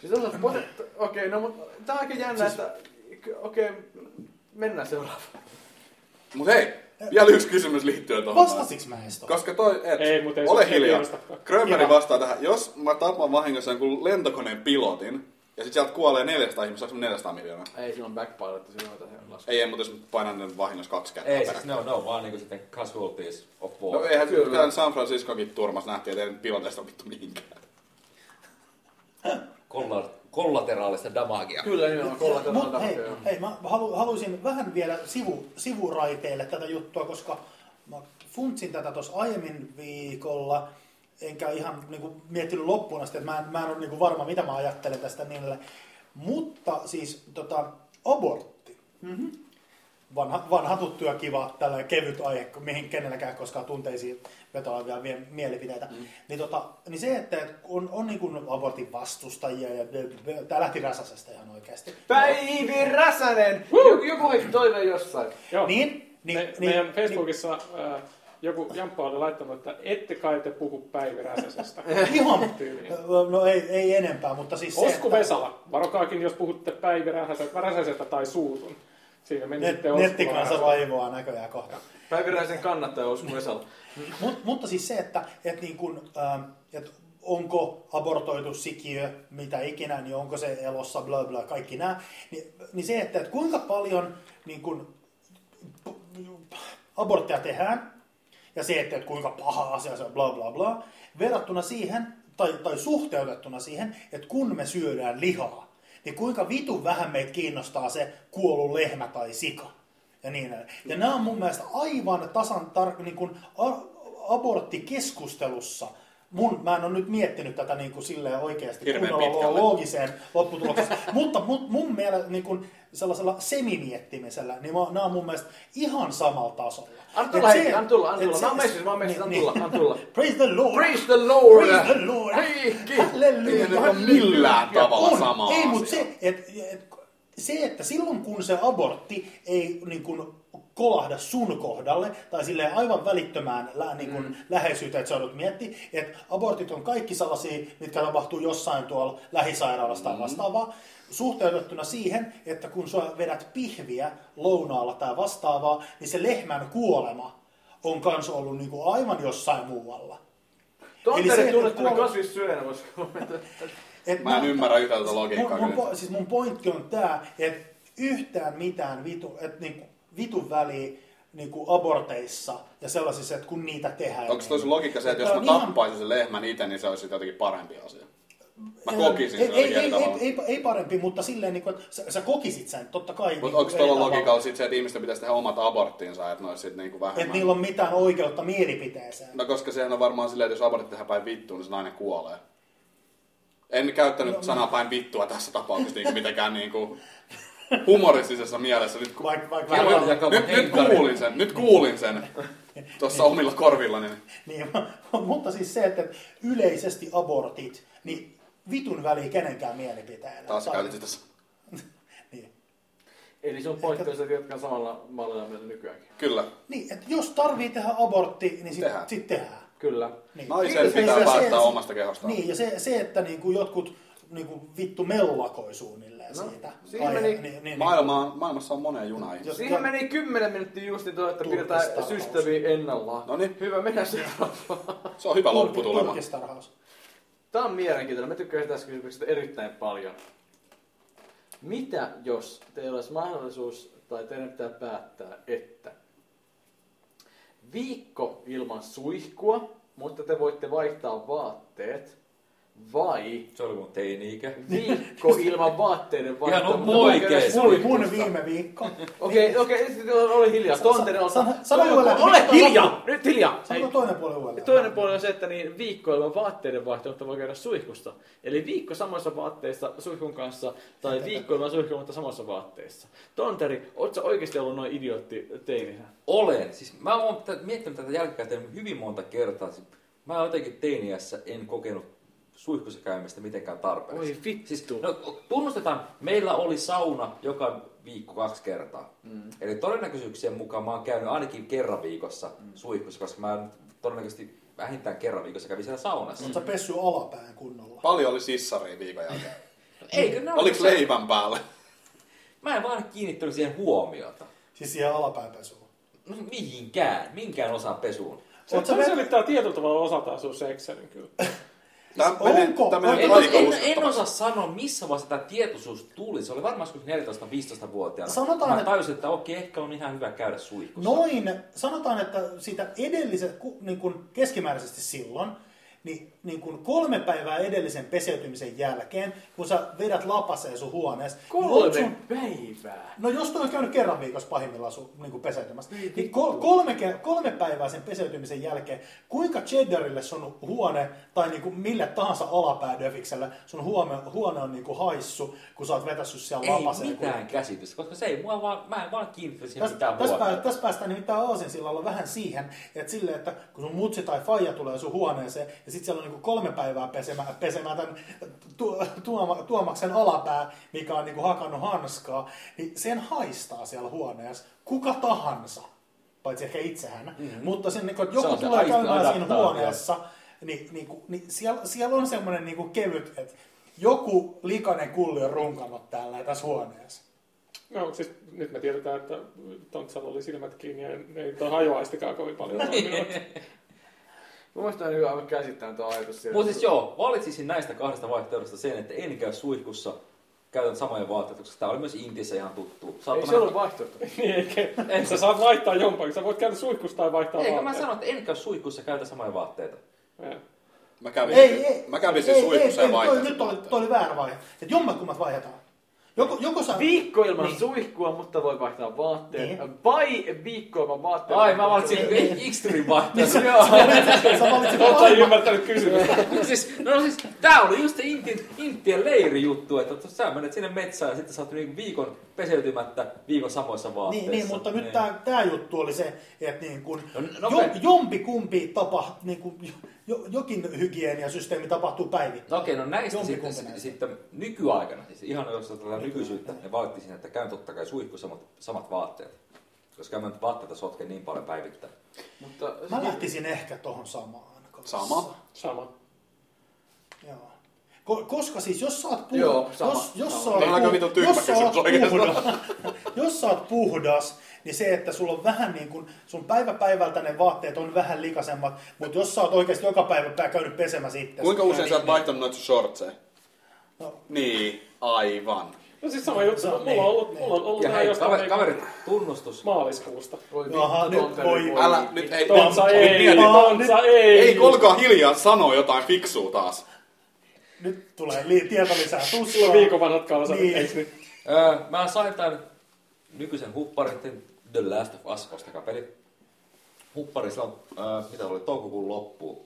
[SPEAKER 1] Siis on se pote... Okei, no mutta tää on aika jännä, että... Okei, mennään seuraavaan.
[SPEAKER 3] Mut hei, vielä yksi kysymys liittyen tuohon.
[SPEAKER 2] Vastasiks mä edes tuohon?
[SPEAKER 3] Koska toi, et,
[SPEAKER 4] Ei, mut ei
[SPEAKER 3] ole
[SPEAKER 4] se
[SPEAKER 3] hiljaa.
[SPEAKER 4] kiinnostakaan.
[SPEAKER 3] Grönberg
[SPEAKER 2] Joo.
[SPEAKER 3] vastaa tähän, jos mä tapan vahingossa jonkun lentokoneen pilotin, ja sit sieltä kuolee 400 ihmistä, saanko mä 400 miljoonaa?
[SPEAKER 1] Ei, silloin backpilotti, silloin jotain lasku.
[SPEAKER 3] Ei, ei, mutta jos mä painan ne vahingossa kaksi kertaa
[SPEAKER 5] Ei siis,
[SPEAKER 3] peräkkäin.
[SPEAKER 5] ne on, ne on vaan niinku sitten casualties of war.
[SPEAKER 3] No eihän
[SPEAKER 1] Kyllä.
[SPEAKER 3] kyllä. San Franciscokin turmassa nähtiin, että ei nyt piloteista ole vittu mihinkään.
[SPEAKER 5] Kolla- kollateraalista damagea.
[SPEAKER 1] Kyllä, niin nimenomaan
[SPEAKER 2] Mut
[SPEAKER 1] kollateraalta.
[SPEAKER 2] hei, hei, mä halu, haluaisin vähän vielä sivu, sivuraiteille tätä juttua, koska mä funtsin tätä tuossa aiemmin viikolla, enkä ihan niinku miettinyt loppuun asti, että mä en, mä en ole niinku varma, mitä mä ajattelen tästä niille. Mutta siis tota, abortti. vanha, vanha tuttu ja kiva tällainen kevyt aihe, kun mihin kenelläkään koskaan tunteisiin vetoavia vie- mielipiteitä. Mm. Niin, tota, niin se, että on, on niin kuin abortin vastustajia ja tämä lähti Räsäsestä ihan oikeasti.
[SPEAKER 1] Päivi Räsänen! Joku, joku heitti toiveen jossain.
[SPEAKER 4] joo.
[SPEAKER 2] Niin, niin,
[SPEAKER 4] Me,
[SPEAKER 2] niin,
[SPEAKER 4] meidän Facebookissa ää, joku Jamppa oli laittanut, että ette kai te puhu Päivi Räsäsestä.
[SPEAKER 2] niin, ihan,
[SPEAKER 4] tyyliin.
[SPEAKER 2] no ei, ei enempää, mutta siis [LAUGHS] se,
[SPEAKER 4] Osku
[SPEAKER 2] että
[SPEAKER 4] Vesala, varokaakin jos puhutte Päivi Räsäsestä, Räsäsestä tai Suutun. Siinä meni
[SPEAKER 2] net,
[SPEAKER 4] sitten Osku
[SPEAKER 2] nettikansa
[SPEAKER 4] Väsala.
[SPEAKER 2] raivoaa näköjään kohta.
[SPEAKER 1] Päivi Räsänen kannattaja Osmo Vesala.
[SPEAKER 2] Mut, mutta siis se, että et niin kun, ähm, et onko abortoitu sikiö, mitä ikinä, niin onko se elossa, bla bla, kaikki nämä, niin, niin se, että et kuinka paljon niin kun, p- abortteja tehdään, ja se, että et kuinka paha asia se on, bla bla bla, verrattuna siihen, tai, tai suhteutettuna siihen, että kun me syödään lihaa, niin kuinka vitun vähän meitä kiinnostaa se kuollut lehmä tai sika. Ja niin edelleen. Ja nämä on mun mielestä aivan tasan tar- niin kuin a- aborttikeskustelussa. Mun, mä en ole nyt miettinyt tätä niin kuin silleen oikeasti
[SPEAKER 3] Hirveän
[SPEAKER 2] kunnolla
[SPEAKER 3] pitkälle.
[SPEAKER 2] loogiseen lopputulokseen, [LAUGHS] mutta mun, mun mielestä niin kuin sellaisella semimiettimisellä, niin nämä on mun mielestä ihan samalla tasolla.
[SPEAKER 1] Anna
[SPEAKER 2] Et
[SPEAKER 1] tulla,
[SPEAKER 2] se-
[SPEAKER 1] Heikki, anna tulla, anna
[SPEAKER 2] et
[SPEAKER 1] tulla.
[SPEAKER 2] se-
[SPEAKER 1] Mä oon messissä, mä oon messissä, anna
[SPEAKER 2] niin,
[SPEAKER 1] tulla,
[SPEAKER 2] niin.
[SPEAKER 1] anna tulla.
[SPEAKER 2] Praise the Lord!
[SPEAKER 1] Praise the Lord!
[SPEAKER 2] Praise the Lord!
[SPEAKER 1] Heikki!
[SPEAKER 3] Ei
[SPEAKER 2] Halleluja!
[SPEAKER 3] ne ole millään tavalla
[SPEAKER 2] On.
[SPEAKER 3] sama
[SPEAKER 2] Ei,
[SPEAKER 3] asia.
[SPEAKER 2] mutta se, et, et, se, että silloin kun se abortti ei niin kun, kolahda sun kohdalle tai silleen aivan välittömään lä, niin
[SPEAKER 3] Mm.
[SPEAKER 2] kun, läheisyyteen, että sä joudut miettiä, että abortit on kaikki sellaisia, mitkä tapahtuu jossain tuolla lähisairaalassa
[SPEAKER 3] Mm.
[SPEAKER 2] tai vastaavaa, suhteutettuna siihen, että kun sä vedät pihviä lounaalla tai vastaavaa, niin se lehmän kuolema on kans ollut niin kun, aivan jossain muualla. Eli se,
[SPEAKER 1] Tonteri
[SPEAKER 2] että
[SPEAKER 1] tunnettuna
[SPEAKER 2] kuolla-
[SPEAKER 1] kasvissyöjänä, voisiko kommentoida.
[SPEAKER 2] Et
[SPEAKER 3] Mä en ymmärrä yhtään tätä logiikkaa.
[SPEAKER 2] Mun, mun,
[SPEAKER 3] kyllä.
[SPEAKER 2] po- siis mun pointti on tää, että yhtään mitään vitu, et niinku, vitun väliä niinku aborteissa ja sellaisissa, että kun niitä tehdään. niin-
[SPEAKER 3] Onko toi se logiikka se, että jos
[SPEAKER 2] Tää
[SPEAKER 3] mä
[SPEAKER 2] on
[SPEAKER 3] tappaisin sen lehmän itse, niin se olisi jotenkin parempi asia? Mä
[SPEAKER 2] Ihan,
[SPEAKER 3] kokisin
[SPEAKER 2] ei,
[SPEAKER 3] sen
[SPEAKER 2] ei,
[SPEAKER 3] jotenkin eri
[SPEAKER 2] ei, ei,
[SPEAKER 3] tavalla.
[SPEAKER 2] ei, ei, parempi, mutta silleen, niinku, että sä, sä, kokisit sen, totta kai.
[SPEAKER 3] Mutta
[SPEAKER 2] niinku
[SPEAKER 3] onko
[SPEAKER 2] eri
[SPEAKER 3] tuolla
[SPEAKER 2] tavalla.
[SPEAKER 3] logiikalla sit se, että ihmisten pitäisi tehdä omat aborttinsa, että ne olisi sit niinku
[SPEAKER 2] Että
[SPEAKER 3] vähemmän...
[SPEAKER 2] niillä on mitään oikeutta mielipiteeseen.
[SPEAKER 3] No koska sehän on varmaan silleen, että jos abortti tehdään päin vittuun, niin se nainen kuolee.
[SPEAKER 2] No.
[SPEAKER 3] En käyttänyt sanaa päin vittua tässä tapauksessa niinku mitenkään niinku humoristisessa mielessä. Nyt, ku-
[SPEAKER 2] Vaikka, vaikka,
[SPEAKER 5] Vähän
[SPEAKER 3] nyt,
[SPEAKER 5] on jakava
[SPEAKER 3] nyt, nyt
[SPEAKER 5] henkari.
[SPEAKER 3] kuulin sen, nyt
[SPEAKER 2] [LAUGHS]
[SPEAKER 3] kuulin sen tuossa omilla korvillani.
[SPEAKER 2] Niin, [LAUGHS] mutta siis se, että yleisesti abortit, niin vitun väliä kenenkään mielipiteellä.
[SPEAKER 3] Taas
[SPEAKER 2] Tai-
[SPEAKER 3] käytit tässä.
[SPEAKER 2] Niin,
[SPEAKER 1] Eli se on poikkeuset, jotka on samalla mallilla meillä nykyäänkin.
[SPEAKER 3] Kyllä.
[SPEAKER 2] niin että jos tarvii tehdä abortti, niin sitten
[SPEAKER 3] Tehdään.
[SPEAKER 2] sit tehdään.
[SPEAKER 1] Kyllä.
[SPEAKER 2] Niin.
[SPEAKER 3] Naisen
[SPEAKER 2] Se-
[SPEAKER 3] pitää
[SPEAKER 2] se-
[SPEAKER 3] päättää
[SPEAKER 2] se-
[SPEAKER 3] omasta kehostaan.
[SPEAKER 2] Niin, ja se, se että niinku jotkut niinku vittu mellakoi suunnilleen
[SPEAKER 1] No,
[SPEAKER 2] siitä.
[SPEAKER 1] siinä meni-
[SPEAKER 2] niin, niin, niin,
[SPEAKER 3] Maailma, maailmassa on moneen junaa ihmisiä.
[SPEAKER 2] Jos-
[SPEAKER 1] Siihen meni 10 minuuttia just niin, että pidetään
[SPEAKER 2] Turkistarhaus.
[SPEAKER 1] systeemi ennallaan.
[SPEAKER 3] Noniin.
[SPEAKER 1] Hyvä, mennään seuraavaan.
[SPEAKER 3] Se on hyvä
[SPEAKER 2] turki-
[SPEAKER 3] lopputulema.
[SPEAKER 2] Turkistarhaus.
[SPEAKER 1] Tämä on mielenkiintoinen. Mä tykkään tästä kysymyksestä erittäin paljon. Mitä jos teillä olisi mahdollisuus tai teidän pitää päättää, että viikko ilman suihkua, mutta te voitte vaihtaa vaatteet, vai
[SPEAKER 5] Se oli mun teini-ikä.
[SPEAKER 1] viikko ilman vaatteiden vaihtamista?
[SPEAKER 5] Ihan oikeesti.
[SPEAKER 2] Mun, mun viime
[SPEAKER 1] [LAUGHS]
[SPEAKER 2] viikko.
[SPEAKER 1] Okei, okei, nyt ole hiljaa. Tonteri, ole,
[SPEAKER 2] Sano- sano uudelleen.
[SPEAKER 1] ole hiljaa! Nyt hiljaa!
[SPEAKER 2] Saanko toinen puoli uudelleen?
[SPEAKER 1] Ja toinen puoli on se, että niin viikkoilla vaatteiden vaihtoehto voi käydä suihkusta. Eli viikko samoissa vaatteissa suihkun kanssa tai viikkoilla suihkumatta samassa vaatteissa. Tonteri, oot sä oikeesti ollut noin idiootti teininä?
[SPEAKER 5] Olen. Siis mä oon tä- miettinyt tätä jälkikäteen hyvin monta kertaa. Siis Mä jotenkin teiniässä en kokenut suihkussa käymistä mitenkään tarpeeksi.
[SPEAKER 1] Oi vittu.
[SPEAKER 5] Siis, no, tunnustetaan, meillä oli sauna joka viikko kaksi kertaa. Mm. Eli todennäköisyyksien mukaan mä oon käynyt ainakin kerran viikossa mm. suihkussa, koska mä nyt todennäköisesti vähintään kerran viikossa kävin siellä saunassa. Mm.
[SPEAKER 2] Sä pessy alapään kunnolla.
[SPEAKER 3] Paljon oli sissaria viikon jälkeen.
[SPEAKER 5] Eikö ne
[SPEAKER 3] Oliko leivän päällä?
[SPEAKER 5] Mä en vaan kiinnittänyt siihen huomiota.
[SPEAKER 2] Siis siihen alapään pesuun.
[SPEAKER 5] No, mihinkään, minkään osaan pesuun.
[SPEAKER 4] Se,
[SPEAKER 2] Oot sä
[SPEAKER 4] se
[SPEAKER 2] vet-
[SPEAKER 4] selittää tietyllä tavalla osaltaan sun sekselin kyllä. [LAUGHS]
[SPEAKER 3] Tämä
[SPEAKER 2] Onko?
[SPEAKER 3] menee, tämä menee
[SPEAKER 5] En,
[SPEAKER 2] Onko?
[SPEAKER 3] aika
[SPEAKER 5] en, en
[SPEAKER 3] uskottavasti.
[SPEAKER 5] osaa sanoa, missä vaiheessa tämä tietoisuus tuli. Se oli varmaan joskus 14-15-vuotiaana.
[SPEAKER 2] Sanotaan,
[SPEAKER 5] Mä
[SPEAKER 2] että-
[SPEAKER 5] tajusin, että okei, ehkä on ihan hyvä käydä suihkussa.
[SPEAKER 2] Noin, sanotaan, että siitä edelliset, ku- niin kuin keskimääräisesti silloin, niin, niin kuin kolme päivää edellisen peseytymisen jälkeen, kun sä vedät lapaseen sun huoneessa, niin
[SPEAKER 1] Kolme
[SPEAKER 2] sun-
[SPEAKER 1] päivää!
[SPEAKER 2] No jos toi on käynyt kerran viikossa pahimmillaan sun niin kuin peseytymässä, niin kol- kolme, ke- kolme päivää sen peseytymisen jälkeen, kuinka cheddarille sun huone tai niin kuin millä tahansa alapäädöfiksellä sun huone, huone on niin kuin haissu, kun sä oot vetässyt siellä
[SPEAKER 5] ei
[SPEAKER 2] lapaseen. niin
[SPEAKER 5] mitään käsitystä, koska se ei mua vaan, mä en vaan kiinnitty siihen
[SPEAKER 2] Tässä
[SPEAKER 5] mitään
[SPEAKER 2] täs
[SPEAKER 5] huomiota.
[SPEAKER 2] pää, täs päästään nimittäin Aasinsillalla vähän siihen, että sille, että kun sun mutsi tai faija tulee sun huoneeseen ja sitten siellä on niinku kolme päivää pesemään, pesemään tämän tu, tuoma, Tuomaksen alapää, mikä on niinku hakannut hanskaa, niin sen haistaa siellä huoneessa kuka tahansa, paitsi ehkä itsehän. Mm-hmm. Mutta sen, niinku, että
[SPEAKER 5] Se
[SPEAKER 2] joku
[SPEAKER 5] on se
[SPEAKER 2] tulee
[SPEAKER 5] aisti-
[SPEAKER 2] käymään siinä
[SPEAKER 5] adaptaatio.
[SPEAKER 2] huoneessa, niin, niinku, niin siellä, siellä on semmoinen niinku kevyt, että joku likainen kulli on runkannut täällä tässä huoneessa.
[SPEAKER 4] No siis nyt me tiedetään, että Tontsalla oli silmät kiinni ja ei- ei toi hajoaistikaan kovin
[SPEAKER 2] [LAUGHS]
[SPEAKER 4] paljon Niin, toiminut.
[SPEAKER 1] Mun mielestä on hyvä aivan käsittämätön ajatus siitä.
[SPEAKER 5] Mutta siis joo, valitsisin näistä kahdesta vaihtoehdosta sen, että en käy suihkussa, käytän samoja vaatteita, koska tää oli myös Intissä ihan tuttu.
[SPEAKER 1] Ei se ollut vaihtoehto.
[SPEAKER 4] niin, eikä, et sä saat vaihtaa jompakin, sä voit käydä suihkussa tai vaihtaa
[SPEAKER 5] Eikö mä
[SPEAKER 4] vaatteet.
[SPEAKER 5] sano, että en käy suihkussa, käytä samoja vaatteita.
[SPEAKER 4] Joo.
[SPEAKER 3] Mä kävin,
[SPEAKER 2] Ei, ei.
[SPEAKER 3] mä kävin siis suihkussa
[SPEAKER 2] ei,
[SPEAKER 3] ja
[SPEAKER 2] ei, toi,
[SPEAKER 3] vaihtelin.
[SPEAKER 2] nyt oli, toi oli väärä vaihe. Että jommatkummat vaihdetaan. Joko, joko sä...
[SPEAKER 1] Viikko ilman
[SPEAKER 2] Niin.
[SPEAKER 1] suihkua, mutta voi vaihtaa vaatteet.
[SPEAKER 2] Niin.
[SPEAKER 1] Vai viikko ilman vaatteet.
[SPEAKER 5] Ai, mä valitsin
[SPEAKER 1] siis-
[SPEAKER 5] extreme vaatteita.
[SPEAKER 2] [LAUGHS] Sä valitsit- sä valitsit
[SPEAKER 4] Totta ei
[SPEAKER 2] vain-
[SPEAKER 4] ymmärtänyt
[SPEAKER 5] [LAUGHS]
[SPEAKER 4] kysymystä.
[SPEAKER 5] No siis, no siis, tää oli just se Intin, Intien leirijuttu, että tu- sä menet sinne metsään ja sitten sä oot niinku viikon peseytymättä viikon samoissa vaatteissa.
[SPEAKER 2] Niin, niin, mutta nyt tää, tää juttu oli se, että niin kun
[SPEAKER 5] No,
[SPEAKER 2] jo,
[SPEAKER 5] nopea.
[SPEAKER 2] jompi kumpi tapa, niin kun, jo, jokin hygieniasysteemi tapahtuu päivittäin.
[SPEAKER 5] No okei, no näistä
[SPEAKER 2] Jompikumpi
[SPEAKER 5] sitten,
[SPEAKER 2] näistä.
[SPEAKER 5] näistä. sitten nykyaikana, siis ihan jos tätä nykyisyyttä, ne vaatisin, että käyn totta kai suihkussa samat, samat vaatteet. Koska en mä nyt vaatteita sotke niin paljon päivittäin.
[SPEAKER 1] Mutta
[SPEAKER 2] Mä lähtisin ehkä tohon samaan. kanssa.
[SPEAKER 3] No, Sama.
[SPEAKER 4] Sama.
[SPEAKER 2] Joo. Ko- Koska siis, jos sä oot, puh-
[SPEAKER 1] Joo, sama,
[SPEAKER 2] jos, jos sä
[SPEAKER 1] sama.
[SPEAKER 2] oot,
[SPEAKER 3] Toi on aika
[SPEAKER 2] puh-
[SPEAKER 3] vitun tyhmä
[SPEAKER 2] jos sä oot
[SPEAKER 3] kysymys oikeastaan.
[SPEAKER 2] puhdas, [LAUGHS] jos sä oot puhdas, niin se, että sulla on vähän niin kuin, sun päivä päivältä ne vaatteet on vähän likasemmat, mutta jos sä oot oikeasti joka päivä pää- käynyt pesemässä itse.
[SPEAKER 3] Kuinka usein sä oot vaihtanut noita sun shortseja?
[SPEAKER 2] No.
[SPEAKER 3] Niin, aivan.
[SPEAKER 4] No siis sama juttu, mulla on ollut, mulla on ollut
[SPEAKER 5] Ja
[SPEAKER 4] nää
[SPEAKER 5] hei,
[SPEAKER 4] jostain
[SPEAKER 5] kaverit,
[SPEAKER 4] niinku
[SPEAKER 5] kaverit tunnustus.
[SPEAKER 4] maaliskuusta.
[SPEAKER 1] Voi
[SPEAKER 2] Jaha,
[SPEAKER 1] vittu,
[SPEAKER 2] nyt
[SPEAKER 1] Tonteri,
[SPEAKER 2] voi-
[SPEAKER 3] Älä, nyt ei,
[SPEAKER 2] Tom-
[SPEAKER 4] Tontsa ei,
[SPEAKER 2] Nyt-
[SPEAKER 4] Tontsa ei.
[SPEAKER 3] ei, kun olkaa hiljaa sanoa jotain fiksua taas.
[SPEAKER 2] Nyt tulee li- tieto lisää
[SPEAKER 4] Sulla
[SPEAKER 2] tuskaa.
[SPEAKER 4] on viikon vanhat kalsarit,
[SPEAKER 2] Niin.
[SPEAKER 4] niin. eiks nyt?
[SPEAKER 5] Öö, mä sain tämän nykyisen hupparin, The Last of Us, ostakaa peli. Huppari silloin, öö, mitä oli, toukokuun loppuun.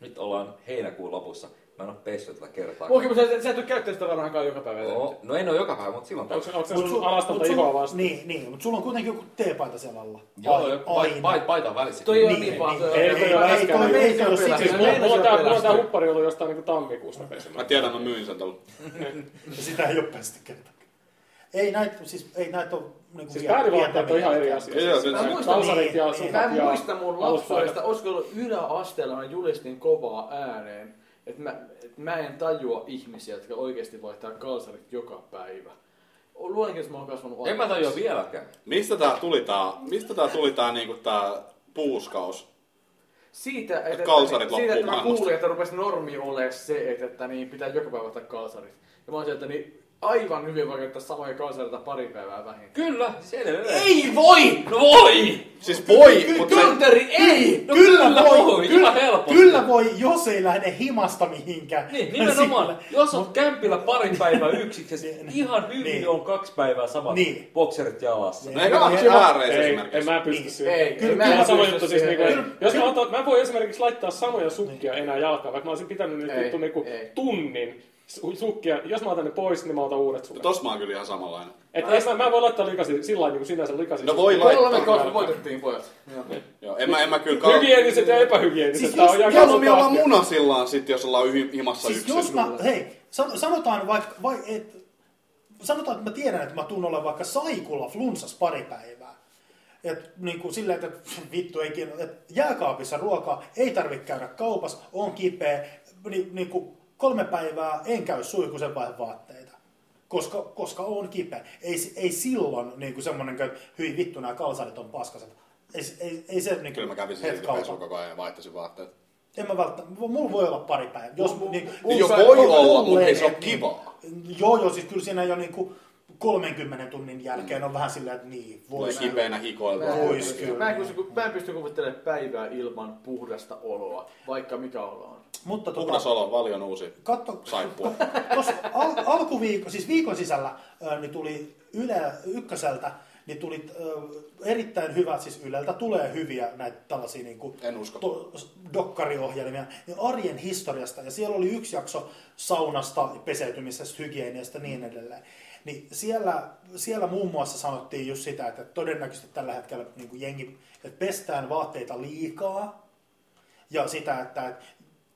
[SPEAKER 5] Nyt ollaan heinäkuun lopussa. Mä en ole peissyt tätä kertaa.
[SPEAKER 1] Muokin, mutta sä, sä et ole käyttänyt sitä varmaankaan joka päivä.
[SPEAKER 5] No, no en ole joka päivä, mutta silloin
[SPEAKER 4] Onko se,
[SPEAKER 5] täytyy.
[SPEAKER 4] onko se
[SPEAKER 2] Mut
[SPEAKER 4] sun
[SPEAKER 2] sul-
[SPEAKER 4] alastonta
[SPEAKER 2] mut sul-
[SPEAKER 4] ihoa vastaan?
[SPEAKER 2] Niin, niin, mutta sulla on kuitenkin joku teepaita siellä alla.
[SPEAKER 5] Joo,
[SPEAKER 2] Ai-
[SPEAKER 5] joo, pait,
[SPEAKER 2] aina.
[SPEAKER 5] pait, paita on välissä.
[SPEAKER 1] Toi on
[SPEAKER 2] Niin,
[SPEAKER 1] niin paha.
[SPEAKER 2] niin.
[SPEAKER 1] toi on-
[SPEAKER 4] Ei, toi on
[SPEAKER 1] ei,
[SPEAKER 4] äsken.
[SPEAKER 1] toi- ei, toi-
[SPEAKER 2] Ei, toi-
[SPEAKER 1] ei,
[SPEAKER 4] Siis
[SPEAKER 1] toi-
[SPEAKER 4] mulla,
[SPEAKER 1] ei,
[SPEAKER 4] mulla, on
[SPEAKER 1] toi-
[SPEAKER 4] tää,
[SPEAKER 1] ei,
[SPEAKER 4] mulla on tää
[SPEAKER 1] toi-
[SPEAKER 4] huppari ollut jostain niinku tammikuusta pesimään.
[SPEAKER 3] Mä tiedän, mä myin sen tuolla.
[SPEAKER 2] Ja sitä ei ole päästy kertaakaan. Ei näitä, siis ei näitä ole niinku
[SPEAKER 4] Siis
[SPEAKER 2] vie-
[SPEAKER 4] päädyvaatteet on
[SPEAKER 2] vietäviä.
[SPEAKER 4] ihan eri asia.
[SPEAKER 3] Ei, joo,
[SPEAKER 4] Siis
[SPEAKER 3] se-
[SPEAKER 1] Mä muistan,
[SPEAKER 4] Kalsarit ja
[SPEAKER 2] niin,
[SPEAKER 4] sukat
[SPEAKER 1] Mä en
[SPEAKER 4] ja
[SPEAKER 1] muista mun
[SPEAKER 4] aluspaidat.
[SPEAKER 1] lapsuudesta, olisiko ollut yläasteella, mä julistin kovaa ääneen, että mä, et mä en tajua ihmisiä, jotka oikeasti vaihtaa kalsarit joka päivä. Luulenkin, että mä oon kasvanut
[SPEAKER 5] En mä tajua
[SPEAKER 1] aikuiseksi.
[SPEAKER 5] vieläkään.
[SPEAKER 3] Mistä tää tuli tää, mistä tää tuli tää niinku tää puuskaus?
[SPEAKER 1] Siitä, että, että,
[SPEAKER 3] kalsarit loppuu
[SPEAKER 1] siitä, että mä
[SPEAKER 3] maailmasta.
[SPEAKER 1] kuulin, että rupesi normi olemaan se, että, että niin, pitää joka päivä ottaa kalsarit. Ja mä oon sieltä niin aivan hyvin voi käyttää samoja kalsareita pari päivää vähin.
[SPEAKER 5] Kyllä, siis edelleen.
[SPEAKER 1] Ei voi!
[SPEAKER 5] No voi!
[SPEAKER 3] Siis voi,
[SPEAKER 1] Ky-
[SPEAKER 3] mutta se,
[SPEAKER 1] Tunteri, ei!
[SPEAKER 5] No
[SPEAKER 2] Kyllä
[SPEAKER 5] voi,
[SPEAKER 2] voi,
[SPEAKER 5] ihan
[SPEAKER 2] kyllä,
[SPEAKER 5] helposti.
[SPEAKER 2] kyllä voi, jos ei lähde himasta mihinkään. Siis
[SPEAKER 5] Niin, nimenomaan.
[SPEAKER 2] Sillä-
[SPEAKER 5] Jos oot kämpillä parin päivää yksiksessä, ihan hyvin
[SPEAKER 2] Niin.
[SPEAKER 5] on kaksi päivää samat
[SPEAKER 2] Niin.
[SPEAKER 5] bokserit jalassa.
[SPEAKER 3] no eikä
[SPEAKER 2] Joo,
[SPEAKER 3] kaksi
[SPEAKER 2] joo.
[SPEAKER 3] ääreissä
[SPEAKER 4] Ei, en
[SPEAKER 3] esimerkiksi.
[SPEAKER 4] mä pysty siihen.
[SPEAKER 1] Ei,
[SPEAKER 2] Kyllä,
[SPEAKER 1] mä
[SPEAKER 4] Mä
[SPEAKER 1] en
[SPEAKER 4] en sama
[SPEAKER 1] pysty
[SPEAKER 4] juttu siis
[SPEAKER 1] siihen.
[SPEAKER 4] niinku,
[SPEAKER 1] Kyllä.
[SPEAKER 4] jos mä, otan, mä voin esimerkiksi laittaa samoja sukkia enää jalkaan, vaikka mä olisin pitänyt nyt
[SPEAKER 1] Ei,
[SPEAKER 4] vittu niinku
[SPEAKER 1] ei.
[SPEAKER 4] tunnin su- sukkia. Jos mä otan ne pois, niin mä otan uudet
[SPEAKER 3] No
[SPEAKER 4] sukat.
[SPEAKER 3] Tos mä oon kyllä ihan samanlainen.
[SPEAKER 4] Et ei, mä, mä en voi laittaa likasi, sillä lailla niinku sinänsä likasi.
[SPEAKER 3] No voi
[SPEAKER 1] Kolme
[SPEAKER 3] laittaa.
[SPEAKER 1] kautta voitettiin pojat. Joo.
[SPEAKER 3] Joo, en mä, en mä kyllä...
[SPEAKER 4] Hygieniset ja epähygieniset.
[SPEAKER 2] Siis
[SPEAKER 4] Tää
[SPEAKER 2] jos-
[SPEAKER 4] on ihan
[SPEAKER 3] Haluan
[SPEAKER 4] kaksi
[SPEAKER 3] me olla
[SPEAKER 4] kahtia.
[SPEAKER 3] munasillaan sit, jos ollaan yhi- himassa
[SPEAKER 2] Siis
[SPEAKER 3] yksin.
[SPEAKER 2] jos mä, hei, san- sanotaan vaikka, vai, et, sanotaan, että mä tiedän, että mä tuun olla vaikka saikulla flunssas pari päivää. Et, niin kuin silleen, että vittu, ei, kiinno- et, jääkaapissa ruokaa, ei tarvitse käydä kaupassa, on kipeä, ni, niin kuin kolme päivää en käy suihkusen vai vaatteita. Koska, koska on kipeä. Ei, s- ei silloin niin kuin semmoinen, että hyi vittu, nämä kalsarit on paskaset. Ei, s- ei, ei se niin
[SPEAKER 3] Kyllä mä kävisin silti pesuun koko ajan ja vaihtaisin vaatteet.
[SPEAKER 2] en mä välttämättä, mulla voi olla pari päivää. Jos, niin,
[SPEAKER 3] Niin jo
[SPEAKER 2] sä-
[SPEAKER 3] voi
[SPEAKER 2] on
[SPEAKER 3] olla,
[SPEAKER 2] tulleen,
[SPEAKER 3] mutta ei se ole
[SPEAKER 2] et niin-
[SPEAKER 3] kivaa.
[SPEAKER 2] Joo, joo, siis kyllä siinä jo niinku 30 tunnin jälkeen on vähän silleen, että niin,
[SPEAKER 3] Mm. Voi
[SPEAKER 2] voi
[SPEAKER 3] kipeänä hikoilla.
[SPEAKER 1] Mä en-
[SPEAKER 2] Vois kyllä.
[SPEAKER 1] Mä en, pysty, mä en pysty kuvittelemaan päivää ilman puhdasta oloa, vaikka mikä olo on.
[SPEAKER 2] Mutta
[SPEAKER 3] Puhdas
[SPEAKER 2] tota,
[SPEAKER 3] olo on paljon uusi
[SPEAKER 2] katso,
[SPEAKER 3] saippua.
[SPEAKER 2] tuossa al, alkuviikon, siis viikon sisällä ää, niin tuli Yle Ykköseltä, niin tuli ää, erittäin hyvä, siis Yleltä tulee hyviä näitä tällaisia niinku,
[SPEAKER 3] En usko.
[SPEAKER 2] to, dokkariohjelmia niin arjen historiasta. Ja siellä oli yksi jakso saunasta, peseytymisestä, hygieniasta ja niin edelleen. Niin siellä, siellä muun muassa sanottiin just sitä, että todennäköisesti tällä hetkellä niin kuin jengi, että pestään vaatteita liikaa ja sitä, että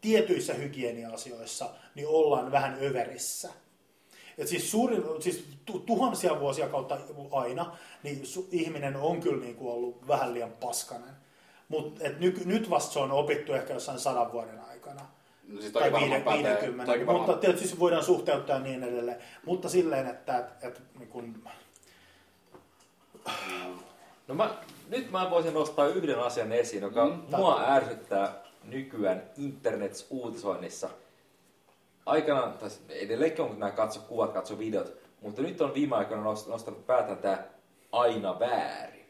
[SPEAKER 2] tietyissä hygienia-asioissa niin ollaan vähän överissä. Et siis, suurin, siis tu, tuhansia vuosia kautta aina niin su, ihminen on kyllä niin kuin ollut vähän liian paskanen. Mutta nyky, nyt vasta se on opittu ehkä jossain sadan vuoden aikana.
[SPEAKER 3] No siis toki varmaan
[SPEAKER 2] viiden-
[SPEAKER 3] pätee. Toki varmaan-
[SPEAKER 2] Mutta tietysti se voidaan suhteuttaa ja niin edelleen. Mutta silleen, että, että, että niin kun,
[SPEAKER 5] No mä, nyt mä voisin nostaa yhden asian esiin, joka mm, mua ärsyttää nykyään internet-uutisoinnissa. Aikanaan, tai siis edelleenkin on nämä katso kuvat, katso videot, mutta nyt on viime aikoina nost- nostanut päätään tämä aina väärin.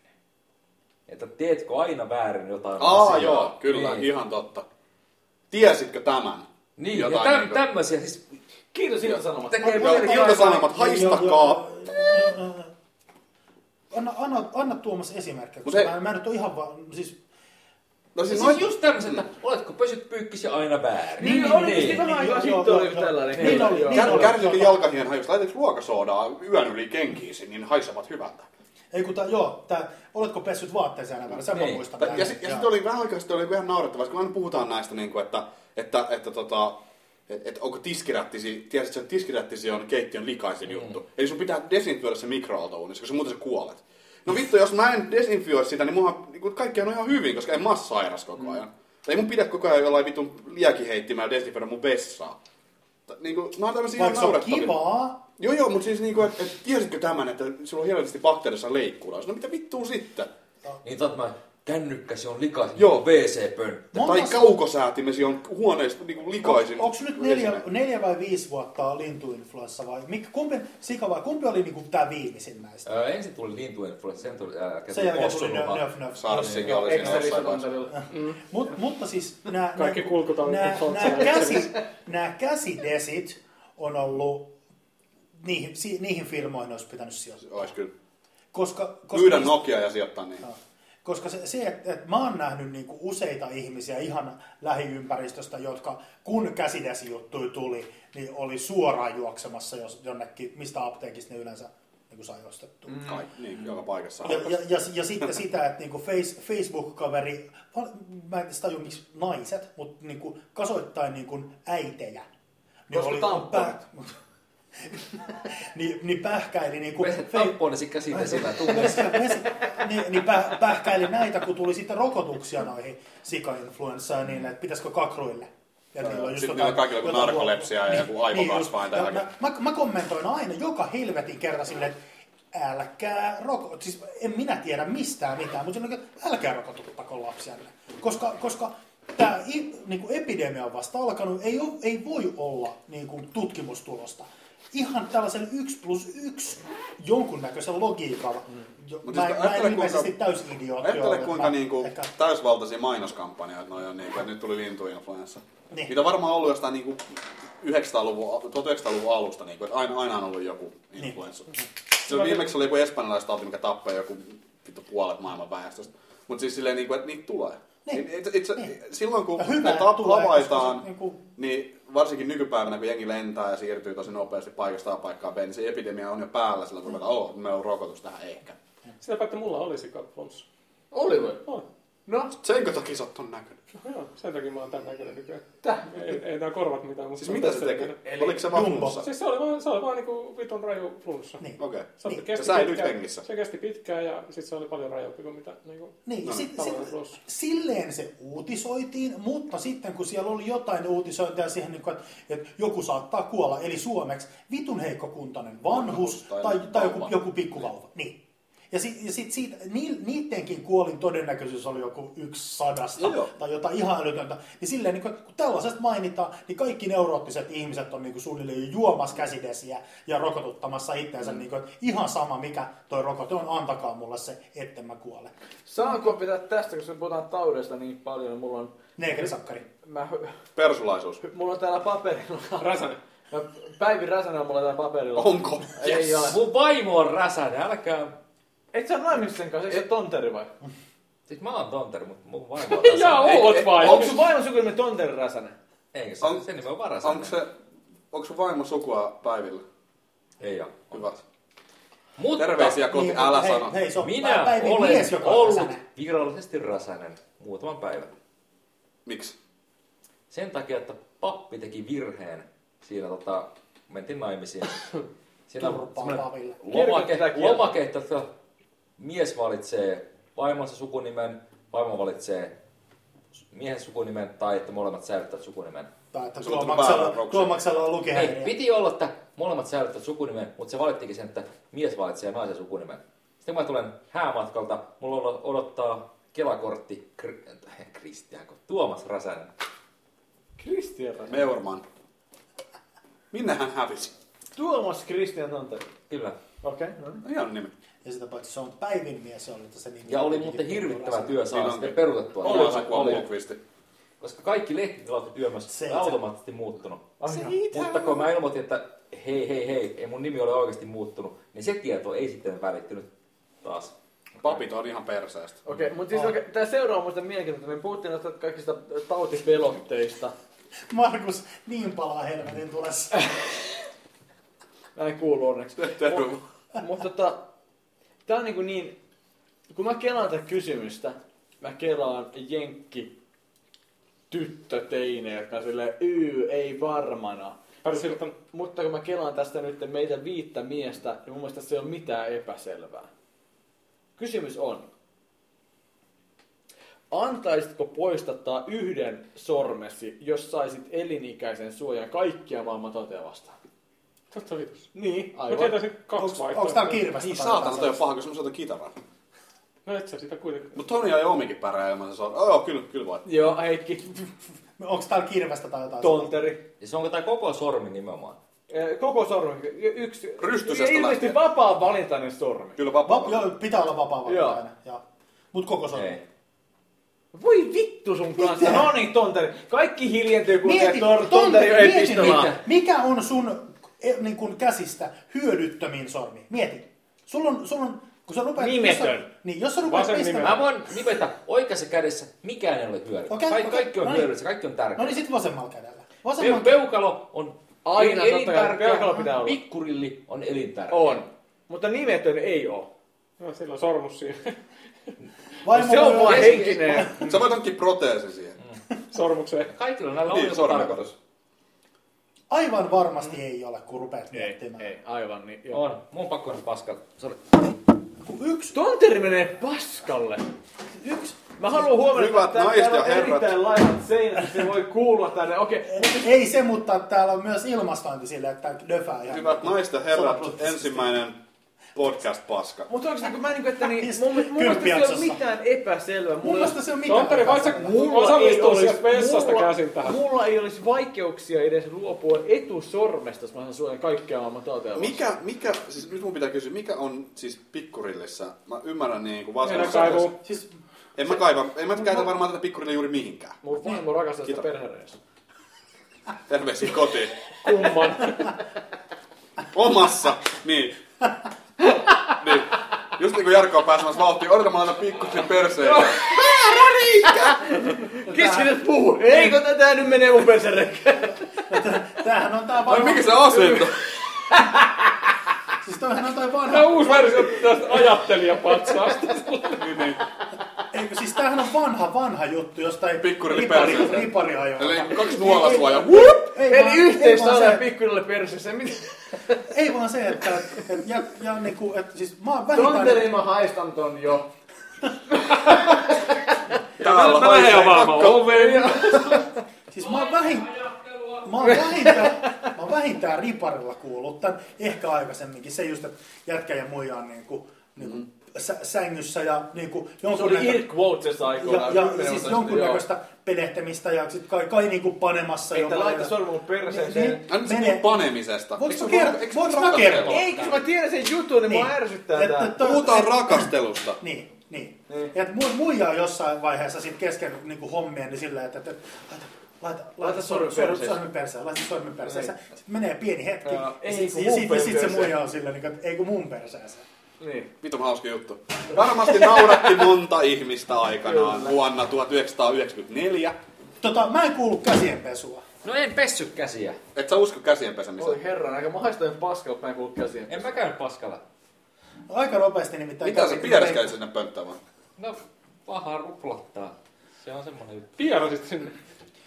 [SPEAKER 5] Että teetkö aina väärin jotain
[SPEAKER 3] Aa
[SPEAKER 5] asiaa?
[SPEAKER 3] joo, kyllä,
[SPEAKER 5] Niin,
[SPEAKER 3] ihan totta. Tiesitkö tämän?
[SPEAKER 5] niin ja
[SPEAKER 3] Jotain
[SPEAKER 5] täm,
[SPEAKER 3] niinku-
[SPEAKER 5] tämmöisiä siis
[SPEAKER 1] Kiitos Ilta Sanomat.
[SPEAKER 5] tekee
[SPEAKER 3] Joo,
[SPEAKER 5] mieli-
[SPEAKER 3] Ilta-Sanomat, haistakaa.
[SPEAKER 2] Anna, anna, anna Tuomas esimerkki,
[SPEAKER 3] Mut
[SPEAKER 2] koska
[SPEAKER 3] hei-
[SPEAKER 2] mä, mä nyt oon ihan vaan, siis
[SPEAKER 3] No siis
[SPEAKER 5] Siis,
[SPEAKER 3] noin...
[SPEAKER 5] siis just tämmöiset, että oletko pysyt pyykkisi aina väärin.
[SPEAKER 1] Niin,
[SPEAKER 2] niin,
[SPEAKER 1] oli
[SPEAKER 5] niin,
[SPEAKER 1] tietysti
[SPEAKER 5] niin,
[SPEAKER 1] vähän aikaa
[SPEAKER 2] niin, joo,
[SPEAKER 1] sitten oli
[SPEAKER 2] joo,
[SPEAKER 1] yksi
[SPEAKER 2] joo.
[SPEAKER 1] tällainen.
[SPEAKER 2] Niin
[SPEAKER 1] Kyllä,
[SPEAKER 2] oli,
[SPEAKER 1] joo.
[SPEAKER 2] niin
[SPEAKER 3] Kär,
[SPEAKER 2] oli.
[SPEAKER 3] kärsitin
[SPEAKER 2] Joo.
[SPEAKER 3] jalkahien hajusta, laitat ruokasoodaa yön yli kenkiisi, niin haisevat hyvältä.
[SPEAKER 2] Ei kun tää, joo, tää, oletko pessyt vaatteeseen aina väärin, sen mä
[SPEAKER 5] Niin.
[SPEAKER 2] muistan.
[SPEAKER 3] Ta-
[SPEAKER 2] tän.
[SPEAKER 3] Ja sitten
[SPEAKER 2] Joo.
[SPEAKER 3] sit oli vähän aikaa sitten oli ihan naurettavaa, kun aina puhutaan näistä, niin kuin, että, että, että tota, et, et onko tiskirättisi, tiesit sä, että tiskirättisi on keittiön likaisin mm. juttu. Eli sun pitää desinfioida se mikroaaltouunissa, koska muuten sä kuolet. No vittu, jos mä en desinfioi sitä, niin, muahan, niin kuin kaikki on ihan hyvin, koska en mä oo sairas
[SPEAKER 2] Mm.
[SPEAKER 3] koko ajan. Ei mun pidä koko ajan jollain vitun liekiheittimellä desinfioida mun vessaa. Ta- Niin kuin, mä oon tämmöisiä ihan
[SPEAKER 2] Vaikka se on
[SPEAKER 3] naurettavia.
[SPEAKER 2] kivaa,
[SPEAKER 3] Joo joo, mutta siis niinku, että et, tiesitkö tämän, että sulla on hirveästi bakteerissa leikkuulaus. No mitä vittua sitten?
[SPEAKER 5] Niin totta, mä kännykkäsi on niin likaisin
[SPEAKER 3] Joo.
[SPEAKER 5] Joo. WC-pönttö.
[SPEAKER 2] Mä oon
[SPEAKER 3] tai
[SPEAKER 2] taas-
[SPEAKER 3] kaukosäätimesi on huoneista niin likaisin.
[SPEAKER 2] onko nyt neljä, neljä vai viisi vuotta on lintuinfluenssa vai mikä, kumpi, sika vai kumpi oli niinku tää viimeisin näistä?
[SPEAKER 5] Öö, ensin tuli lintuinfluenssa, sen tuli ää,
[SPEAKER 2] Sen jälkeen tuli nö- nöf nöf.
[SPEAKER 3] Sarssikin oli siinä
[SPEAKER 1] Excelistä
[SPEAKER 3] jossain vaiheessa.
[SPEAKER 1] tuntarilla.
[SPEAKER 2] Mut, mutta siis nämä
[SPEAKER 4] Kaikki kulkutaulut on siellä.
[SPEAKER 2] käsi, nää käsidesit on ollut, niihin, si, niihin firmoihin olisi pitänyt sijoittaa.
[SPEAKER 3] Ois kyllä.
[SPEAKER 2] Koska, koska
[SPEAKER 3] Myydä
[SPEAKER 2] niistä-
[SPEAKER 3] Nokia ja sijoittaa niin.
[SPEAKER 2] Joo. Koska se, se että et mä oon nähnyt niinku useita ihmisiä ihan lähiympäristöstä, jotka kun käsidesijuttuja tuli, niin oli suoraan juoksemassa jos, jonnekin, mistä apteekista ne yleensä niinku sai ostettua. Mm.
[SPEAKER 3] Kai, niin, joka paikassa.
[SPEAKER 2] Ja, ja, ja, ja sitten sitä, että niinku face, Facebook-kaveri, val- mä en edes tajua miksi naiset, mutta niinku kasoittain niinku äitejä.
[SPEAKER 5] Koska tamponit.
[SPEAKER 2] [LAUGHS] niin, niin pähkäili niinku fe-
[SPEAKER 5] Tamponesi
[SPEAKER 2] [LAUGHS]
[SPEAKER 5] käsidesillä tunnissa.
[SPEAKER 2] niin, niin pä, pähkäili näitä, kun tuli sitten rokotuksia noihin sikainfluenssaan, niin että pitäisikö kakruille. Ja niillä tota
[SPEAKER 3] Sitten niillä on kaikilla joku
[SPEAKER 2] jotain- Niin,
[SPEAKER 3] narkolepsia ja joku aivovasvain tai
[SPEAKER 2] ja
[SPEAKER 3] jotakin.
[SPEAKER 2] mä, mä, mä, kommentoin aina joka helvetin kerta silleen, että älkää roko... Siis en minä tiedä mistään mitään, mutta sanoin, että älkää rokotuttako lapsianne. Koska, koska tämä niin epidemia on vasta alkanut, ei, oo- ei voi olla niin kuin, tutkimustulosta. Ihan tällaisen 1 plus 1 jonkunnäköisen logiikalla. Jo,
[SPEAKER 3] Mut
[SPEAKER 2] mä,
[SPEAKER 3] siis
[SPEAKER 2] mä en
[SPEAKER 3] ajattele,
[SPEAKER 2] ilmeisesti
[SPEAKER 3] kuinka-
[SPEAKER 2] täysin idiootti
[SPEAKER 3] Ajattele
[SPEAKER 2] ole,
[SPEAKER 3] kuinka
[SPEAKER 2] mä-
[SPEAKER 3] niinku
[SPEAKER 2] ehkä-
[SPEAKER 3] täysvaltaisia mainoskampanjoita noi on, niinku, että nyt tuli lintuinfluenssa.
[SPEAKER 2] Niin.
[SPEAKER 3] Niitä on varmaan ollut jostain niinku 900-luvun, 1900-luvun alusta, niinku, että aina, aina on ollut joku
[SPEAKER 2] Niin.
[SPEAKER 3] influenssa. Se on viimeksi oli joku espanjalaistauti, mikä tappoi joku vittu puolet maailman väestöstä. Mutta siis silleen, niinku, että niitä tulee.
[SPEAKER 2] Niin.
[SPEAKER 3] It, it, it,
[SPEAKER 2] Niin.
[SPEAKER 3] Silloin kun
[SPEAKER 2] Ja hyvä,
[SPEAKER 3] ne
[SPEAKER 2] että
[SPEAKER 3] tap-
[SPEAKER 2] tulee, koska se
[SPEAKER 3] havaitaan,
[SPEAKER 2] niinku-
[SPEAKER 3] niin varsinkin nykypäivänä, kun jengi lentää ja siirtyy tosi nopeasti paikasta A paikkaan B, niin se epidemia on jo päällä sillä tavalla, että oh, meillä on rokotus tähän ehkä.
[SPEAKER 4] Sitäpä, että mulla oli sikaflunssa.
[SPEAKER 1] Oli vai?
[SPEAKER 4] Oli.
[SPEAKER 1] No,
[SPEAKER 3] Senkö takia sä oot ton näköinen?
[SPEAKER 4] No Joo, sen takia mä oon tämän näköinen nykyään.
[SPEAKER 1] Täh.
[SPEAKER 4] Ei, ei tää korvat mitään, mutta...
[SPEAKER 3] Siis mitä se teki? Eli... Oliko se vaan
[SPEAKER 2] Jumbo.
[SPEAKER 3] flunssa?
[SPEAKER 4] Siis se oli vaan, se oli vaan niinku vitun raju flunssa.
[SPEAKER 2] Niin.
[SPEAKER 3] Okei.
[SPEAKER 4] Se
[SPEAKER 2] Niin.
[SPEAKER 4] kesti
[SPEAKER 3] Ja säilyt
[SPEAKER 4] pitkään-
[SPEAKER 3] hengissä.
[SPEAKER 4] Se kesti pitkään ja sit se oli paljon rajumpi kuin mitä
[SPEAKER 2] [LAUGHS]
[SPEAKER 4] niinku...
[SPEAKER 2] Niin, no, sit,
[SPEAKER 4] tavallaan
[SPEAKER 2] sit,
[SPEAKER 4] plus.
[SPEAKER 2] silleen se uutisoitiin, mutta sitten kun siellä oli jotain uutisointia siihen, niin kuin, että, että joku saattaa kuolla, eli suomeksi vitun heikkokuntainen vanhus tai,
[SPEAKER 3] Tai
[SPEAKER 2] tai, tai joku,
[SPEAKER 3] vauva.
[SPEAKER 2] joku pikkuvauva. Niin. Ja, sit, ja sit siitä, ni, niidenkin kuolin todennäköisyys oli joku yksi sadasta
[SPEAKER 3] Joo, joo.
[SPEAKER 2] tai jotain ihan älytöntä. Niin silleen, niin kun, kun tällaisesta mainitaan, niin kaikki neuroottiset ihmiset on niin kuin suunnilleen jo juomassa käsidesiä ja rokotuttamassa itseänsä. Mm. Niin kuin, että ihan sama mikä toi rokote on, antakaa mulle se, etten mä kuole.
[SPEAKER 1] saanko pitää tästä, koska puhutaan taudeista niin paljon, niin mulla on...
[SPEAKER 2] Negrisakkari.
[SPEAKER 1] Mä, hy-
[SPEAKER 3] Persulaisuus.
[SPEAKER 1] mulla on täällä paperilla...
[SPEAKER 4] Räsänen.
[SPEAKER 1] No, Päivi Räsänen on mulla täällä paperilla.
[SPEAKER 3] Onko?
[SPEAKER 1] Ei yes. ole.
[SPEAKER 5] Mun vaimo on räsänen, älkää...
[SPEAKER 1] Et sä ole naimisissa sen kanssa, eikö se tonteri vai?
[SPEAKER 5] Siis mä oon tonteri, mutta mun vaimo [LAUGHS] on räsänen.
[SPEAKER 4] [LAUGHS] Ja oot vai?
[SPEAKER 1] Onko sun vaimon sukunimen tonteri Räsänen?
[SPEAKER 5] Eikö se,
[SPEAKER 3] On-
[SPEAKER 5] se nimi on vaan räsänen.
[SPEAKER 3] Onko se... Onko sun vaimo sukua päivillä?
[SPEAKER 5] Ei oo.
[SPEAKER 3] Hyvä.
[SPEAKER 5] Mutta
[SPEAKER 3] Terveisiä koti,
[SPEAKER 2] Niin,
[SPEAKER 3] älä
[SPEAKER 2] hei,
[SPEAKER 3] sano.
[SPEAKER 2] Hei, se on
[SPEAKER 5] minä
[SPEAKER 2] Päivin
[SPEAKER 5] olen
[SPEAKER 2] mies, joka on
[SPEAKER 5] ollut
[SPEAKER 2] räsänen.
[SPEAKER 5] virallisesti räsänen muutaman päivän.
[SPEAKER 3] Miksi?
[SPEAKER 5] Sen takia, että pappi teki virheen siinä tota, mentiin naimisiin. Siinä on
[SPEAKER 2] Turpaa
[SPEAKER 5] semmoinen
[SPEAKER 2] papille.
[SPEAKER 5] lomake,
[SPEAKER 1] Kirkon pitää kieltää.
[SPEAKER 5] lomake, että tota, mies valitsee vaimonsa sukunimen, vaimo valitsee su- miehen sukunimen tai että molemmat säilyttävät sukunimen.
[SPEAKER 2] Tai että
[SPEAKER 3] Sulla on päällä
[SPEAKER 2] Tuomaksella,
[SPEAKER 3] roksi.
[SPEAKER 2] Tuomaksella on
[SPEAKER 5] Ei,
[SPEAKER 2] lukihäiriö.
[SPEAKER 5] piti olla, että molemmat säilyttävät sukunimen, mutta se valittikin sen, että mies valitsee naisen sukunimen. Sitten kun mä tulen häämatkalta, mulla on- odottaa Kelakortti, kri, [LAUGHS] äh, Kristianko, Tuomas Räsänen.
[SPEAKER 1] Kristian Räsänen.
[SPEAKER 3] Meurman. Minne hän hävisi?
[SPEAKER 1] Tuomas Kristian Tonteri.
[SPEAKER 5] Kyllä.
[SPEAKER 1] Okei, okay, no. niin.
[SPEAKER 3] Hieno nimi.
[SPEAKER 2] Ja sitä paitsi se on Päivin mies, se oli tässä niin.
[SPEAKER 5] Ja oli muuten hirvittävä työ
[SPEAKER 3] Niin
[SPEAKER 5] saada
[SPEAKER 3] onkin.
[SPEAKER 5] sitten peruutettua.
[SPEAKER 3] Oli
[SPEAKER 5] Oli,
[SPEAKER 3] sukua
[SPEAKER 5] oli,
[SPEAKER 3] mulkvisti.
[SPEAKER 5] koska kaikki lehtitilat työ myös
[SPEAKER 2] Se itse.
[SPEAKER 5] automaattisesti muuttunut.
[SPEAKER 1] Ai,
[SPEAKER 5] Mutta kun mä ilmoitin, että hei, hei, hei, ei mun nimi ole oikeasti muuttunut, niin se tieto ei sitten välittynyt taas.
[SPEAKER 3] Papit on ihan perseestä.
[SPEAKER 1] Okei, okay, mutta siis okay, tämä seuraa muista mielenkiintoista. Me puhuttiin näistä kaikista tautipelotteista.
[SPEAKER 2] Markus, niin palaa helvetin tulessa.
[SPEAKER 1] Näin kuuluu onneksi.
[SPEAKER 3] Terve.
[SPEAKER 1] Mutta tota, tää on niinku niin, kun mä kelaan tätä kysymystä, mä kelaan jenkki tyttöteinejä, jotka on silleen, yy, ei varmana.
[SPEAKER 4] Pärsiltän.
[SPEAKER 1] Mutta kun mä kelaan tästä nyt meitä viittä miestä, niin mun mielestä se ei ole mitään epäselvää. Kysymys on, antaisitko poistattaa yhden sormesi, jos saisit elinikäisen suojan kaikkia maailman tauteja vastaan?
[SPEAKER 4] Totta vitus.
[SPEAKER 1] Niin,
[SPEAKER 4] Mä
[SPEAKER 1] aivan.
[SPEAKER 4] tietäisin kaksi
[SPEAKER 2] Onko tää
[SPEAKER 4] vaihtoehtoa.
[SPEAKER 2] kirvestä?
[SPEAKER 3] Niin
[SPEAKER 2] tai
[SPEAKER 3] saatana,
[SPEAKER 2] jotain
[SPEAKER 3] toi on paha, kun sä soitat kitaraa.
[SPEAKER 4] No et sä sitä kuitenkin.
[SPEAKER 3] Mut Toni ei omikin pärää ilman se sormi. Oh, joo, kyllä, kyllä voi.
[SPEAKER 1] Joo, Heikki,
[SPEAKER 2] sellaista? Onko tää kirvestä tai jotain?
[SPEAKER 1] tonteri.
[SPEAKER 5] Ja se onko tämä koko sormi nimenomaan?
[SPEAKER 1] Eh, Koko sormi, y- yksi,
[SPEAKER 3] Rystysestä
[SPEAKER 1] ja ilmeisesti
[SPEAKER 3] lähtien.
[SPEAKER 1] vapaa valintainen sormi.
[SPEAKER 3] Kyllä
[SPEAKER 2] Va-
[SPEAKER 3] vapaa.
[SPEAKER 2] joo, pitää olla vapaa
[SPEAKER 1] Joo.
[SPEAKER 2] aina. Joo. Mut koko sormi.
[SPEAKER 5] Ei.
[SPEAKER 1] Voi vittu sun kanssa, no niin tonteri. Kaikki hiljentyy, kun
[SPEAKER 2] Mieti,
[SPEAKER 1] te tor- tonteri
[SPEAKER 2] tonteri,
[SPEAKER 1] ei
[SPEAKER 2] mieti
[SPEAKER 1] pistolaa.
[SPEAKER 2] mikä, mikä on sun e, niin kun käsistä hyödyttömin sormi? Mieti. Sulla on, sulla on Kun sä rupeat,
[SPEAKER 1] Nimetön.
[SPEAKER 2] Jos sä, niin, jos sä rupeat
[SPEAKER 4] Vasen
[SPEAKER 5] Mä
[SPEAKER 2] pistämään...
[SPEAKER 4] nimetön.
[SPEAKER 5] voin nimetä oikeassa kädessä, mikään ei ole hyödyllistä.
[SPEAKER 2] Okei,
[SPEAKER 5] Okay, Kaik-
[SPEAKER 2] okei,
[SPEAKER 5] Kaikki on
[SPEAKER 2] no niin.
[SPEAKER 5] hyödyllistä, kaikki on tärkeää.
[SPEAKER 2] No niin sit vasemmalla kädellä.
[SPEAKER 5] Pe-
[SPEAKER 2] Vasemmalla
[SPEAKER 5] peukalo on
[SPEAKER 1] Aina
[SPEAKER 5] aina
[SPEAKER 1] totta kai,
[SPEAKER 5] elintärkeä.
[SPEAKER 1] peukalo pitää olla.
[SPEAKER 5] Pikkurilli on elintärkeä.
[SPEAKER 1] On. Mutta nimetön ei oo.
[SPEAKER 4] No, sillä on sormus siinä. [LAUGHS]
[SPEAKER 2] vaimo
[SPEAKER 1] Se on
[SPEAKER 2] voi
[SPEAKER 1] vaan
[SPEAKER 2] olla-
[SPEAKER 1] henkinen.
[SPEAKER 3] Sä voit hankkia proteesi siihen.
[SPEAKER 4] Sormukseen.
[SPEAKER 5] Kaikilla näillä on
[SPEAKER 3] Niin,
[SPEAKER 5] joku
[SPEAKER 3] sormenkorva.
[SPEAKER 5] tarkoitus.
[SPEAKER 2] Aivan varmasti ei ole, kun rupeat miettimään.
[SPEAKER 1] ei, aivan niin. Joo.
[SPEAKER 5] On. Mun on pakko nyt paskaa. Sori.
[SPEAKER 2] Kun yksi,
[SPEAKER 1] Tonteri menee paskalle.
[SPEAKER 2] yksi,
[SPEAKER 1] Mä haluan huomioida,
[SPEAKER 3] Hyvät
[SPEAKER 1] että tää-
[SPEAKER 3] naiset
[SPEAKER 1] täällä
[SPEAKER 3] ja
[SPEAKER 1] on
[SPEAKER 3] herrat.
[SPEAKER 1] erittäin laihat seinät, se voi kuulua tänne. Okei,
[SPEAKER 2] ei se, mutta täällä on myös ilmastointi sille, että döfää ihan.
[SPEAKER 3] Hyvät naiset ja herrat,
[SPEAKER 2] Sotaproteesti.
[SPEAKER 3] ensimmäinen podcast-paska.
[SPEAKER 1] Mutta onko se, kun mä niinku, että niin,
[SPEAKER 2] Just
[SPEAKER 1] mun, mun mielestä se ei ole
[SPEAKER 2] kymppijaksossa.
[SPEAKER 1] mitään epäselvää.
[SPEAKER 2] Mun
[SPEAKER 1] Mulla,
[SPEAKER 2] mielestä se on mitään.
[SPEAKER 4] Tonteri, voit sä
[SPEAKER 1] mulla, ei
[SPEAKER 4] osallistua
[SPEAKER 1] olisi,
[SPEAKER 4] sieltä vessasta
[SPEAKER 1] mulla,
[SPEAKER 4] käsin tähän?
[SPEAKER 1] mulla ei olisi vaikeuksia edes luopua etusormesta, jos mä saan suojan kaikkea maailman tauteja.
[SPEAKER 3] Mikä, mikä, siis nyt mun pitää kysyä, mikä on siis pikkurillissä? Mä ymmärrän niin kuin
[SPEAKER 4] Meidän
[SPEAKER 3] vasemmassa.
[SPEAKER 4] kaivuu.
[SPEAKER 2] Siis,
[SPEAKER 3] En mä kaiva, en mä käytä varmaan tätä pikkurille juuri mihinkään.
[SPEAKER 1] Mun vaimo rakastaa sitä
[SPEAKER 3] Kiitos.
[SPEAKER 1] perhereessä.
[SPEAKER 3] Terveisiä kotiin.
[SPEAKER 1] Kumman.
[SPEAKER 3] Omassa! Niin. niin. Just niin kuin Jarkko on pääsemässä vauhtiin, odotan mä laitan pikkurin perseen.
[SPEAKER 1] Keskityt puhu! Eikö tätä nyt menee mun persereikään?
[SPEAKER 2] tämähän on tää
[SPEAKER 3] Ai
[SPEAKER 2] vanha,
[SPEAKER 3] mikä se asento?
[SPEAKER 2] siis toihan on toi vanha,
[SPEAKER 4] Tämä on uusi versio tästä ajattelijapatsaasta.
[SPEAKER 3] niin, niin.
[SPEAKER 2] eikö siis tämähän on vanha, vanha juttu jostain
[SPEAKER 3] Pikkurili
[SPEAKER 2] ripari,
[SPEAKER 3] perseestä.
[SPEAKER 2] ripariajoilta.
[SPEAKER 3] Eli kaksi nuolasuojaa. Whoop!
[SPEAKER 1] Eli yhteistä
[SPEAKER 2] ei,
[SPEAKER 1] ole
[SPEAKER 2] vaan se,
[SPEAKER 1] pikkurille perseessä. Mitä?
[SPEAKER 2] ei vaan se, että, et, ja, ja niinku, et, siis mä oon vähintään,
[SPEAKER 1] Tonteri mä haistan ton jo.
[SPEAKER 3] Täällä
[SPEAKER 4] Mä lähden
[SPEAKER 3] haisee
[SPEAKER 4] avaamaan
[SPEAKER 3] kakka.
[SPEAKER 4] oveen.
[SPEAKER 2] siis mä oon vähin, Mä oon vähintään, mä oon vähintään riparilla kuullut tämän, ehkä aikaisemminkin. Se just, että jätkä ja muija on niinku, niinku mm. sä, sängyssä ja niinku
[SPEAKER 1] Mm-hmm. Se oli
[SPEAKER 2] jonkunnäkö-
[SPEAKER 1] Irk Woutses
[SPEAKER 2] ja,
[SPEAKER 1] aikoinaan.
[SPEAKER 2] ja
[SPEAKER 1] kymmenen
[SPEAKER 2] siis
[SPEAKER 1] vuotta sitten, joo.
[SPEAKER 2] jonkunnäköistä pelehtämistä ja sit kai, kai niinku panemassa
[SPEAKER 1] Että
[SPEAKER 2] jotain.
[SPEAKER 1] laita sormu mun perseeseen.
[SPEAKER 2] Niin,
[SPEAKER 3] Ai nyt se
[SPEAKER 2] Mene.
[SPEAKER 3] puhuu panemisesta.
[SPEAKER 2] Voinko
[SPEAKER 3] Eikö
[SPEAKER 2] mä
[SPEAKER 3] se
[SPEAKER 2] kertoa?
[SPEAKER 3] puhu- eikö se
[SPEAKER 2] Voinko
[SPEAKER 3] puhu
[SPEAKER 2] mä kertoa?
[SPEAKER 3] rakastelu?
[SPEAKER 1] Ei, kun mä tiedän sen jutun, niin,
[SPEAKER 2] Niin.
[SPEAKER 1] mua ärsyttää
[SPEAKER 2] Että
[SPEAKER 1] tää.
[SPEAKER 2] toi-
[SPEAKER 3] Puhutaan rakastelusta.
[SPEAKER 2] Niin, niin.
[SPEAKER 1] Niin.
[SPEAKER 2] Ja et mu- muija on jossain vaiheessa sit kesken niinku hommia, niin sillä että, että laita, laita,
[SPEAKER 1] Laita
[SPEAKER 2] laita
[SPEAKER 1] sormi
[SPEAKER 2] sormi, sormi,
[SPEAKER 1] perseeseen.
[SPEAKER 2] sormi perseen, laita sormi perseeseen.
[SPEAKER 1] Niin.
[SPEAKER 2] Sitten menee pieni hetki,
[SPEAKER 1] Joo,
[SPEAKER 2] ja,
[SPEAKER 1] ei
[SPEAKER 2] ja
[SPEAKER 1] kun
[SPEAKER 2] sitten
[SPEAKER 1] mun
[SPEAKER 2] sit, sit, sit se
[SPEAKER 1] perseeseen.
[SPEAKER 2] muija on sillä, niin kuin, että ei kun mun perseeseen.
[SPEAKER 1] Niin.
[SPEAKER 3] Vitun hauska juttu. Varmasti nauratti monta ihmistä aikanaan
[SPEAKER 1] Kyllä.
[SPEAKER 3] vuonna 1994.
[SPEAKER 2] Tota, mä en kuulu käsienpesua.
[SPEAKER 5] No en pessy käsiä.
[SPEAKER 3] Et sä usko käsien pesemiseen?
[SPEAKER 1] Voi herran, aika mä haistan ihan paskaa, kun mä en kuulu käsiä.
[SPEAKER 5] En mä käynyt paskalla.
[SPEAKER 2] Aika nopeasti nimittäin.
[SPEAKER 3] Mitä sä
[SPEAKER 2] käsitin-
[SPEAKER 3] piereskälit sinne pönttöön vaan?
[SPEAKER 5] No, paha ruplattaa. Se on semmonen juttu.
[SPEAKER 4] Pierosit sinne.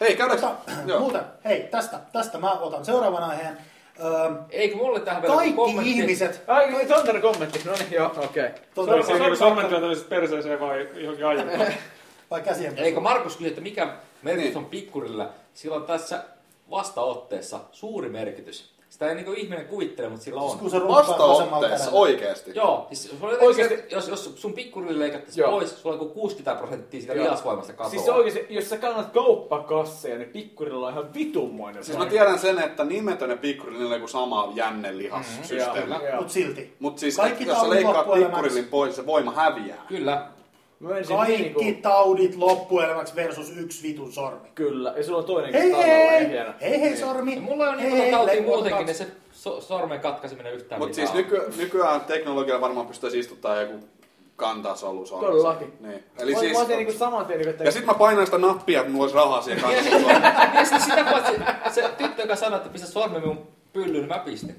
[SPEAKER 3] Hei, käydäänkö?
[SPEAKER 2] Tota,
[SPEAKER 3] Joo.
[SPEAKER 2] muuten, hei, tästä, tästä mä otan seuraavan aiheen. Öö,
[SPEAKER 5] Eikö mulle tähän vielä
[SPEAKER 2] kaikki
[SPEAKER 5] kommentti?
[SPEAKER 2] ihmiset, tuota-
[SPEAKER 1] Ai, niin, Tonteri kommentti. No niin, joo, okei.
[SPEAKER 2] Tonteri,
[SPEAKER 4] Sormus on sormen työntämisestä perseeseen vai johonkin aiempaan.
[SPEAKER 2] vai käsienpesu?
[SPEAKER 5] Eikö Markus kysyi, että mikä merkitys
[SPEAKER 3] Niin.
[SPEAKER 5] on pikkurilla? Sillä on tässä vastaotteessa suuri merkitys. Sitä ei niin ihminen kuvittele, mutta sillä on.
[SPEAKER 2] Siis Kun se rumpaa vasemmalla
[SPEAKER 3] Vastaotteessa,
[SPEAKER 2] kädellä.
[SPEAKER 3] oikeesti.
[SPEAKER 5] Joo, siis sulla on jotenkin
[SPEAKER 1] Oikeesti-
[SPEAKER 5] se, jos, jos sun pikkurille leikattaisiin
[SPEAKER 1] Joo.
[SPEAKER 5] pois, sulla on joku 60 prosenttia siitä
[SPEAKER 1] Joo.
[SPEAKER 5] lihasvoimasta katoaa.
[SPEAKER 1] Siis oikeesti, jos sä kannat kauppakasseja, niin pikkurilla on ihan vitunmoinen.
[SPEAKER 3] Siis mä
[SPEAKER 1] paikka.
[SPEAKER 3] tiedän sen, että nimetön ja pikkurin niillä on joku sama jänne lihassysteemi.
[SPEAKER 1] Mm-hmm. Joo, joo.
[SPEAKER 2] Mut silti.
[SPEAKER 3] Mut siis,
[SPEAKER 2] Kaikki
[SPEAKER 3] et, jos sä
[SPEAKER 2] taudit
[SPEAKER 3] leikkaat
[SPEAKER 2] loppuelämäksi.
[SPEAKER 3] pikkurillin pois, se voima häviää.
[SPEAKER 5] Kyllä.
[SPEAKER 1] Mä menisin niinku-
[SPEAKER 2] Kaikki taudit loppuelämäksi versus yksi vitun sormi.
[SPEAKER 1] Kyllä, ja sulla on toinenkin
[SPEAKER 2] Hei
[SPEAKER 1] tallella, ei
[SPEAKER 2] hei!
[SPEAKER 1] hieno.
[SPEAKER 2] Hei hei sormi!
[SPEAKER 5] Ja mulla on
[SPEAKER 2] Hei,
[SPEAKER 5] niin
[SPEAKER 2] hei,
[SPEAKER 5] tauti
[SPEAKER 2] leikkuuta
[SPEAKER 5] muutenkin,
[SPEAKER 2] kaksi.
[SPEAKER 5] niin se so, sormen katkaiseminen yhtään
[SPEAKER 3] Mut siis
[SPEAKER 5] [LAUGHS] on.
[SPEAKER 3] nyky, nykyään teknologialla varmaan pystyisi istuttaa joku kantasolu sormessa.
[SPEAKER 1] Todellakin.
[SPEAKER 3] Niin. Eli
[SPEAKER 1] Mä-
[SPEAKER 3] siis...
[SPEAKER 1] Mä otin niinku saman tien, niinku, että...
[SPEAKER 3] Ja sit mä painan sitä nappia, että mulla olisi rahaa siihen
[SPEAKER 5] Ja
[SPEAKER 3] kanssa.
[SPEAKER 5] sit- ja sit Niin, siis sitä paitsi, se tyttö, joka sanoi, että pistä sormen minun pyllyyn, niin mä pistin.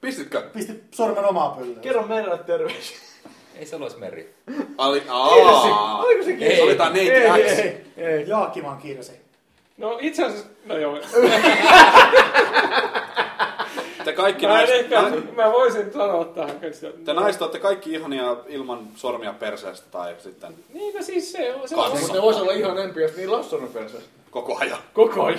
[SPEAKER 3] Pistitkö?
[SPEAKER 2] Pisti sormen omaa pyllyyn.
[SPEAKER 1] Kerro meille terveisiä.
[SPEAKER 5] Ei se olisi meri.
[SPEAKER 3] Ali,
[SPEAKER 1] Kirsi!
[SPEAKER 3] aa.
[SPEAKER 1] Oliko se
[SPEAKER 3] Se
[SPEAKER 1] Kirsi?
[SPEAKER 3] oli tää neiti
[SPEAKER 1] Ei,
[SPEAKER 3] X.
[SPEAKER 1] ei, ei.
[SPEAKER 2] Jaakiman kirsi.
[SPEAKER 4] No itse asiassa, no joo.
[SPEAKER 3] Te kaikki
[SPEAKER 4] Mä, en
[SPEAKER 3] naiset,
[SPEAKER 4] ehkä,
[SPEAKER 3] nai-
[SPEAKER 4] mä voisin sanoa tähän kyllä sitä.
[SPEAKER 3] te naiset olette kaikki ihania ilman sormia perseestä tai sitten
[SPEAKER 4] Niin, no siis se on. Se on
[SPEAKER 3] Kaksi.
[SPEAKER 1] Mutta ne vois olla ihan empiä, jos niillä on sormen perseessä.
[SPEAKER 3] koko ajan.
[SPEAKER 1] Koko ajan.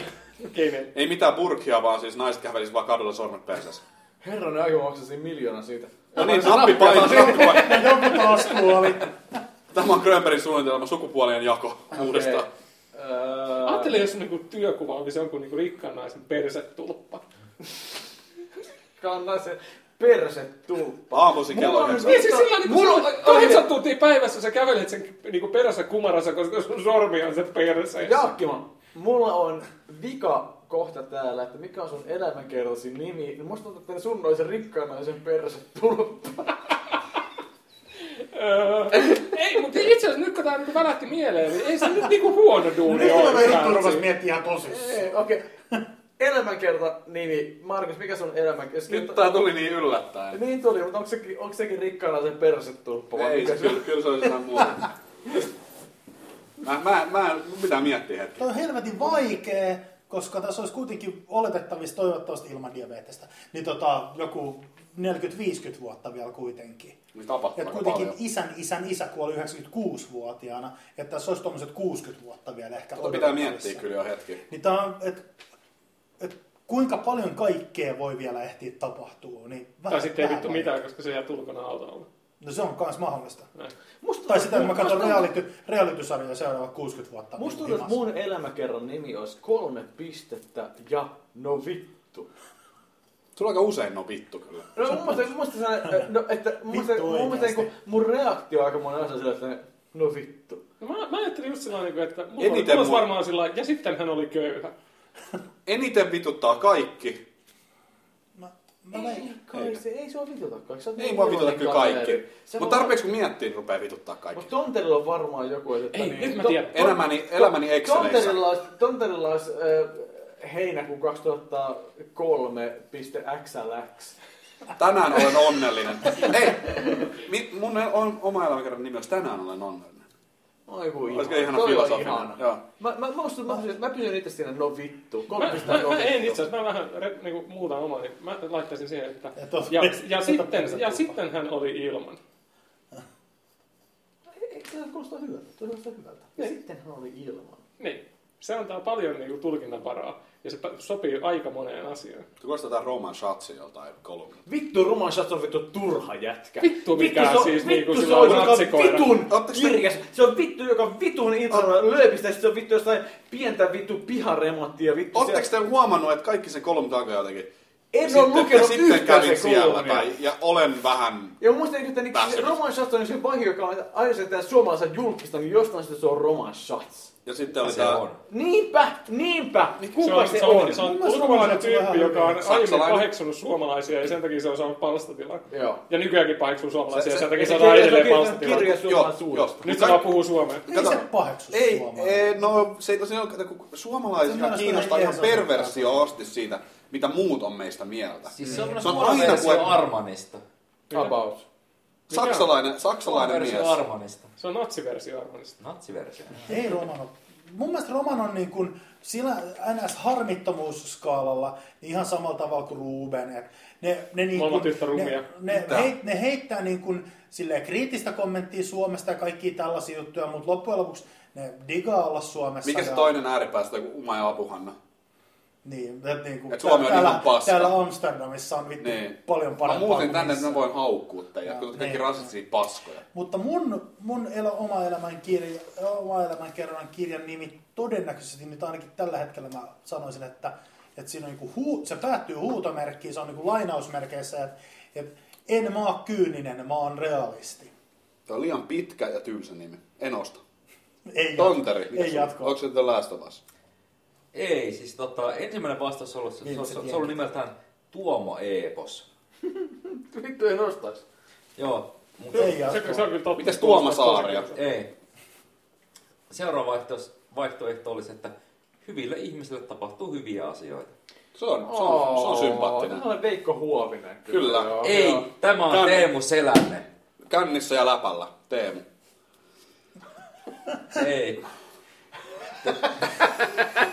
[SPEAKER 4] Kenen.
[SPEAKER 3] Ei mitään burkia, vaan siis naiset kävelisivät vaan kadulla sormet perseessä.
[SPEAKER 1] Herranen aika maksasin miljoona siitä.
[SPEAKER 3] No niin, nappi painaa, nappi painaa.
[SPEAKER 2] Ja joku tasku oli.
[SPEAKER 3] Tämä on Grönbergin suunnitelma, sukupuolien jako uudestaan.
[SPEAKER 4] Ajattele, jos on niinku työkuva, olisi jonkun niinku rikkaan naisen persetulppa.
[SPEAKER 1] Kannan se perse tulppa.
[SPEAKER 3] Aamuisin kello
[SPEAKER 1] Mulla on-
[SPEAKER 3] yhdeksän.
[SPEAKER 4] Niin siis sillä niin
[SPEAKER 1] Mulla-
[SPEAKER 4] mulla, kahdeksan tuntia päivässä sä kävelet sen niinku perässä kumarassa, koska sun sormi on se perse.
[SPEAKER 1] Jaakkima, mulla on vika kohta täällä, että mikä on sun elämänkertasi nimi. Niin musta tuntuu, että sun olisi rikkaan naisen perse tulppa.
[SPEAKER 4] Öö, ei, mutta itse asiassa nyt kun tämä niinku välähti mieleen, niin ei se nyt niinku huono duuni
[SPEAKER 2] Nyt
[SPEAKER 4] ole.
[SPEAKER 2] tulee juttu ruvasi miettiä ihan tosissaan.
[SPEAKER 1] Ei, Okei. [LAUGHS] Elämänkerta nimi. Markus, mikä sun elämän... jos-
[SPEAKER 3] Nyt tää tuli niin yllättäen.
[SPEAKER 1] Niin tuli, mutta onko sekin, onko sekin rikkaana sen persetulppa? vai
[SPEAKER 3] Ei,
[SPEAKER 1] mikä
[SPEAKER 3] se,
[SPEAKER 1] se on?
[SPEAKER 3] kyllä, kyllä se olisi jotain muuta. Mä, mä, mä, mun pitää miettiä hetki.
[SPEAKER 2] Toi on helvetin vaikea, koska tässä olisi kuitenkin oletettavissa toivottavasti ilman diabetesta. Niin tota, joku 40-50 vuotta vielä kuitenkin.
[SPEAKER 3] Niin tapahtuu
[SPEAKER 2] Et
[SPEAKER 3] aika
[SPEAKER 2] kuitenkin
[SPEAKER 3] paljon.
[SPEAKER 2] paljon. isän isän isä kuoli 96-vuotiaana, että tässä olisi tuommoiset 60 vuotta vielä ehkä.
[SPEAKER 3] Tuo Tuota pitää
[SPEAKER 2] odotettavissa.
[SPEAKER 3] miettiä kyllä jo hetki.
[SPEAKER 2] Niin tää on, et, et kuinka paljon kaikkea voi vielä ehtiä tapahtua. Niin vähän,
[SPEAKER 4] Tai sitten ei
[SPEAKER 2] vähän
[SPEAKER 4] vittu
[SPEAKER 2] vai-
[SPEAKER 4] mitään, koska se jää ulkona autolla.
[SPEAKER 2] No se on myös mahdollista.
[SPEAKER 4] Näin.
[SPEAKER 1] Musta
[SPEAKER 2] Tai sitä, että mä
[SPEAKER 1] musta
[SPEAKER 2] katson
[SPEAKER 1] tuntuu-
[SPEAKER 2] reality, reality-sarjoja seuraavat 60 vuotta.
[SPEAKER 1] Musta
[SPEAKER 2] niin
[SPEAKER 1] tuntuu, että
[SPEAKER 2] himassa.
[SPEAKER 1] mun elämäkerran nimi olisi kolme pistettä ja no vittu.
[SPEAKER 3] Sulla on aika usein no vittu kyllä.
[SPEAKER 1] No mun mielestä, mun mielestä, se- no, että, mun mielestä,
[SPEAKER 2] Vittu
[SPEAKER 1] mun, mielestä
[SPEAKER 2] oikeasti.
[SPEAKER 1] niin mun reaktio aika monen asia sillä, että no vittu.
[SPEAKER 4] No Mä, mä ajattelin just sillä tavalla, että mulla
[SPEAKER 3] Eniten
[SPEAKER 4] oli, mulla olisi
[SPEAKER 3] mua-
[SPEAKER 4] varmaan sillä lailla, ja sitten hän oli köyhä.
[SPEAKER 3] Eniten vituttaa kaikki.
[SPEAKER 2] Mä, mä veikkaan.
[SPEAKER 1] kai se, ei se ole vituta kaikki. Sä oot
[SPEAKER 3] Ei
[SPEAKER 1] niin
[SPEAKER 3] mua vituta
[SPEAKER 1] iloinen
[SPEAKER 3] kyllä
[SPEAKER 1] kaveri.
[SPEAKER 3] kaikki.
[SPEAKER 1] Sä
[SPEAKER 3] Mutta
[SPEAKER 1] vaan-
[SPEAKER 3] tarpeeksi kun miettii, niin rupeaa vituttaa kaikki.
[SPEAKER 1] Mutta Tonterilla on varmaan joku, että... niin.
[SPEAKER 4] Ei, nyt mä
[SPEAKER 1] to-
[SPEAKER 4] tiedän.
[SPEAKER 3] Elämäni, elämäni Excelissä.
[SPEAKER 1] Tonterilla olisi, tonterilla olisi äh, heinäkuun 2003.xlx.
[SPEAKER 3] Tänään olen onnellinen. Ei, mi- mun on, oma elämäkerran nimi olisi Tänään olen onnellinen.
[SPEAKER 1] Oi voi
[SPEAKER 3] Olisiko ihana
[SPEAKER 1] Toi oli
[SPEAKER 3] filosofinen?
[SPEAKER 1] ihana.
[SPEAKER 3] Joo.
[SPEAKER 1] Mä, mä, mä, musta, mä, pysyn, mä pysyn itse siinä no vittu.
[SPEAKER 4] Mä,
[SPEAKER 1] Kolme pistettä
[SPEAKER 4] mä,
[SPEAKER 1] no
[SPEAKER 4] mä en
[SPEAKER 1] vittu.
[SPEAKER 4] itse asiassa, mä vähän re, niinku, muutan omaa, niin mä laittaisin siihen, että...
[SPEAKER 2] Et oo- [LAUGHS]
[SPEAKER 4] Ja,
[SPEAKER 2] et
[SPEAKER 4] ja,
[SPEAKER 2] oo
[SPEAKER 4] sitten, ja
[SPEAKER 2] persetulppa.
[SPEAKER 4] sitten hän oli ilman.
[SPEAKER 1] Ei, se kuulostaa hyvältä. Tuo kuulostaa hyvältä. Ja sittenhän oli ilman.
[SPEAKER 4] Niin. Se antaa paljon niinku, tulkinnanvaraa, ja se pa- sopii aika moneen asiaan.
[SPEAKER 3] Se kuulostaa jotain Roman Shatsin joltain kolumnilta.
[SPEAKER 1] Vittu Roman Schatz on vittu turha jätkä.
[SPEAKER 4] Vittu, mikä
[SPEAKER 1] se on-
[SPEAKER 4] siis niinku
[SPEAKER 1] vittu, se
[SPEAKER 4] sillä
[SPEAKER 1] on
[SPEAKER 4] on
[SPEAKER 1] joka
[SPEAKER 4] natsikoira.
[SPEAKER 1] vitun
[SPEAKER 3] Ootteko te-
[SPEAKER 1] kirjas. Se on vittu, joka vitun introlla lööpistä. Sitten se on vittu jostain pientä vittu piharemottia. Vittu
[SPEAKER 3] Oletteko te huomannut, että kaikki sen kolumnit alkoi jotenkin?
[SPEAKER 1] En ole
[SPEAKER 3] ja
[SPEAKER 1] lukenut
[SPEAKER 3] sitten
[SPEAKER 1] yhtään sen
[SPEAKER 3] kävin siellä
[SPEAKER 1] kolumnia.
[SPEAKER 3] tai, ja olen vähän...
[SPEAKER 1] Ja mun mielestä että niin,
[SPEAKER 3] Päässyt.
[SPEAKER 1] Roman Schatz on se vahi, joka on aina se tää suomalaisen julkista, niin jostain syystä se on Roman Schatz.
[SPEAKER 3] Ja sitten oli
[SPEAKER 5] Se
[SPEAKER 3] tämä...
[SPEAKER 5] on.
[SPEAKER 1] Niinpä, niinpä, niin
[SPEAKER 4] Se
[SPEAKER 1] kuka
[SPEAKER 4] on,
[SPEAKER 1] se,
[SPEAKER 4] se
[SPEAKER 1] on?
[SPEAKER 4] on, se on
[SPEAKER 2] Mun mielestä
[SPEAKER 4] ulkomainen
[SPEAKER 2] se on vähän
[SPEAKER 4] tyyppi, joka on aiemmin
[SPEAKER 3] Saksalainen.
[SPEAKER 4] paheksunut suomalaisia, ja sen takia se on saanut palstatilaa.
[SPEAKER 1] Joo.
[SPEAKER 4] Ja nykyäänkin paheksuu suomalaisia,
[SPEAKER 3] Se- se-
[SPEAKER 4] ja sen takia saadaan edelleen palstatilaa.
[SPEAKER 1] Kirja
[SPEAKER 3] Joo,
[SPEAKER 1] Suomen
[SPEAKER 3] joo.
[SPEAKER 1] suuresta.
[SPEAKER 4] Nyt se vaan puhuu suomea.
[SPEAKER 2] Ei se paheksu
[SPEAKER 3] Ei,
[SPEAKER 2] suomalainen.
[SPEAKER 3] ei, no se ei tosiaan ole, kun
[SPEAKER 2] Se
[SPEAKER 3] suomalaisia
[SPEAKER 2] on
[SPEAKER 3] kiinnostaa
[SPEAKER 2] ihan
[SPEAKER 3] ihan
[SPEAKER 2] se on-
[SPEAKER 3] perversio asti siitä, mitä muut on meistä mieltä.
[SPEAKER 5] Siis se on
[SPEAKER 3] Se on
[SPEAKER 5] suora
[SPEAKER 3] aina
[SPEAKER 5] versio
[SPEAKER 3] kuin-
[SPEAKER 5] Armanista.
[SPEAKER 1] About.
[SPEAKER 3] Saksalainen,
[SPEAKER 5] Suora
[SPEAKER 3] saksalainen mies.
[SPEAKER 5] versio Armanista.
[SPEAKER 4] Se on natsiversio Armonista.
[SPEAKER 5] Natsiversio.
[SPEAKER 2] Ei Roman ole. Mun mielestä Roman on niin kuin sillä NS-harmittomuusskaalalla niin ihan samalla tavalla kuin Ruben. Et ne, ne, niin
[SPEAKER 4] Maailman
[SPEAKER 2] kuin,
[SPEAKER 4] tyhtä rumia.
[SPEAKER 2] ne, ne,
[SPEAKER 3] Mitä?
[SPEAKER 2] heit, ne heittää niin kuin silleen kriittistä kommenttia Suomesta ja kaikkia tällaisia juttuja, mutta loppujen lopuksi ne digaa olla Suomessa.
[SPEAKER 3] Mikä se
[SPEAKER 2] ja-
[SPEAKER 3] toinen ääripäästä kuin Uma ja Apuhanna?
[SPEAKER 2] Niin, et niin kuin,
[SPEAKER 3] Et Suomi on
[SPEAKER 2] täällä,
[SPEAKER 3] ihan paska.
[SPEAKER 2] Täällä Amsterdamissa on vittu
[SPEAKER 3] Niin.
[SPEAKER 2] paljon
[SPEAKER 3] Mä
[SPEAKER 2] parempaa
[SPEAKER 3] muutin
[SPEAKER 2] kuin
[SPEAKER 3] tänne, että no,
[SPEAKER 2] missään.
[SPEAKER 3] mä voin haukkua teidät,
[SPEAKER 2] Joo,
[SPEAKER 3] kun te kaikki
[SPEAKER 2] niin.
[SPEAKER 3] rasistisia paskoja.
[SPEAKER 2] Mutta mun, mun elä, oma, elämän kirja, oma elämän kerran kirjan nimi todennäköisesti, nyt ainakin tällä hetkellä mä sanoisin, että, että siinä on niinku huu, se päättyy huutomerkkiin, se on niinku lainausmerkeissä, että, että en mä oon kyyninen, mä oon realisti.
[SPEAKER 3] Tämä on liian pitkä ja tylsä nimi. En osta.
[SPEAKER 2] Ei
[SPEAKER 3] Tonteri.
[SPEAKER 2] Jatko, ei jatkoa.
[SPEAKER 3] Onko se The Last of Us?
[SPEAKER 5] Ei, siis tota, ensimmäinen vastaus on ollut, se,
[SPEAKER 2] Niin,
[SPEAKER 5] se,
[SPEAKER 2] se
[SPEAKER 5] se, se,
[SPEAKER 2] tiedät.
[SPEAKER 5] se on ollut nimeltään Tuomo Eepos.
[SPEAKER 1] Vittu en ostais.
[SPEAKER 5] Joo, mutta
[SPEAKER 2] Ei
[SPEAKER 4] Se, se on
[SPEAKER 2] jatkoa.
[SPEAKER 4] kyllä totta.
[SPEAKER 3] Mites Tuomo Saaria?
[SPEAKER 5] ei. Seuraava vaihtoehto, vaihtoehto olisi, että hyville ihmisille tapahtuu hyviä asioita.
[SPEAKER 3] Se on, se on, se on sympaattinen.
[SPEAKER 1] Tämä on Veikko Huovinen.
[SPEAKER 3] Kyllä.
[SPEAKER 1] Joo,
[SPEAKER 5] ei,
[SPEAKER 1] joo.
[SPEAKER 5] tämä on
[SPEAKER 3] Tämä-
[SPEAKER 5] Teemu Selänne.
[SPEAKER 3] Kännissä ja läpällä. Teemu.
[SPEAKER 5] Ei.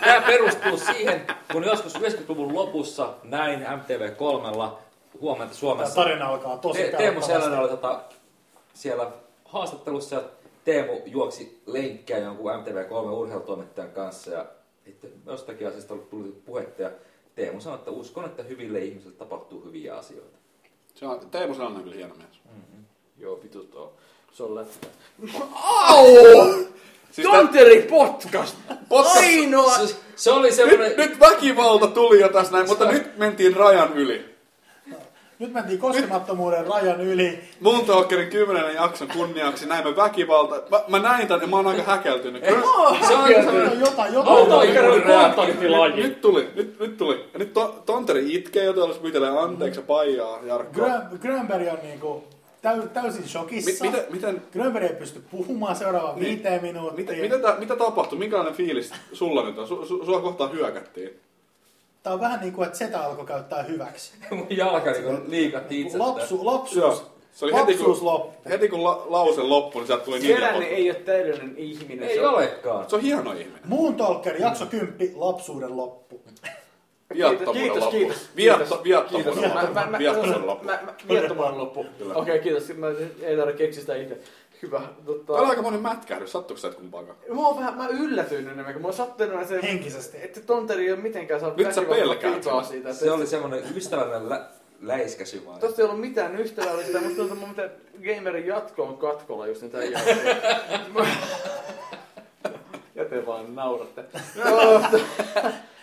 [SPEAKER 5] Tämä perustuu siihen, kun joskus 90-luvun lopussa näin MTV3 huomenta
[SPEAKER 2] Tämä
[SPEAKER 5] Suomessa.
[SPEAKER 2] tarina alkaa tosi
[SPEAKER 5] Te- Teemu
[SPEAKER 2] pelottavasti.
[SPEAKER 5] Selänne oli tota, siellä haastattelussa ja Teemu juoksi lenkkiä jonkun MTV3 urheilutoimittajan kanssa ja sitten jostakin asiasta tuli puhetta ja Teemu sanoi, että uskon, että hyville ihmisille tapahtuu hyviä asioita.
[SPEAKER 3] Se on, Teemu Selänne on kyllä hieno mies.
[SPEAKER 1] Joo, vitu tuo. Se on lätkä.
[SPEAKER 3] Siis
[SPEAKER 1] Tonteri podcast! Ainoa!
[SPEAKER 5] Se, se oli
[SPEAKER 3] nyt,
[SPEAKER 5] semmoinen...
[SPEAKER 3] nyt väkivalta tuli jo tässä näin, mutta nyt mentiin rajan yli.
[SPEAKER 2] Nyt mentiin koskemattomuuden rajan yli.
[SPEAKER 3] Mun Talkerin kymmenen jakson kunniaksi näimme väkivalta. Mä, mä näin tän ja mä oon aika häkeltynyt. Kyllä-
[SPEAKER 5] Se on
[SPEAKER 2] Nyt
[SPEAKER 5] semmoinen...
[SPEAKER 2] on jotain,
[SPEAKER 4] Auto
[SPEAKER 2] jotain.
[SPEAKER 4] on kerran
[SPEAKER 5] Reakti-
[SPEAKER 4] kontaktilaji.
[SPEAKER 3] Nyt tuli, nyt, nyt tuli. Ja nyt to, Tonteri itkee, jota olisi pyytelee anteeksi ja paijaa Jarkko.
[SPEAKER 2] Grön- Grönberg on niinku täy, täysin shokissa.
[SPEAKER 3] Mi- miten- miten-
[SPEAKER 2] Grönberg ei pysty puhumaan seuraavaan
[SPEAKER 3] Niin.
[SPEAKER 2] viiteen minuuttiin.
[SPEAKER 3] Mitä, mitä, ta, mitä tapahtui? Minkälainen fiilis sulla nyt on? Su, su, sua kohtaan hyökättiin.
[SPEAKER 2] Tämä on vähän niin kuin, että setä alkoi käyttää hyväksi.
[SPEAKER 5] Mun jalka niin liikatti itsestä.
[SPEAKER 2] Lapsu, lapsuus,
[SPEAKER 3] Joo. Se oli heti kun,
[SPEAKER 2] lapsuus loppu.
[SPEAKER 3] heti kun la, lause loppui, niin sieltä tuli niin
[SPEAKER 6] Keränne ei ole täydellinen ihminen.
[SPEAKER 5] Ei
[SPEAKER 6] se on-
[SPEAKER 5] olekaan.
[SPEAKER 3] Se on hieno ihminen.
[SPEAKER 2] Muun Talker, jakso 10, lapsuuden loppu.
[SPEAKER 3] Viattomuuden
[SPEAKER 6] Kiitos,
[SPEAKER 3] loppu.
[SPEAKER 6] kiitos.
[SPEAKER 3] Viatto,
[SPEAKER 6] Kiitos.
[SPEAKER 3] viattomuuden
[SPEAKER 6] Mä, mä,
[SPEAKER 3] loppu.
[SPEAKER 6] mä,
[SPEAKER 3] Viattomuuden loppu.
[SPEAKER 6] mä, mä, viattomuuden loppu.
[SPEAKER 3] Kyllä.
[SPEAKER 6] Okei, kiitos. Mä ei tarvitse keksiä sitä itse. Hyvä. Tota,
[SPEAKER 3] Täällä on aika monen mätkähdys. Sattuuko sä et kumpaakaan?
[SPEAKER 6] Mä oon vähän, mä yllätynyt enemmän, kun mä oon sattunut se...
[SPEAKER 2] Henkisesti.
[SPEAKER 6] Että tonteri ei ole mitenkään saanut
[SPEAKER 3] Nyt sä
[SPEAKER 6] väkivaltaa
[SPEAKER 3] pelkäät
[SPEAKER 6] pilkaa
[SPEAKER 3] sitä.
[SPEAKER 6] siitä.
[SPEAKER 5] Se oli semmonen ystävällinen lä- läiskäsy vaan.
[SPEAKER 6] Tosta ei ollut mitään ystävällistä, musta tuntuu, että mun gamerin jatko on katkolla just nyt tämän jälkeen. Ja te vaan nauratte. [LAUGHS] No, t-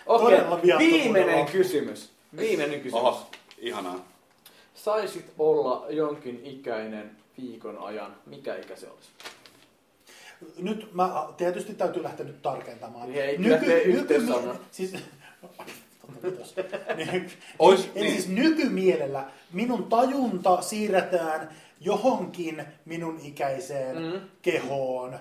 [SPEAKER 6] Okei,
[SPEAKER 2] Todella viattomuudella.
[SPEAKER 6] viimeinen kysymys. Viimeinen kysymys.
[SPEAKER 3] Oho, ihanaa.
[SPEAKER 6] Saisit olla jonkin ikäinen viikon ajan. Mikä ikä se olisi?
[SPEAKER 2] Nyt mä tietysti täytyy lähteä nyt tarkentamaan.
[SPEAKER 6] Hei, kyllä tee yhteissana.
[SPEAKER 2] siis, Totta, kiitos. Nyky-
[SPEAKER 3] Ois-
[SPEAKER 2] Eli
[SPEAKER 3] niin.
[SPEAKER 2] siis nykymielellä minun tajunta siirretään johonkin minun ikäiseen
[SPEAKER 3] Mm-hmm.
[SPEAKER 6] Mm.
[SPEAKER 2] kehoon.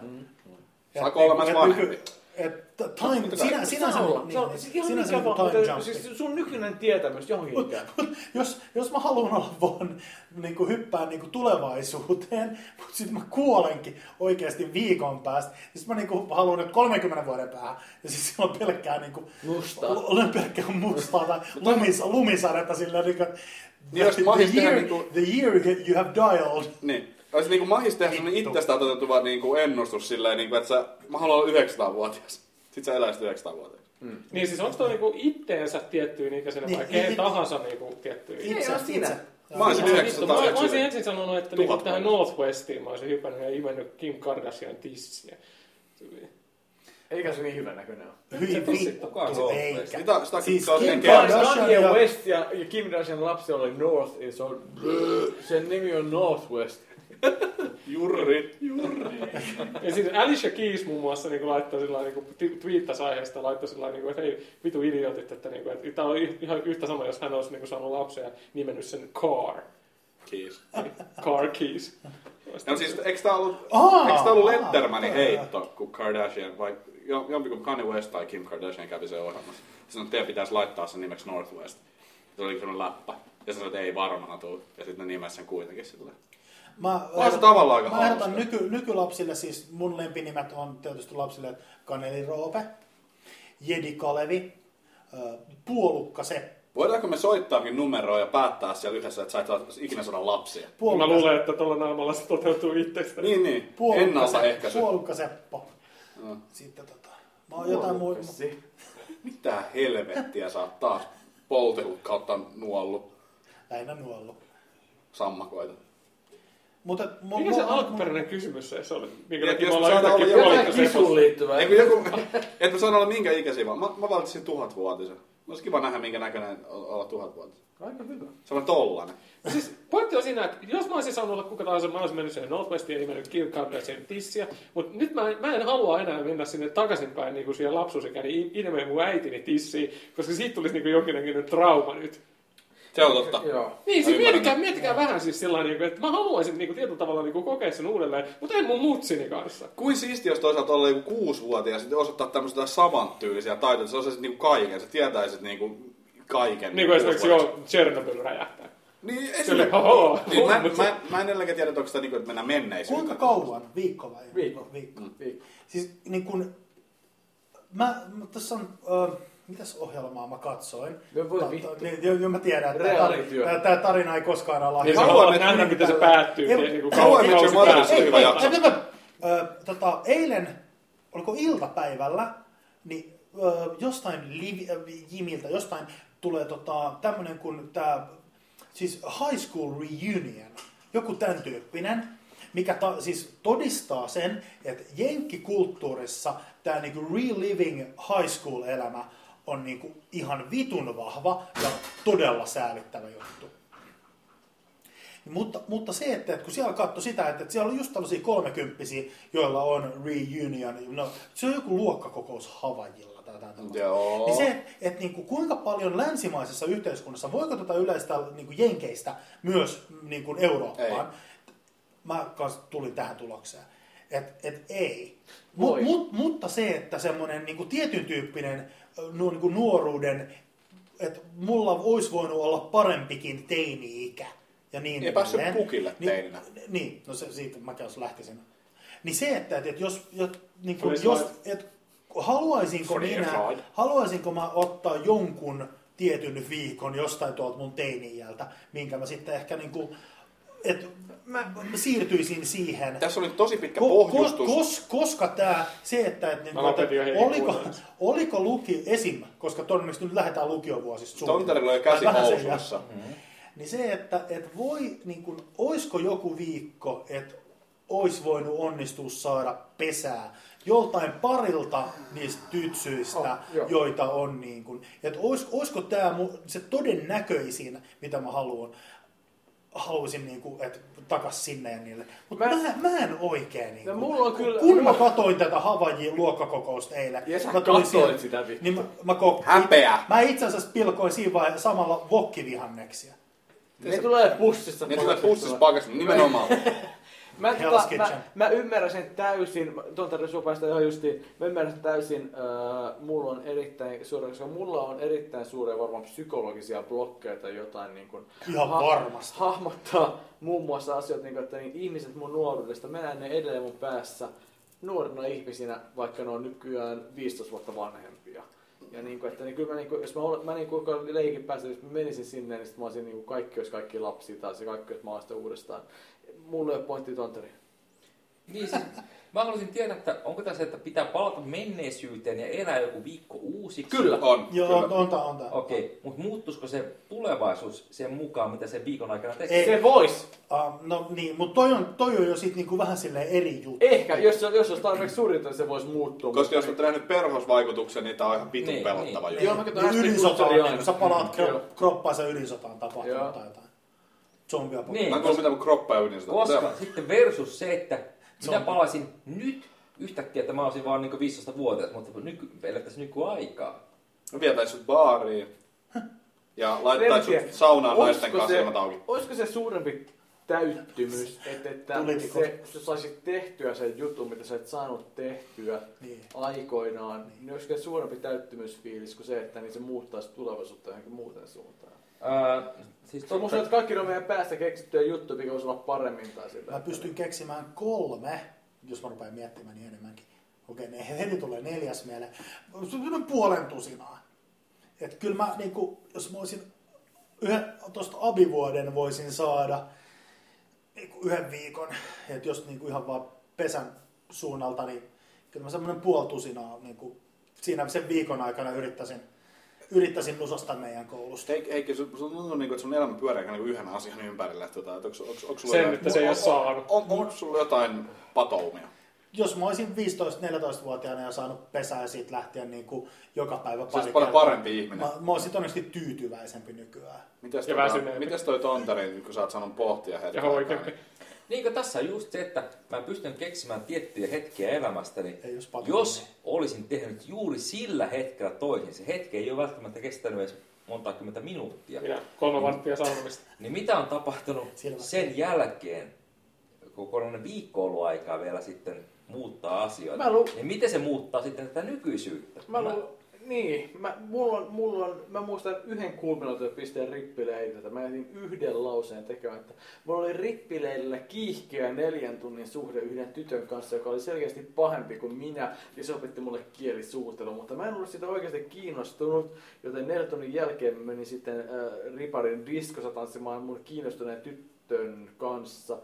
[SPEAKER 2] Et
[SPEAKER 3] Saako olla
[SPEAKER 2] niinku,
[SPEAKER 3] myös
[SPEAKER 2] et
[SPEAKER 3] Mm-hmm. vanhempi?
[SPEAKER 2] nyky- Et time, sinä, sinä
[SPEAKER 6] Saa olla.
[SPEAKER 2] sanot,
[SPEAKER 6] Se on,
[SPEAKER 2] niin,
[SPEAKER 6] se ihan
[SPEAKER 2] sinä
[SPEAKER 6] mikä
[SPEAKER 2] sanot
[SPEAKER 6] vaan,
[SPEAKER 2] time
[SPEAKER 6] mutta
[SPEAKER 2] jump.
[SPEAKER 6] siis sun nykyinen tietämys johonkin
[SPEAKER 2] Mut,
[SPEAKER 6] ikään.
[SPEAKER 2] mut, jos, jos mä haluan olla vaan niin kuin hyppään niin kuin tulevaisuuteen, mutta sitten mä kuolenkin oikeasti viikon päästä, niin sit mä niin kuin haluan nyt 30 vuoden päähän, ja siis siellä on pelkkää, niin kuin,
[SPEAKER 6] Mustaa.
[SPEAKER 2] olen pelkkää mustaa tai lumis, lumisadetta sillä niin kuin,
[SPEAKER 3] Niin, jos mä olisin
[SPEAKER 2] the, year,
[SPEAKER 3] tehdä niin kuin-
[SPEAKER 2] the year you have dialed.
[SPEAKER 3] Niin. Olisi niinku mahis tehdä sellainen
[SPEAKER 2] Vittu.
[SPEAKER 3] itsestä otettu vaan niinku ennustus silleen, niinku, että sä, mä haluan olla 900-vuotias. Sit sä eläisit 900-vuotias.
[SPEAKER 4] Niin siis onko toi niinku itteensä tiettyyn ikäisenä
[SPEAKER 2] Niin,
[SPEAKER 4] vai kehen
[SPEAKER 2] i-
[SPEAKER 4] tahansa niinku tiettyyn
[SPEAKER 6] Ei
[SPEAKER 2] Itse,
[SPEAKER 6] ole sinä.
[SPEAKER 2] itse.
[SPEAKER 3] Mä olisin
[SPEAKER 4] Mä olisin- Mä mä olisin
[SPEAKER 3] 900
[SPEAKER 4] ensin sanonut, että
[SPEAKER 3] Tuhat
[SPEAKER 4] niinku tähän
[SPEAKER 3] vuotta.
[SPEAKER 4] Northwestiin mä olisin hypännyt ja imennyt Kim Kardashian tissiä.
[SPEAKER 6] Eikä se niin hyvän näköinen ole.
[SPEAKER 2] Hyi
[SPEAKER 4] Itse tossi, kukaan
[SPEAKER 2] vittu,
[SPEAKER 5] on
[SPEAKER 2] eikä.
[SPEAKER 3] Sitä, sitä
[SPEAKER 2] Siis
[SPEAKER 3] siis
[SPEAKER 2] Kim
[SPEAKER 3] sen kerran.
[SPEAKER 2] Kardashian-
[SPEAKER 6] Kanye
[SPEAKER 2] ja-
[SPEAKER 6] West ja, ja Kim Kardashian lapsi oli North, ja se on, sen nimi on Northwest.
[SPEAKER 3] Jurri.
[SPEAKER 4] Ja siis Alicia Keys muun muassa niin laittoi sillä niin twiittasi aiheesta, laittoi sillä niin että hei vitu idiotit, että, niin kuin, että tämä on y- ihan yhtä sama, jos hän olisi niin kuin, saanut lapsen ja nimennyt sen Car.
[SPEAKER 3] Kiis.
[SPEAKER 4] Car Keys.
[SPEAKER 3] No siis, eikö tää ollut,
[SPEAKER 2] Aa,
[SPEAKER 3] eikö tää ollut
[SPEAKER 2] aa,
[SPEAKER 3] Lettermanin
[SPEAKER 2] aa.
[SPEAKER 3] heitto, kun Kardashian, vai jo- jompikumpi Kanye West tai Kim Kardashian kävi sen ohjelmassa. Se sanoi, että teidän pitäisi laittaa sen nimeksi Northwest. Se oli sellainen läppä. Ja se sanoi, että ei varmaan tuu. Ja sitten ne nimesi sen kuitenkin silleen.
[SPEAKER 2] Mä,
[SPEAKER 3] Onhan se tavallaan aika
[SPEAKER 2] mä ehdotan
[SPEAKER 3] hauska.
[SPEAKER 2] nyky, nykylapsille, siis mun lempinimet on tietysti lapsille Kaneli Roope, Jedi Kalevi, ö, Puolukka Seppo.
[SPEAKER 3] Voidaanko me soittaakin numeroa ja päättää siellä yhdessä, että sä et saa ikinä saada lapsia?
[SPEAKER 4] Mä
[SPEAKER 2] Puolukka,
[SPEAKER 4] luulen, että tuolla naamalla se toteutuu itsestä.
[SPEAKER 3] Niin, niin.
[SPEAKER 2] puolukka, Seppo,
[SPEAKER 3] Ennaltaehkäisy.
[SPEAKER 2] puolukka Seppo.
[SPEAKER 3] No.
[SPEAKER 2] Sitten tota, mä oon jotain muuta.
[SPEAKER 6] Muokasi.
[SPEAKER 3] Mitä helvettiä sä oot taas poltellut kautta nuollut
[SPEAKER 2] Lähinnä nuollut.
[SPEAKER 3] sammakoita?
[SPEAKER 2] Mutta
[SPEAKER 4] Mikä se alkuperäinen kysymys se oli? Minkä
[SPEAKER 3] Ja
[SPEAKER 4] takia
[SPEAKER 3] jos
[SPEAKER 4] me ollaan
[SPEAKER 3] saadaan
[SPEAKER 4] yhtäkkiä
[SPEAKER 3] olla
[SPEAKER 4] valittu
[SPEAKER 6] Jotain
[SPEAKER 4] se-
[SPEAKER 6] kisuun liittyvää.
[SPEAKER 3] Ei kun No, joku, [LAUGHS] et mä sano olla minkä ikäisiä vaan. Mä, mä valitsin tuhatvuotisen. Olisi kiva nähdä minkä näköinen o- olla tuhatvuotisen.
[SPEAKER 6] Aika hyvä.
[SPEAKER 3] Se on tollanen.
[SPEAKER 4] Siis pointti on siinä, että jos mä olisin saanut olla kuka tahansa, mä olisin mennyt sinne Northwestiin ja nimennyt Kim Kardashian tissiä, mutta nyt mä en, mä en halua enää mennä sinne takaisinpäin niin kuin siihen lapsuusikäni ilmeen mun äitini tissiin, koska siitä tulisi niin kuin jonkinnäköinen trauma nyt.
[SPEAKER 3] Se on totta.
[SPEAKER 6] Joo.
[SPEAKER 4] Niin,
[SPEAKER 3] Mä
[SPEAKER 4] siis
[SPEAKER 3] ymmärrän.
[SPEAKER 4] miettikää, miettikää vähän siis sillä tavalla, että mä haluaisin niin kuin tietyllä tavalla niin kuin kokea sen uudelleen, mutta en mun mutsini kanssa.
[SPEAKER 3] Kuin siisti, jos toisaalta olla joku kuusivuotias ja sitten osoittaa tämmöistä samantyylisiä taitoja. Se osaisit niinku kaiken. Sä tietäisit niinku kaiken.
[SPEAKER 4] Niin kuin esimerkiksi
[SPEAKER 3] kuusivuotias.
[SPEAKER 4] joo, Chernobyl räjähtää.
[SPEAKER 3] Niin,
[SPEAKER 4] Kyllä,
[SPEAKER 3] esimerkiksi.
[SPEAKER 4] hoho.
[SPEAKER 3] Niin, mä, mä, mä, en edelläkään tiedä, että onko sitä niinku, että mennään menneisyyteen.
[SPEAKER 2] Kuinka kauan? Viikko vai?
[SPEAKER 6] Viikko.
[SPEAKER 2] Viikko.
[SPEAKER 3] Mm.
[SPEAKER 6] Viikko.
[SPEAKER 2] Siis niin kun, mä, mä tässä on, ö, mitäs ohjelmaa mä katsoin?
[SPEAKER 6] No voi
[SPEAKER 2] Ta- ta-
[SPEAKER 6] vittu.
[SPEAKER 2] niin, jo, jo, mä tiedän, että
[SPEAKER 6] Reaalityö.
[SPEAKER 2] tämä, tämä tarina ei koskaan ala.
[SPEAKER 4] Niin sä
[SPEAKER 3] Haluan,
[SPEAKER 4] haluat
[SPEAKER 3] että
[SPEAKER 4] nähdä,
[SPEAKER 2] niin
[SPEAKER 4] miten se
[SPEAKER 2] tällä-
[SPEAKER 4] päättyy.
[SPEAKER 2] Ei,
[SPEAKER 4] niin kuin
[SPEAKER 3] How I Met
[SPEAKER 4] kausi-
[SPEAKER 3] Your
[SPEAKER 4] kausi
[SPEAKER 3] Mother
[SPEAKER 4] päättyy.
[SPEAKER 3] se on hyvä
[SPEAKER 2] ei,
[SPEAKER 3] jakso.
[SPEAKER 2] ei, ei, Ö, tota, eilen, oliko iltapäivällä, niin ö, jostain liv, ö, Jimiltä, jostain tulee tota, tämmönen kuin tämä, siis high school reunion, joku tämän tyyppinen, mikä ta, siis todistaa sen, että jenkkikulttuurissa tämä niinku reliving high school elämä on niinku ihan vitun vahva ja todella säälittävä juttu. Niin, Mutta, mutta se, että että kun siellä katsoi sitä, että, että siellä on just tällaisia kolmekymppisiä, joilla on reunion, no, se on joku luokkakokous Havajilla tai jotain tällaista.
[SPEAKER 3] Joo.
[SPEAKER 2] Niin se, että, että niin kuin, kuinka paljon niinku länsimaisessa yhteiskunnassa, voiko tätä yleistä niin kuin jenkeistä myös niin kuin niinku Eurooppaan? mä kans tulin tähän tulokseen. Et, et ei.
[SPEAKER 1] Voi.
[SPEAKER 2] Mut, mut, mutta se, että semmoinen niinku tietyn tyyppinen nu, niinku nuoruuden, että mulla olisi voinut olla parempikin teini-ikä. Ja niin
[SPEAKER 3] Ei päässyt
[SPEAKER 2] edelleen.
[SPEAKER 3] pukille teininä.
[SPEAKER 2] Niin, niin, no se, siitä mä jos lähtisin. Niin se, että, että jos, jos, niin
[SPEAKER 4] Free
[SPEAKER 2] kuin,
[SPEAKER 4] slide.
[SPEAKER 2] jos et, haluaisinko
[SPEAKER 3] Free
[SPEAKER 2] minä,
[SPEAKER 3] slide.
[SPEAKER 2] haluaisinko mä ottaa jonkun tietyn viikon jostain tuolta mun teini-iältä, minkä mä sitten ehkä niin kuin, että mä siirtyisin siihen.
[SPEAKER 3] Tässä oli tosi pitkä
[SPEAKER 2] Ko-
[SPEAKER 3] pohjustus.
[SPEAKER 2] ko- kos- koska tämä, se, että, et,
[SPEAKER 4] Mä
[SPEAKER 2] niinku,
[SPEAKER 4] lopetin jo
[SPEAKER 2] että
[SPEAKER 4] heinäkuun
[SPEAKER 2] oliko,
[SPEAKER 4] alussa.
[SPEAKER 2] oliko luki esim, koska todennäköisesti nyt lähdetään lukiovuosista
[SPEAKER 3] Tontarilla oli
[SPEAKER 2] Tai
[SPEAKER 3] käsi
[SPEAKER 2] vähän sen
[SPEAKER 3] housuissa.
[SPEAKER 2] jälkeen. Niin se, että et voi, niin kun, oisko joku viikko, että olisi voinut onnistua saada pesää joltain parilta niistä tytsyistä,
[SPEAKER 1] Oh, joo.
[SPEAKER 2] joita on. Niin kun, et ois, oisko tämä se todennäköisin, mitä mä haluan, haluaisin niin kuin, että takas sinne ja niille. Mutta
[SPEAKER 1] Mä-
[SPEAKER 2] mä, mä, mä, en oikein niin
[SPEAKER 1] No
[SPEAKER 2] kuin,
[SPEAKER 1] mulla on kyllä-
[SPEAKER 2] kun mä
[SPEAKER 1] mulla-
[SPEAKER 2] katoin tätä Havajin luokkakokousta eilen.
[SPEAKER 1] Ja sä
[SPEAKER 2] mä tulin
[SPEAKER 1] katoit
[SPEAKER 2] sieltä,
[SPEAKER 1] sitä vittu.
[SPEAKER 2] Niin mä, mä, ko-
[SPEAKER 3] Häpeä!
[SPEAKER 2] mä itse asiassa pilkoin siinä vaiheessa samalla vokkivihanneksia.
[SPEAKER 1] Ne tulee pussissa.
[SPEAKER 3] Ne tulee pussissa
[SPEAKER 1] pakettina.
[SPEAKER 3] pakasta, nimenomaan.
[SPEAKER 1] Mä,
[SPEAKER 2] Hell's
[SPEAKER 1] tota, mä,
[SPEAKER 2] Kitchen.
[SPEAKER 1] mä ymmärrän sen täysin, tuon supaista ihan justiin, mä ymmärrän sen täysin, äh, mulla on erittäin suuria, koska mulla on erittäin suuria varmaan psykologisia blokkeja tai jotain niin kuin,
[SPEAKER 2] Ihan varmasti.
[SPEAKER 1] hahmottaa muun muassa asioita, niin kuin, että niin ihmiset mun nuoruudesta, mä näen ne edelleen mun päässä nuorena ihmisinä, vaikka ne on nykyään 15 vuotta vanhempia. Ja niin kuin, että niin kyllä mä, niin kuin, jos mä, olen, mä niin kuin, koko ajan leikin päästä, jos mä menisin sinne, niin sit mä olisin niin kuin kaikki, jos kaikki lapsi tai se kaikki, jos mä olisin sitä uudestaan. Mulla ei ole pointti tonteri.
[SPEAKER 5] Niin, siis, mä haluaisin tietää, että onko tässä, että pitää palata menneisyyteen ja elää joku viikko uusiksi?
[SPEAKER 1] Kyllä.
[SPEAKER 3] On.
[SPEAKER 2] Joo, on,
[SPEAKER 3] kyllä.
[SPEAKER 2] on, tää, on, tää.
[SPEAKER 5] Okei, okay. mutta muuttuisiko se tulevaisuus sen mukaan, mitä sen viikon aikana tekee?
[SPEAKER 2] Ei.
[SPEAKER 1] Se vois!
[SPEAKER 2] Ah, no niin, mutta toi on, toi on jo sit niinku vähän silleen eri juttu.
[SPEAKER 1] Ehkä, jos, se- jos se olisi tarpeeksi suuri, niin se voisi muuttua.
[SPEAKER 3] Koska jos olette nähnyt perhosvaikutuksen, niin tää on ihan vitun
[SPEAKER 5] Niin,
[SPEAKER 3] pelottava
[SPEAKER 1] Joo,
[SPEAKER 3] juttu.
[SPEAKER 1] mä katson
[SPEAKER 2] Niin
[SPEAKER 1] äsken
[SPEAKER 2] ydinsota,
[SPEAKER 1] kulttuuria
[SPEAKER 2] on,
[SPEAKER 1] aina.
[SPEAKER 2] niin, sä palaat
[SPEAKER 1] Joo.
[SPEAKER 2] kro- kroppaan sen ydinsotaan
[SPEAKER 1] Joo.
[SPEAKER 2] tapahtunut tai jotain. Zombia
[SPEAKER 5] Niin.
[SPEAKER 3] Mä en kuullut mitään kuin kroppa ja ydinsota.
[SPEAKER 5] Koska
[SPEAKER 3] Tää-
[SPEAKER 5] sitten versus se, että
[SPEAKER 2] Se
[SPEAKER 5] minä
[SPEAKER 2] on-
[SPEAKER 5] palaisin nyt yhtäkkiä, että mä olisin vaan niin 15-vuotias, mutta nyky, elettäisiin nykyaikaa.
[SPEAKER 3] Mä vietäis sut baariin. Ja laittais
[SPEAKER 1] En tiedä.
[SPEAKER 3] sut saunaan naisten
[SPEAKER 1] Olisiko
[SPEAKER 3] kanssa
[SPEAKER 1] se-
[SPEAKER 3] silmät auki.
[SPEAKER 1] Olisiko se suurempi täyttymys, että, että
[SPEAKER 2] Tuliko?
[SPEAKER 1] se, sä saisit tehtyä sen jutun, mitä sä et saanut tehtyä
[SPEAKER 2] Niin.
[SPEAKER 1] aikoinaan, niin olisiko se suurempi täyttymysfiilis kuin se, että niin se muuttaisi tulevaisuutta johonkin muuten suuntaan?
[SPEAKER 5] Ää, siis
[SPEAKER 1] Se on musta, että kaikki on meidän päästä keksittyä juttu, mikä voisi olla paremmin tai sitä.
[SPEAKER 2] Mä pystyn keksimään kolme, jos mä rupean miettimään niin enemmänkin. Okei, ne heti tulee neljäs mieleen. Semmoinen puolen tusinaa. Et kyllä mä, niinku, jos mä olisin yhden, tosta abivuoden voisin saada niinku yhden viikon. Et jos niinku ihan vaan pesän suunnalta, niin kyllä mä semmoinen puoli tusinaa niinku, siinä sen viikon aikana yrittäisin, yrittäisin nusasta meidän koulusta.
[SPEAKER 3] Heikki, Heikki sun, sun tuntuu niinku, että sun elämä pyörii aika niinku yhden asian ympärillä. Että, tota, että onks, onks, onks sulla
[SPEAKER 4] Sen,
[SPEAKER 3] jotain-
[SPEAKER 4] että se ei oo saanut.
[SPEAKER 3] On, on, onks sulla jotain patoumia? Siis
[SPEAKER 2] jos mä olisin 15-14-vuotiaana ja saanut pesää ja siitä lähtien niin kuin joka päivä
[SPEAKER 3] Sä
[SPEAKER 2] pari
[SPEAKER 3] oot paljon
[SPEAKER 2] kertaa,
[SPEAKER 3] parempi ihminen.
[SPEAKER 2] Mä, mä olisin todennäköisesti tyytyväisempi nykyään.
[SPEAKER 3] Mites,
[SPEAKER 4] Ja
[SPEAKER 3] tota,
[SPEAKER 4] väsyneempi.
[SPEAKER 3] mites toi tontari, kun sä oot saanut pohtia
[SPEAKER 4] Ja
[SPEAKER 3] hetken aikaa,
[SPEAKER 4] oikein.
[SPEAKER 3] niin
[SPEAKER 5] Niin kuin tässä on just se, että mä pystyn keksimään tiettyjä hetkiä elämästäni.
[SPEAKER 2] Ei jos paljon.
[SPEAKER 5] Jos olisin tehnyt juuri sillä hetkellä toisin, se hetki ei ole välttämättä kestänyt edes monta kymmentä minuuttia.
[SPEAKER 4] Minä kolme varttia sanomista.
[SPEAKER 5] Niin mitä on tapahtunut
[SPEAKER 2] Selvä.
[SPEAKER 5] sen jälkeen, kun on viikko ollut aikaa vielä sitten muuttaa asioita?
[SPEAKER 1] Mä lu-
[SPEAKER 5] Niin miten se muuttaa sitten tätä nykyisyyttä?
[SPEAKER 1] Mä, lu- niin, mä, mulla on, mulla on, mä muistan yhden kulminaatiopisteen rippileiltä. Mä jätin yhden lauseen tekemään, että mulla oli rippileillä kiihkeä neljän tunnin suhde yhden tytön kanssa, joka oli selkeästi pahempi kuin minä, ja se opetti mulle kielisuutelun, mutta mä en ollut siitä oikeasti kiinnostunut, joten neljän tunnin jälkeen mä menin sitten äh, riparin diskossa tanssimaan mun kiinnostuneen tytön kanssa,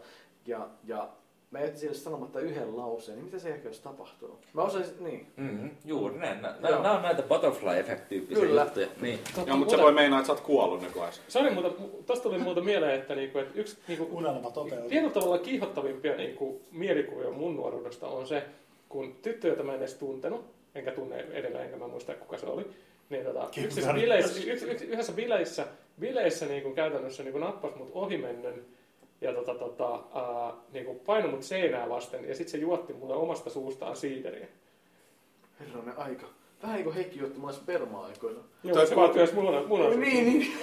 [SPEAKER 1] ja, ja Mä jätin sille sanomatta yhden lauseen, niin mitä se ehkä olisi tapahtunut? Mä osaisin, niin.
[SPEAKER 5] Mm-hmm, juuri näin. Nä-
[SPEAKER 1] Joo.
[SPEAKER 5] Nä, nämä on näitä butterfly-effekt-tyyppisiä
[SPEAKER 1] Kyllä.
[SPEAKER 5] juttuja. Niin.
[SPEAKER 3] Joo, mutta se voi meinaa, että sä oot kuollut nykyään.
[SPEAKER 4] Se oli muuta, tosta tuli muuta mieleen, että, niinku, että yksi niinku,
[SPEAKER 2] Unelma toteutuu.
[SPEAKER 4] Tietyllä tavalla kiihottavimpia niin kuin, mielikuvia mun nuoruudesta on se, kun tyttö, jota mä en edes tuntenut, enkä tunne edelleen, enkä mä muista kuka se oli, niin tota,
[SPEAKER 2] Kyllä.
[SPEAKER 4] yksissä bileissä, yks, yks, yhdessä bileissä, bileissä niin kuin käytännössä niin kuin nappasi mut ohimennen ja tota, tota, ää, niin kuin painoi mut seinää vasten ja sitten se juotti mulle omasta suustaan siideriä.
[SPEAKER 1] Herranen aika. Vähän niin kuin Heikki otti mulle spermaa aikoina.
[SPEAKER 4] Joo,
[SPEAKER 3] Toi
[SPEAKER 4] se
[SPEAKER 3] kuul-
[SPEAKER 4] vaatii, jos mulla on, mulla on
[SPEAKER 1] niin.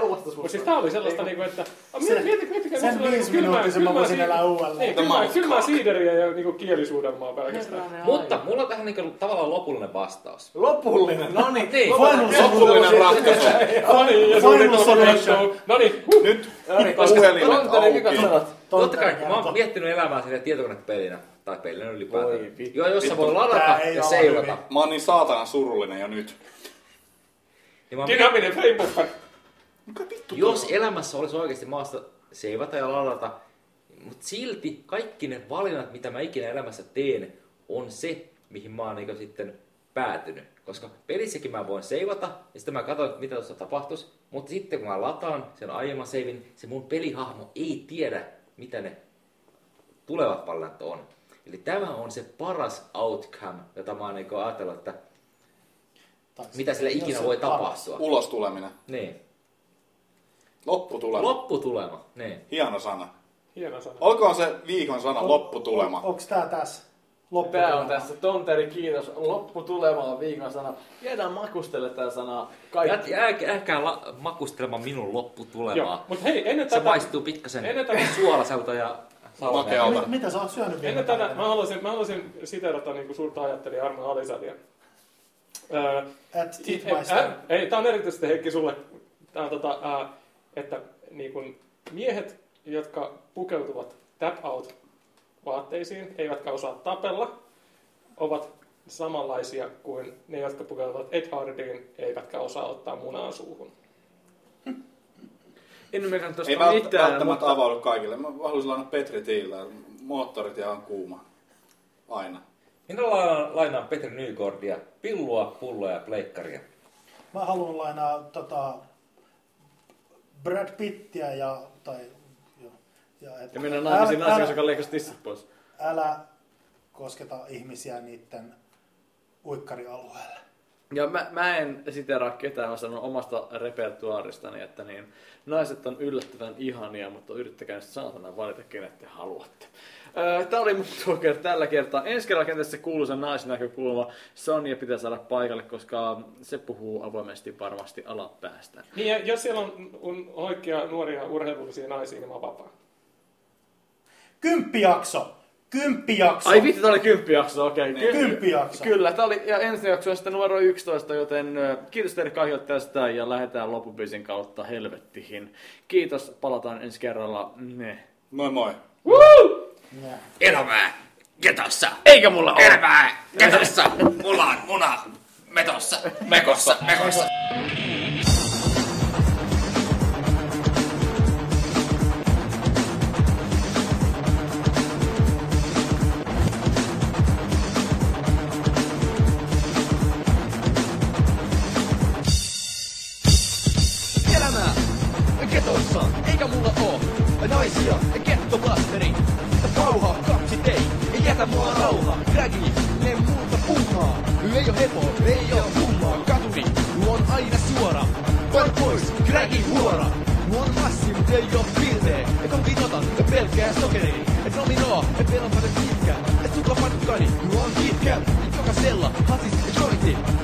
[SPEAKER 6] Omasta suusta.
[SPEAKER 4] Mutta siis tää oli sellaista, niinku, että a,
[SPEAKER 2] Se-
[SPEAKER 4] mieti- mieti- mietitkää,
[SPEAKER 2] sen
[SPEAKER 4] missä oli
[SPEAKER 2] viisi
[SPEAKER 4] niinku kylmää-
[SPEAKER 2] minuuttisen mä
[SPEAKER 4] kylmää
[SPEAKER 2] voisin
[SPEAKER 4] sii-
[SPEAKER 2] elää uudelleen.
[SPEAKER 4] Niin,
[SPEAKER 3] The
[SPEAKER 4] kylmää,
[SPEAKER 3] mouth
[SPEAKER 4] kylmää
[SPEAKER 3] cock.
[SPEAKER 4] siideriä ja niinku kielisuudenmaa
[SPEAKER 1] siis
[SPEAKER 4] pelkästään.
[SPEAKER 6] Herranen
[SPEAKER 5] Mutta
[SPEAKER 6] aika.
[SPEAKER 5] mulla on tähän niinku tavallaan lopullinen vastaus.
[SPEAKER 6] Lopullinen, no niin.
[SPEAKER 5] Niin.
[SPEAKER 2] Final
[SPEAKER 3] Lopullinen ratkaisu.
[SPEAKER 4] No niin, ja
[SPEAKER 2] Final
[SPEAKER 4] suunnitelma
[SPEAKER 2] solution.
[SPEAKER 4] koittuu. No niin, huh.
[SPEAKER 3] Nyt
[SPEAKER 6] Tontteri,
[SPEAKER 3] puhelimet
[SPEAKER 6] mikä
[SPEAKER 3] auki.
[SPEAKER 6] sanot?
[SPEAKER 5] Totta kai, kun mä oon miettinyt elämää sinne tietokonepelinä, tai pelinä ylipäätään.
[SPEAKER 6] Voi vittu.
[SPEAKER 5] Joo, jossa voi
[SPEAKER 2] Tää
[SPEAKER 5] ladata
[SPEAKER 2] ei
[SPEAKER 5] ja
[SPEAKER 2] ala
[SPEAKER 5] seurata.
[SPEAKER 2] hyvin.
[SPEAKER 3] Mä oon niin saatanan surullinen jo nyt.
[SPEAKER 5] Niin mä oon
[SPEAKER 4] Dynaaminen frame buffer.
[SPEAKER 3] Mikä vittu
[SPEAKER 5] Jos elämässä olisi oikeasti maasta seivata ja ladata, mutta silti kaikki ne valinnat, mitä mä ikinä elämässä teen, on se, mihin mä oon niinku sitten päätynyt. Koska pelissäkin mä voin seivata, ja sitten mä katson, että mitä tuossa tapahtuisi. Mutta sitten kun mä lataan sen aiemman seivin, se mun pelihahmo ei tiedä, mitä ne tulevat valinnat on. Eli tämä on se paras outcome, jota mä oon niinku ajatellut, että
[SPEAKER 2] siis
[SPEAKER 5] mitä sillä ikinä voi tapahtua.
[SPEAKER 3] Ulos tuleminen.
[SPEAKER 5] Niin.
[SPEAKER 3] Lopputulema.
[SPEAKER 5] Lopputulema. Niin.
[SPEAKER 3] Hieno sana.
[SPEAKER 4] Hieno sana.
[SPEAKER 3] Olkoon se viikon sana, lopputulema.
[SPEAKER 2] Onks tää tässä? Lopputulema.
[SPEAKER 6] Tää on tässä Tonteri, kiitos. Loppu tulemaan viikon sana. Jäädään makustelle tää sanaa
[SPEAKER 5] Jät-
[SPEAKER 6] kaikki.
[SPEAKER 5] jää- Jääkää la- makustelemaan minun
[SPEAKER 4] Joo,
[SPEAKER 5] lopputulemaa.
[SPEAKER 4] mutta hei, ennen
[SPEAKER 5] Se
[SPEAKER 4] tätä...
[SPEAKER 5] maistuu pikkasen
[SPEAKER 4] Ennen tätä-
[SPEAKER 5] suolaiselta ja
[SPEAKER 3] Makealta.
[SPEAKER 2] Mit- Mitä sä oot syönyt viime
[SPEAKER 4] Ennen tätä, mä
[SPEAKER 2] päivänä?
[SPEAKER 4] haluaisin, mä haluaisin siteerata niin suurta ajattelija Arno Alisalia. Öö,
[SPEAKER 2] At Eat
[SPEAKER 4] ei-
[SPEAKER 2] My Star.
[SPEAKER 4] ä- ei, tämä on erityisesti Heikki sulle, tää on, tota, ää, että niin kun miehet, jotka pukeutuvat tap out vaatteisiin, eivätkä osaa tapella, ovat samanlaisia kuin ne, jotka pukeutuvat Ed Hardiin, eivätkä osaa ottaa munaan suuhun.
[SPEAKER 1] En ymmärrä
[SPEAKER 3] Ei
[SPEAKER 1] tuosta
[SPEAKER 3] vält-
[SPEAKER 1] mitään,
[SPEAKER 3] välttämättä
[SPEAKER 1] mutta
[SPEAKER 3] avaudu kaikille. Mä haluaisin lainaa Petri Tiiltä. Moottorit ihan kuuma. Aina.
[SPEAKER 5] Minä lainaan, lainaan Petri Nygårdia, pillua, pulloa ja pleikkaria.
[SPEAKER 2] Mä haluan lainaa tota, Brad Pittiä ja... Tai, joo, ja, et,
[SPEAKER 1] ja minä naimisiin naisen, kanssa, joka leikkasi tissit pois.
[SPEAKER 2] älä kosketa ihmisiä niiden uikkarialueella.
[SPEAKER 1] Ja mä, mä en siteraa ketään, mä sanon omasta repertuaaristani, että niin, naiset on yllättävän ihania, mutta yrittäkää nyt saatana valita, kenet te haluatte. Öö, Tämä oli mun tuo kerta tällä kertaa. Ensi kerralla kenties se kuuluisa naisnäkökulma. Sonja pitää saada paikalle, koska se puhuu avoimesti varmasti alapäästä.
[SPEAKER 4] Niin, ja jos siellä on, on oikea nuoria urheilullisia naisia, niin mä oon vapaa.
[SPEAKER 2] Kymppijakso! Kymppijakso!
[SPEAKER 1] Ai vittu, tää oli kymppijakso, okei. Okay.
[SPEAKER 2] Kymppijakso.
[SPEAKER 1] Kyllä, tää oli, ja ensi jakso on sitten numero 11, joten ö, kiitos teille kaikille tästä ja lähdetään loppubisin kautta helvettihin. Kiitos, palataan ensi kerralla. Ne.
[SPEAKER 3] Moi moi.
[SPEAKER 2] Yeah.
[SPEAKER 5] Elämää! Ketossa!
[SPEAKER 1] Eikä mulla ole.
[SPEAKER 5] Elämää! Ketossa! Mulla on muna! Metossa! Mekossa! Mekossa!
[SPEAKER 7] elämää ketossa, eikä mulla oo naisia, kettobasteri. Pauha, kaksi tei, ei jätä mua rauha, dragi, ne muuta puuhaa. Ei oo hepo, ei oo kummaa, katuri, on aina suora. Vai pois, dragi huora. Muon massim, ei oo pilvee, et on vinotan, pelkää sokeri. Et nominoo, et pelon paljon pitkä, et sukla panukkani, muon kitkä. Jokasella, hasis, jointi,